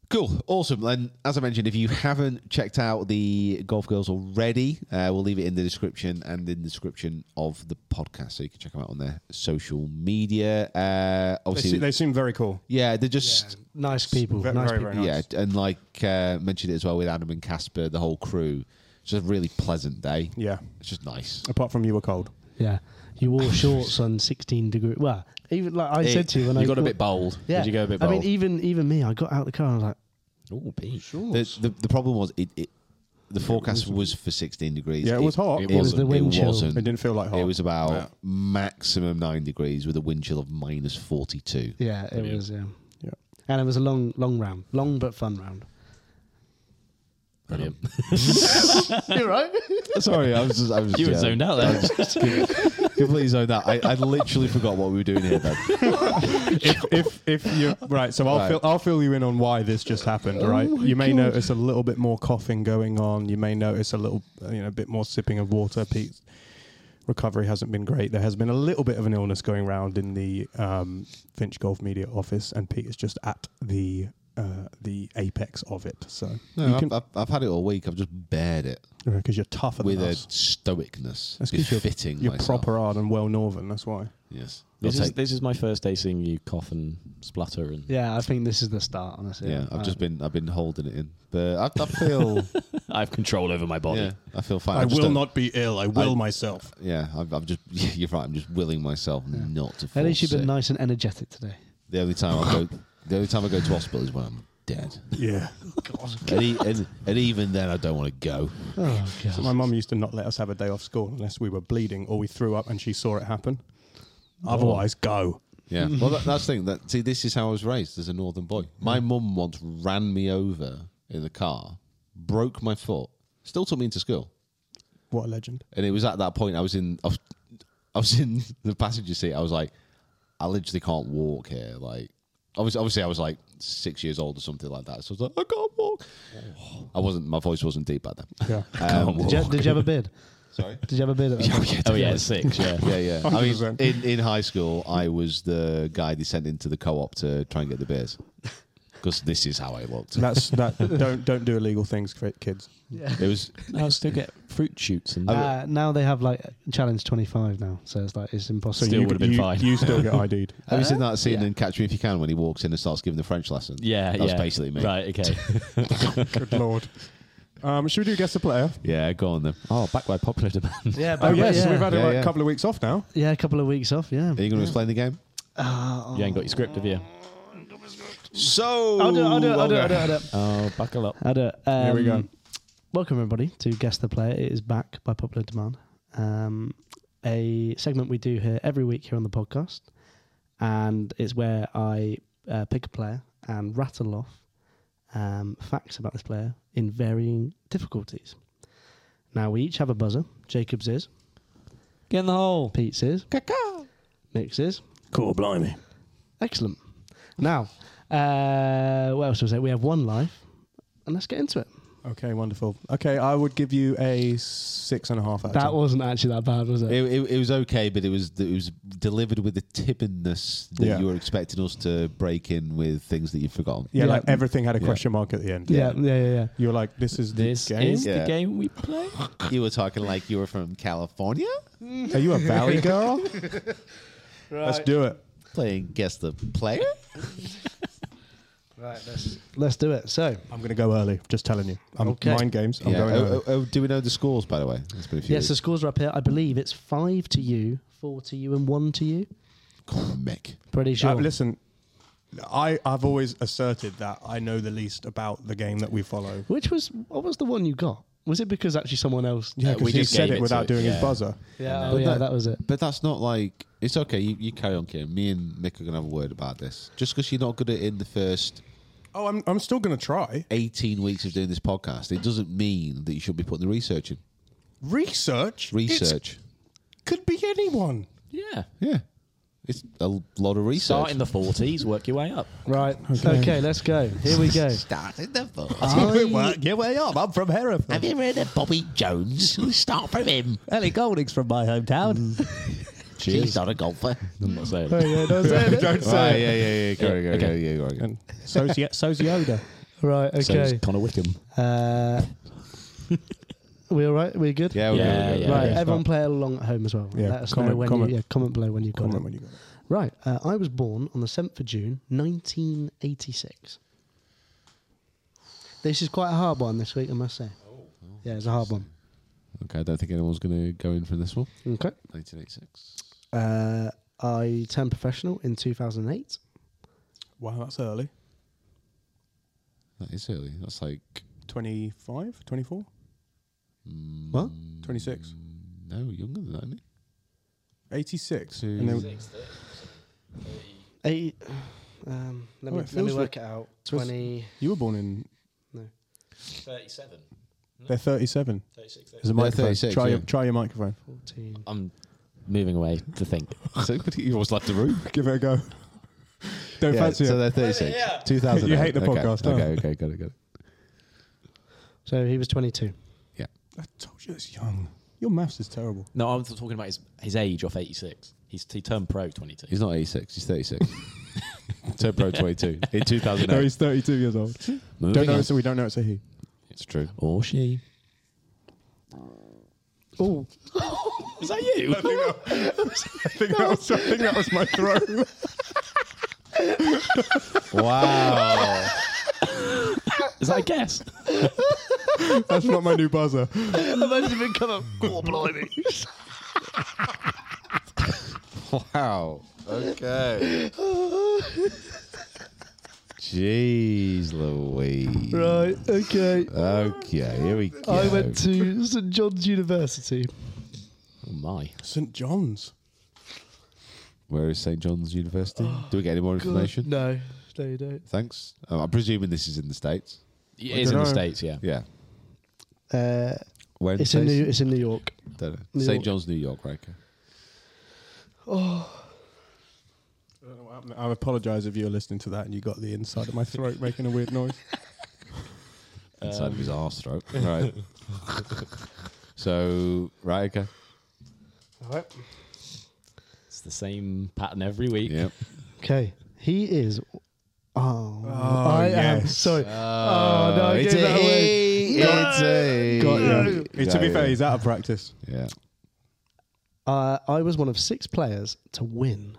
Cool, awesome. And as I mentioned, if you haven't checked out the Golf Girls already, uh, we'll leave it in the description and in the description of the podcast, so you can check them out on their social media. Uh,
They, se-
obviously,
they seem very cool.
yeah, they're
Yeah,
just
nice people.
Ve-
nice
very,
people.
very nice.
yeah, and like uh, mentioned it as well with Adam and Casper, the whole crew. It's just a really pleasant day.
Yeah.
It's just nice.
Apart from you were cold.
Yeah. You wore shorts on 16 degree. Well, even like I said to you when
you
I
got a bit bold.
Yeah.
Did you go a bit
I
bold?
mean, even even me, I got out of the car and I was like,
oh, Pete.
The, the, the problem was it, it The forecast was for 16 degrees.
Yeah, it was hot.
It,
It was
wasn't.
the wind
it
chill.
wasn't.
It didn't feel like hot.
It was about
Yeah.
maximum nine degrees with a wind chill of minus [LAUGHS] 42.
Yeah, it was. Yeah.
Yeah.
And it was a long, long round, long but fun round.
Brilliant.
[LAUGHS]
[LAUGHS]
You're right.
Sorry, I was just, I was
You were zoned out there.
I was
[LAUGHS]
just completely zoned out. I, I literally forgot what we were doing here. Then
if, if if you right, so I'll
Right.
fill I'll fill you in on why this just happened.
Oh
All right, you may notice a little bit more coughing going on. You may notice a little, uh, you know, a bit more sipping of water. Pete's recovery hasn't been great. There has been a little bit of an illness going around in the um, Finch Golf Media office, and Pete is just at the uh, the apex of it. So
No, I've, I've, I've had it all week. I've just bared it
because you're tougher
with
than
a
us.
stoicness.
That's 'cause you're-
befitting
You're
myself.
proper hard and well northern. That's why.
Yes.
This
I'll
is,
take-
this is my first day seeing you cough and splutter and
Yeah, I think this is the start. Honestly.
yeah, I've just
Uh,
been I've been holding it in, but I, I feel
[LAUGHS] I have control over my body.
yeah, I feel fine.
I,
just
will
don't-
not be ill. I will
I-
myself.
Yeah, I've, I've just [LAUGHS] you're right. I'm just willing myself not to. Fall
At least you've been
sick.
nice and energetic today.
The only time I go, the only time I go to hospital is when I'm dead,
Yeah.
[LAUGHS] and, e- and, and even then I don't want to go.
Oh
So
god.
my mum used to not let us have a day off school unless we were bleeding or we threw up and she saw it happen.
Oh.
Otherwise, go. [LAUGHS]
Yeah, well that, that's the thing. That see, this is how I was raised as a northern boy. My mum once ran me over in the car, broke my foot, still took me into school,
What a legend.
and it was at that point I was in I was, I was in [LAUGHS] the passenger seat. I was like, I literally can't walk here. Like, obviously, obviously I was like six years old or something like that. So I was like, I can't walk. I wasn't. My voice wasn't deep back then.
[LAUGHS]
[LAUGHS]
Yeah.
Um,
Did you, did you have a beard?
Sorry.
Did you have a beard? At
[LAUGHS]
that
Oh
point?
yeah,
Oh yeah, six.
[LAUGHS]
Yeah.
[LAUGHS] yeah,
[LAUGHS]
yeah. I mean,
100%.
in, in high school, I was the guy they sent into the co-op to try and get the
[LAUGHS]
beers because this is how I looked.
That's
[LAUGHS]
that. Don't don't do illegal things, ki- kids.
It was
Oh,
I'll still
[LAUGHS]
get fruit shoots and
Uh, now they have like challenge 25 now, so it's like it's impossible.
Still
you,
would've been
you-
fine.
You
[LAUGHS]
still
[LAUGHS]
get ID'd.
Have you
Uh-huh.
seen that scene
yeah.
in Catch Me If You Can when he walks in and starts giving the French lesson?
yeah,
that's
yeah.
basically me.
Right. Okay.
[LAUGHS]
Good lord. Um, should we do guess the player?
[LAUGHS] Yeah, go on then.
oh, back by popular demand.
yeah,
Oh
but
yes,
yeah.
we've had
Yeah,
a like,
yeah.
couple of weeks off now.
yeah, a couple of weeks off. Yeah. Uh,
Are you going to explain the game?
You ain't got your script, have you?
So
I'll do it. I'll do it. I'll do it. I'll do it. I'll do it.
[LAUGHS]
Oh, buckle up.
I'll do it. Um,
Here we go.
Welcome everybody to Guess the Player. It is back by popular demand. Um, a segment we do here every week here on the podcast, and it's where I uh, pick a player and rattle off um, facts about this player in varying difficulties. Now we each have a buzzer. Jacob's is,
Get in the hole.
Pete's is, Nick's is.
Cool, blimey.
Excellent. Now, uh, what else was it? We have one life, and let's get into it.
Okay, wonderful. Okay, I would give you a six and a half out. Of
That
10.
wasn't actually that bad, was it?
It, it, it was okay, but it was it was delivered with the tippiness that
Yeah.
you were expecting us to break in with things that you've forgotten.
yeah,
yeah.
like everything had a
Yeah.
question mark at the end.
yeah, yeah, yeah, yeah.
You're like, this is
This
the game.
is
Yeah.
the game we play.
[LAUGHS] You were talking like you were from California,
[LAUGHS] Are you a
[LAUGHS]
valley girl? Let's do it.
playing guess the player.
Right, let's let's do it. So,
I'm going to go early. Just telling you. I'm
Okay.
mind games. I'm
Yeah.
going early.
Oh, oh, oh, do we know the scores by the way? It's been a few
yes, the scores are up here. I believe it's five to you, four to you, and one to you.
comic.
Pretty sure.
Uh, listen, I I've always asserted that I know the least about the game that we follow.
Which was what was the one you got? Was it because actually someone else?
Uh,
Yeah,
we
because he
just
said
gave it
it
to
without
it,
doing
yeah.
his buzzer.
yeah, oh, yeah, that, was it.
But that's not like it's okay. You, you carry on, Kim. Me and Mick are gonna have a word about this. Just because you're not good at it in the first
Oh, I'm I'm still gonna try
18 weeks of doing this podcast, it doesn't mean that you should be putting the research in.
research. It's,
Research,
could be anyone.
Yeah.
yeah, it's a lot of research.
Start in the forties, work your way up.
Right. Okay. let's go. Here we
[LAUGHS]
go.
Start in the
[LAUGHS]
forties.
Work your way up. I'm from Hereford.
Have you heard of Bobby Jones? Start from him. Mm.
Ellie Golding's from my hometown.
She's not a
[LAUGHS]
golfer.
I'm not
[LAUGHS]
saying.
Don't say. [LAUGHS] Right, yeah, yeah, yeah. Go, go,
Okay.
go, go, go, go.
so's, Ye- so's Yoda.
Right.
So it's
Okay.
Connor Wickham.
Uh, we all right? We good?
Yeah, we're
Yeah,
good, we're good.
yeah.
Right,
yeah.
everyone play along at home as well.
Yeah,
Let us know
comment-
when
comment.
you yeah, comment below when you got
Comment
it.
when you got it.
Right, uh, I was born on the 7th of June, 1986. This is quite a hard one this week, I must say.
Oh.
Yeah, it's a hard one.
Okay, I don't think anyone's going to go in for this one.
Okay.
1986.
Uh, I turned professional in 2008.
Wow, that's early.
That is early. That's like
25, 24?
What?
26.
Mm, No, younger than that, isn't
86.
Two-
And then-
Eight. Um, let
Oh,
me,
it
let me
feels
work
like-
it out.
feels-
20.
You were born in.
No.
37.
They're 37.
36,
There's a
They're
microphone.
36,
try, your,
yeah.
try your microphone.
14.
I'm moving away to
[LAUGHS]
think.
it? you always left the room.
[LAUGHS] Give it a go. Don't
Yeah,
fancy
so
it.
they're 36. 2000.
You hate the
okay.
podcast, don't
Okay,
you?
okay, got it, got it.
So he was 22.
I told you it's young. Your maths is terrible.
No, I was talking about his, his age off 86. He's, he turned pro 22.
He's not 86, he's
[LAUGHS]
36. Turn pro 22 in 2008.
No, he's 32 years old.
Moving
Don't know.
on.
So we don't know it's a he.
it's true.
Or she.
[LAUGHS]
Oh,
Is that you?
I think that was, I think that was my throw.
Wow.
Is that
[LAUGHS]
a guess?
That's not my new buzzer.
wow. Okay. Jeez Louise.
right. Okay.
Okay, here we go.
I went to St John's University.
Oh my.
St. John's.
Where is St. John's University?
[GASPS]
Do we get any more information?
No, no, you don't.
Thanks. Um, I'm presuming this is in the States.
It is in
dunno.
the States, yeah.
Yeah.
Uh,
When
it's in
States?
New. It's in New York.
Don't know.
New
St.
York.
John's, New York, right? okay.
I don't know what happened. I apologise if you're listening to that and you got the inside of my throat making a weird noise.
[LAUGHS] Inside of his arse
[LAUGHS]
throat.
[LAUGHS]
Right. [LAUGHS] so, right, okay.
All right.
It's the same pattern every week.
Yep.
Okay. He is. Oh, I am
yes. Uh,
sorry. oh no, I
it's
gave
a
that away.
he. It's a he.
Got you.
Hey, to be fair, he's out of practice.
Yeah.
Uh, I was one of six players to win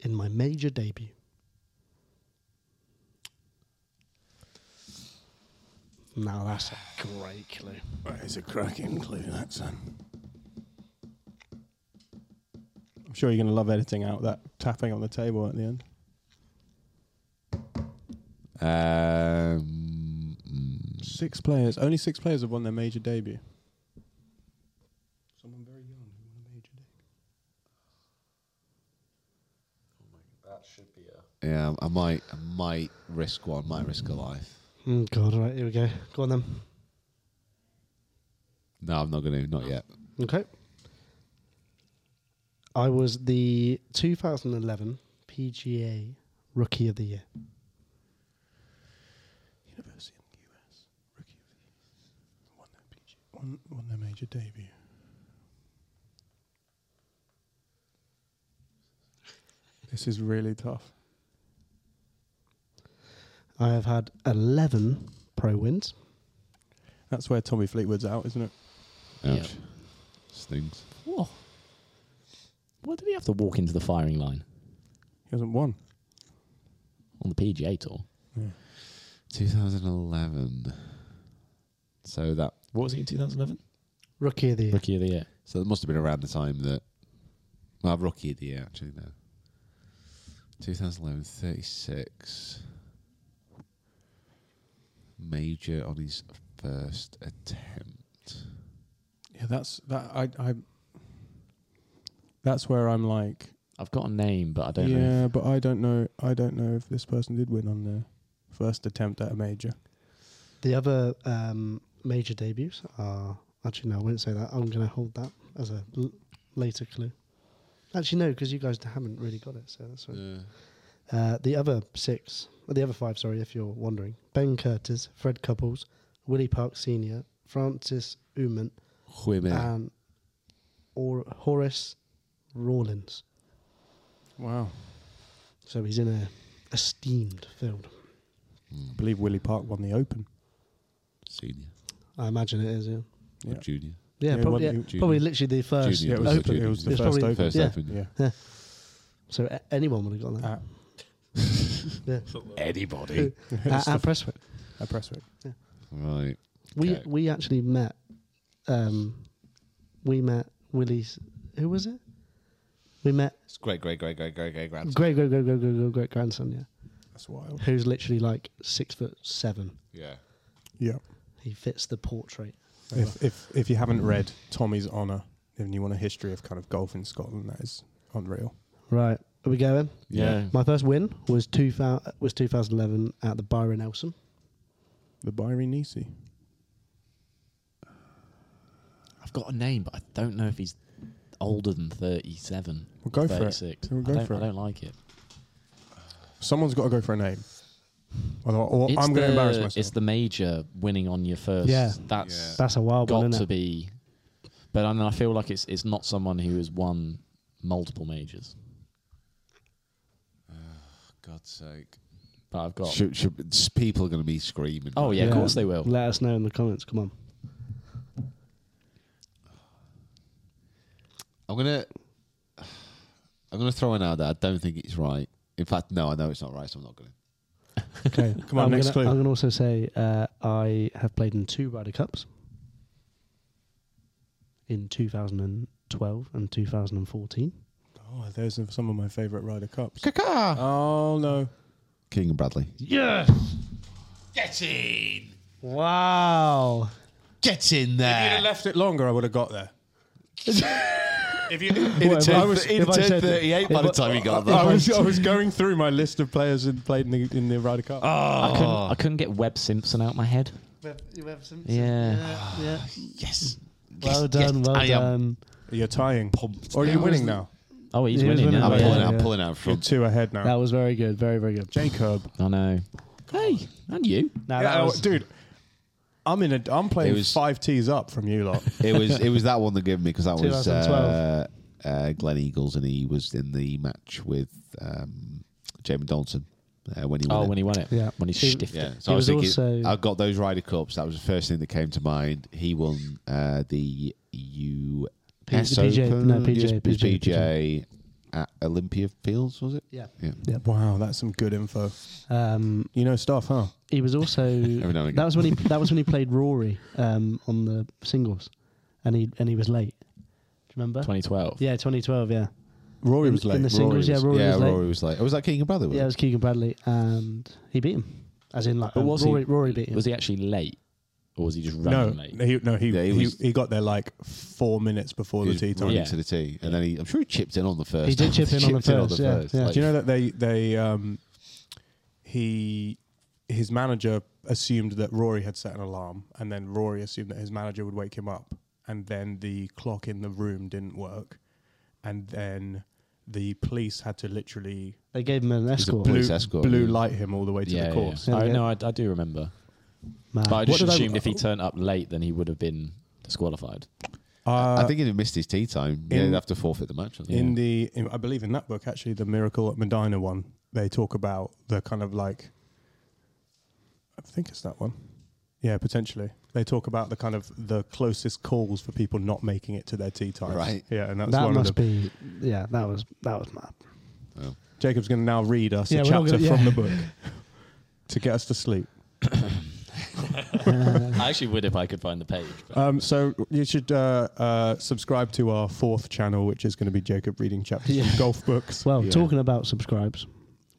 in my major debut. Now that's a great clue.
It's a cracking clue, that son. I'm sure you're going to love editing out that tapping on the table at the end.
Um, mm,
Six players, only six players have won their major debut. Someone very young who won a major debut.
yeah, I might, I might risk one. Might risk a life.
Mm, God, all right, here we go. Go on then.
No, I'm not going to. Not yet.
Okay. I was the 2011 PGA Rookie of the Year.
University in the US, rookie of the year, won their PG, won, won their major debut. This is really tough.
I have had 11 pro wins.
That's where Tommy Fleetwood's out, isn't it?
Ouch.
Yeah.
Stings.
Whoa. Why did he have to walk into the firing line
He hasn't won.
on the PGA tour?
2011. So that
What was he in 2011?
Rookie of the Year.
Rookie of the year.
so it must have been around the time that well rookie of the year actually no. 2011 36 major on his first attempt.
Yeah, that's that. I, I that's where I'm like,
I've got a name, but I don't know.
yeah, but I don't know. I don't know if this person did win on their first attempt at a major.
The other um, major debuts are. Actually, no, I won't say that. I'm going to hold that as a l- later clue. Actually, no, because you guys haven't really got it, so that's right. Uh, the other six, or the other five, sorry, if you're wondering Ben Curtis, Fred Couples, Willie Park Sr., Francis Uman,
Women.
and or Horace Rawlins.
Wow,
So he's in a esteemed field.
I believe Willie Park won the Open.
senior
I imagine it is, yeah.
or
Yeah.
junior.
Yeah,
Yeah,
probably,
one-
yeah,
junior.
probably literally the first.
Junior.
Yeah, it was,
Open.
The, it was the
It's
first
probably-
Open.
First
Yeah.
open.
Yeah,
[LAUGHS] So a- anyone would have got that.
at, Uh.
[LAUGHS] yeah. [LAUGHS]
Anybody.
at, at Presswick.
at Presswick.
right.
We
Okay.
we actually met. Um, we met Willie's. Who was it? We met
It's great, great, great, great, great, great grandson.
great great great great great great great grandson. Yeah,
That's wild.
who's literally like six foot seven.
Yeah.
Yeah,
He fits the portrait.
If, if if you haven't read Tommy's Honour and you want a history of kind of golf in Scotland, that is unreal.
Right, are we going?
Yeah.
My first win was two thousand was 2011 at the Byron Nelson.
The Byron Nisi.
I've got a name, but I don't know if he's older than 37.
Well, go for it.
36.
We'll go
I, don't,
for it.
I don't like it.
Someone's got to go for a name. Although, or I'm going to
the-
embarrass myself.
It's the major winning on your first.
Yeah.
that's
Yeah. That's a wild
got
one, isn't
to
it?
be. But I, mean, I feel like it's it's not someone who has won multiple majors.
[SIGHS] God's sake.
But I've got.
Should, should, s- people are going to be screaming.
Oh yeah, of course they will.
Let us know in the comments. Come on.
I'm gonna. [SIGHS] I'm gonna throw in out that I don't think it's right. In fact, no, I know it's not right, so I'm not gonna.
[LAUGHS] Okay.
Come on,
I'm
next
gonna,
clue.
I'm going to also say uh, I have played in two Ryder Cups in 2012 and 2014.
oh, there's some of my favourite Ryder Cups. Kaka! Oh, no.
King and Bradley.
Yeah.
Get in.
Wow.
Get in
If you'd
there.
have left it longer, I would have got there. if you,
He'd have
Well, if I
turned-
was-
he'd have
if I
turned
said that-
38 by
if
the
I-
time he got there.
I
[LAUGHS]
was I was going through my list of players who played in the in the Ryder Cup.
I couldn't. Ah, I
ah.
couldn't get Webb Simpson out my head.
You have some.
Yeah.
[SIGHS]
yeah.
yes.
Well
Yes,
done.
yes,
well
I am
done.
You're tying.
pumped
Or are you
now.
winning now?
Oh, he's
He was
winning.
winning
now.
I'm
by-
yeah.
pulling
yeah.
out. Pulling out
You're
from.
two ahead now.
That was very good. Very, very good.
Jacob.
I know. Hey, and you?
Now
Yeah,
that
oh,
was,
dude, I'm in a. I'm playing
It was-
five tees up from you lot.
[LAUGHS] It was. It
[LAUGHS]
was that one that gave me because that was uh,
2012.
uh, Glenn Eagles, and he was in the match with um, Jamie Donaldson uh, when he won
Oh,
it.
when he won it.
Yeah.
When he
He-
stiffed
Yeah,
it.
so
It
I was,
was
thinking.
also-
I got those Ryder Cups. That was the first thing that came to mind. He won uh, the U.S.
P- the PGA
Open,
no, PGA,
US PGA,
PGA,
at Olympia Fields, was it?
Yeah.
Yeah.
wow, that's some good info.
Um,
You know stuff, huh?
he was also
now and again.
that was when he that was when he played Rory um, on the singles, and he and he was late. Do you remember?
2012.
Yeah, 2012. Yeah.
Rory
In-
was late.
in the singles. yeah, Rory
yeah,
was late.
Rory was like, oh, was that King and Brother?
Yeah, it was Keegan Bradley, and he beat him. As in, like,
But
um,
was
Rory,
he?
Rory beat him.
Was he actually late, or was he just
no,
running late?
he, no, he,
Yeah, he
he,
was-
he got there like four minutes before the tee time.
running
Yeah.
to the tee, and then he, I'm sure he chipped in on the first.
He did chip in on the
[LAUGHS] Chipped
first, yeah, yeah.
Like,
Do you know that they they um, he his manager assumed that Rory had set an alarm, and then Rory assumed that his manager would wake him up, and then the clock in the room didn't work, and then the police had to literally
They gave him an escort.
blue,
Police escort,
blue
yeah.
light him all the way to
yeah,
the
yeah,
course.
yeah. I,
Yeah.
no, I, I do remember.
Man.
But I just
did I-
assumed if he turned up late, then he would have been disqualified.
Uh,
I think he'd have missed his tee time. Yeah,
in-
he'd have to forfeit the match. I think.
in the in, I believe in that book actually the miracle at Medina one they talk about the kind of like I think it's that one yeah potentially they talk about the kind of the closest calls for people not making it to their tea time
Right.
yeah and that's
that
one
must
of them
be, yeah, that was that was mad.
Jacob's going to now read us
Yeah,
a
we're not
chapter
gonna-
from
yeah.
the book [LAUGHS] to get us
[COUGHS]
to sleep
[LAUGHS]
I actually would if I could find the page. But
um, so you should uh, uh, subscribe to our fourth channel which is going to be Jacob reading chapters from golf books
Well, talking about subscribes,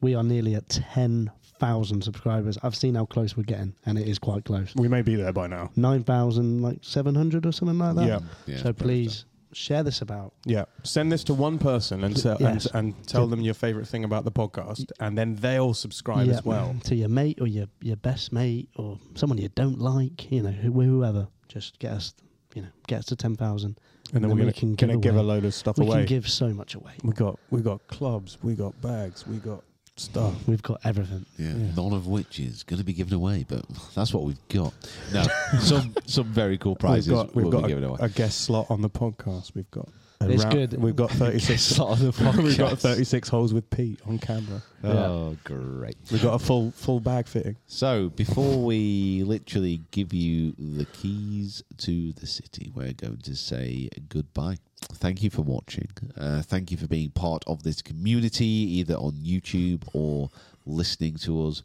we are nearly at ten thousand subscribers. I've seen how close we're getting, and it is quite close.
we may be there by now
Nine thousand, like seven hundred or something like that.
Yeah.
Yeah,
so please share this about.
Yeah, send this to one person and tell,
Yes.
and, and tell them your favorite thing about the podcast, and then they'll subscribe
Yeah,
as well.
to your mate or your your best mate or someone you don't like, you know, who- whoever. Just get us, you know, get us to ten thousand,
And then, we're
we
gonna,
can
gonna
give
give a
away-
load of stuff
We
away.
can give so much away.
we got we got clubs, we got bags, we got stuff.
We've got everything.
Yeah, none of which is going to be given away, but that's what we've got. No, [LAUGHS] some some very cool
We've
prizes
got we've
will
got
be given away.
a, a guest slot on the podcast. We've got a
It's
round-
good.
We've got thirty six.
slot on the
[LAUGHS] we've got
podcast.
thirty six holes with Pete on camera.
Oh, great!
We've got a full full bag fitting.
So before we literally give you the keys to the city, we're going to say goodbye. Thank you for watching. Uh, thank you for being part of this community, either on YouTube or listening to us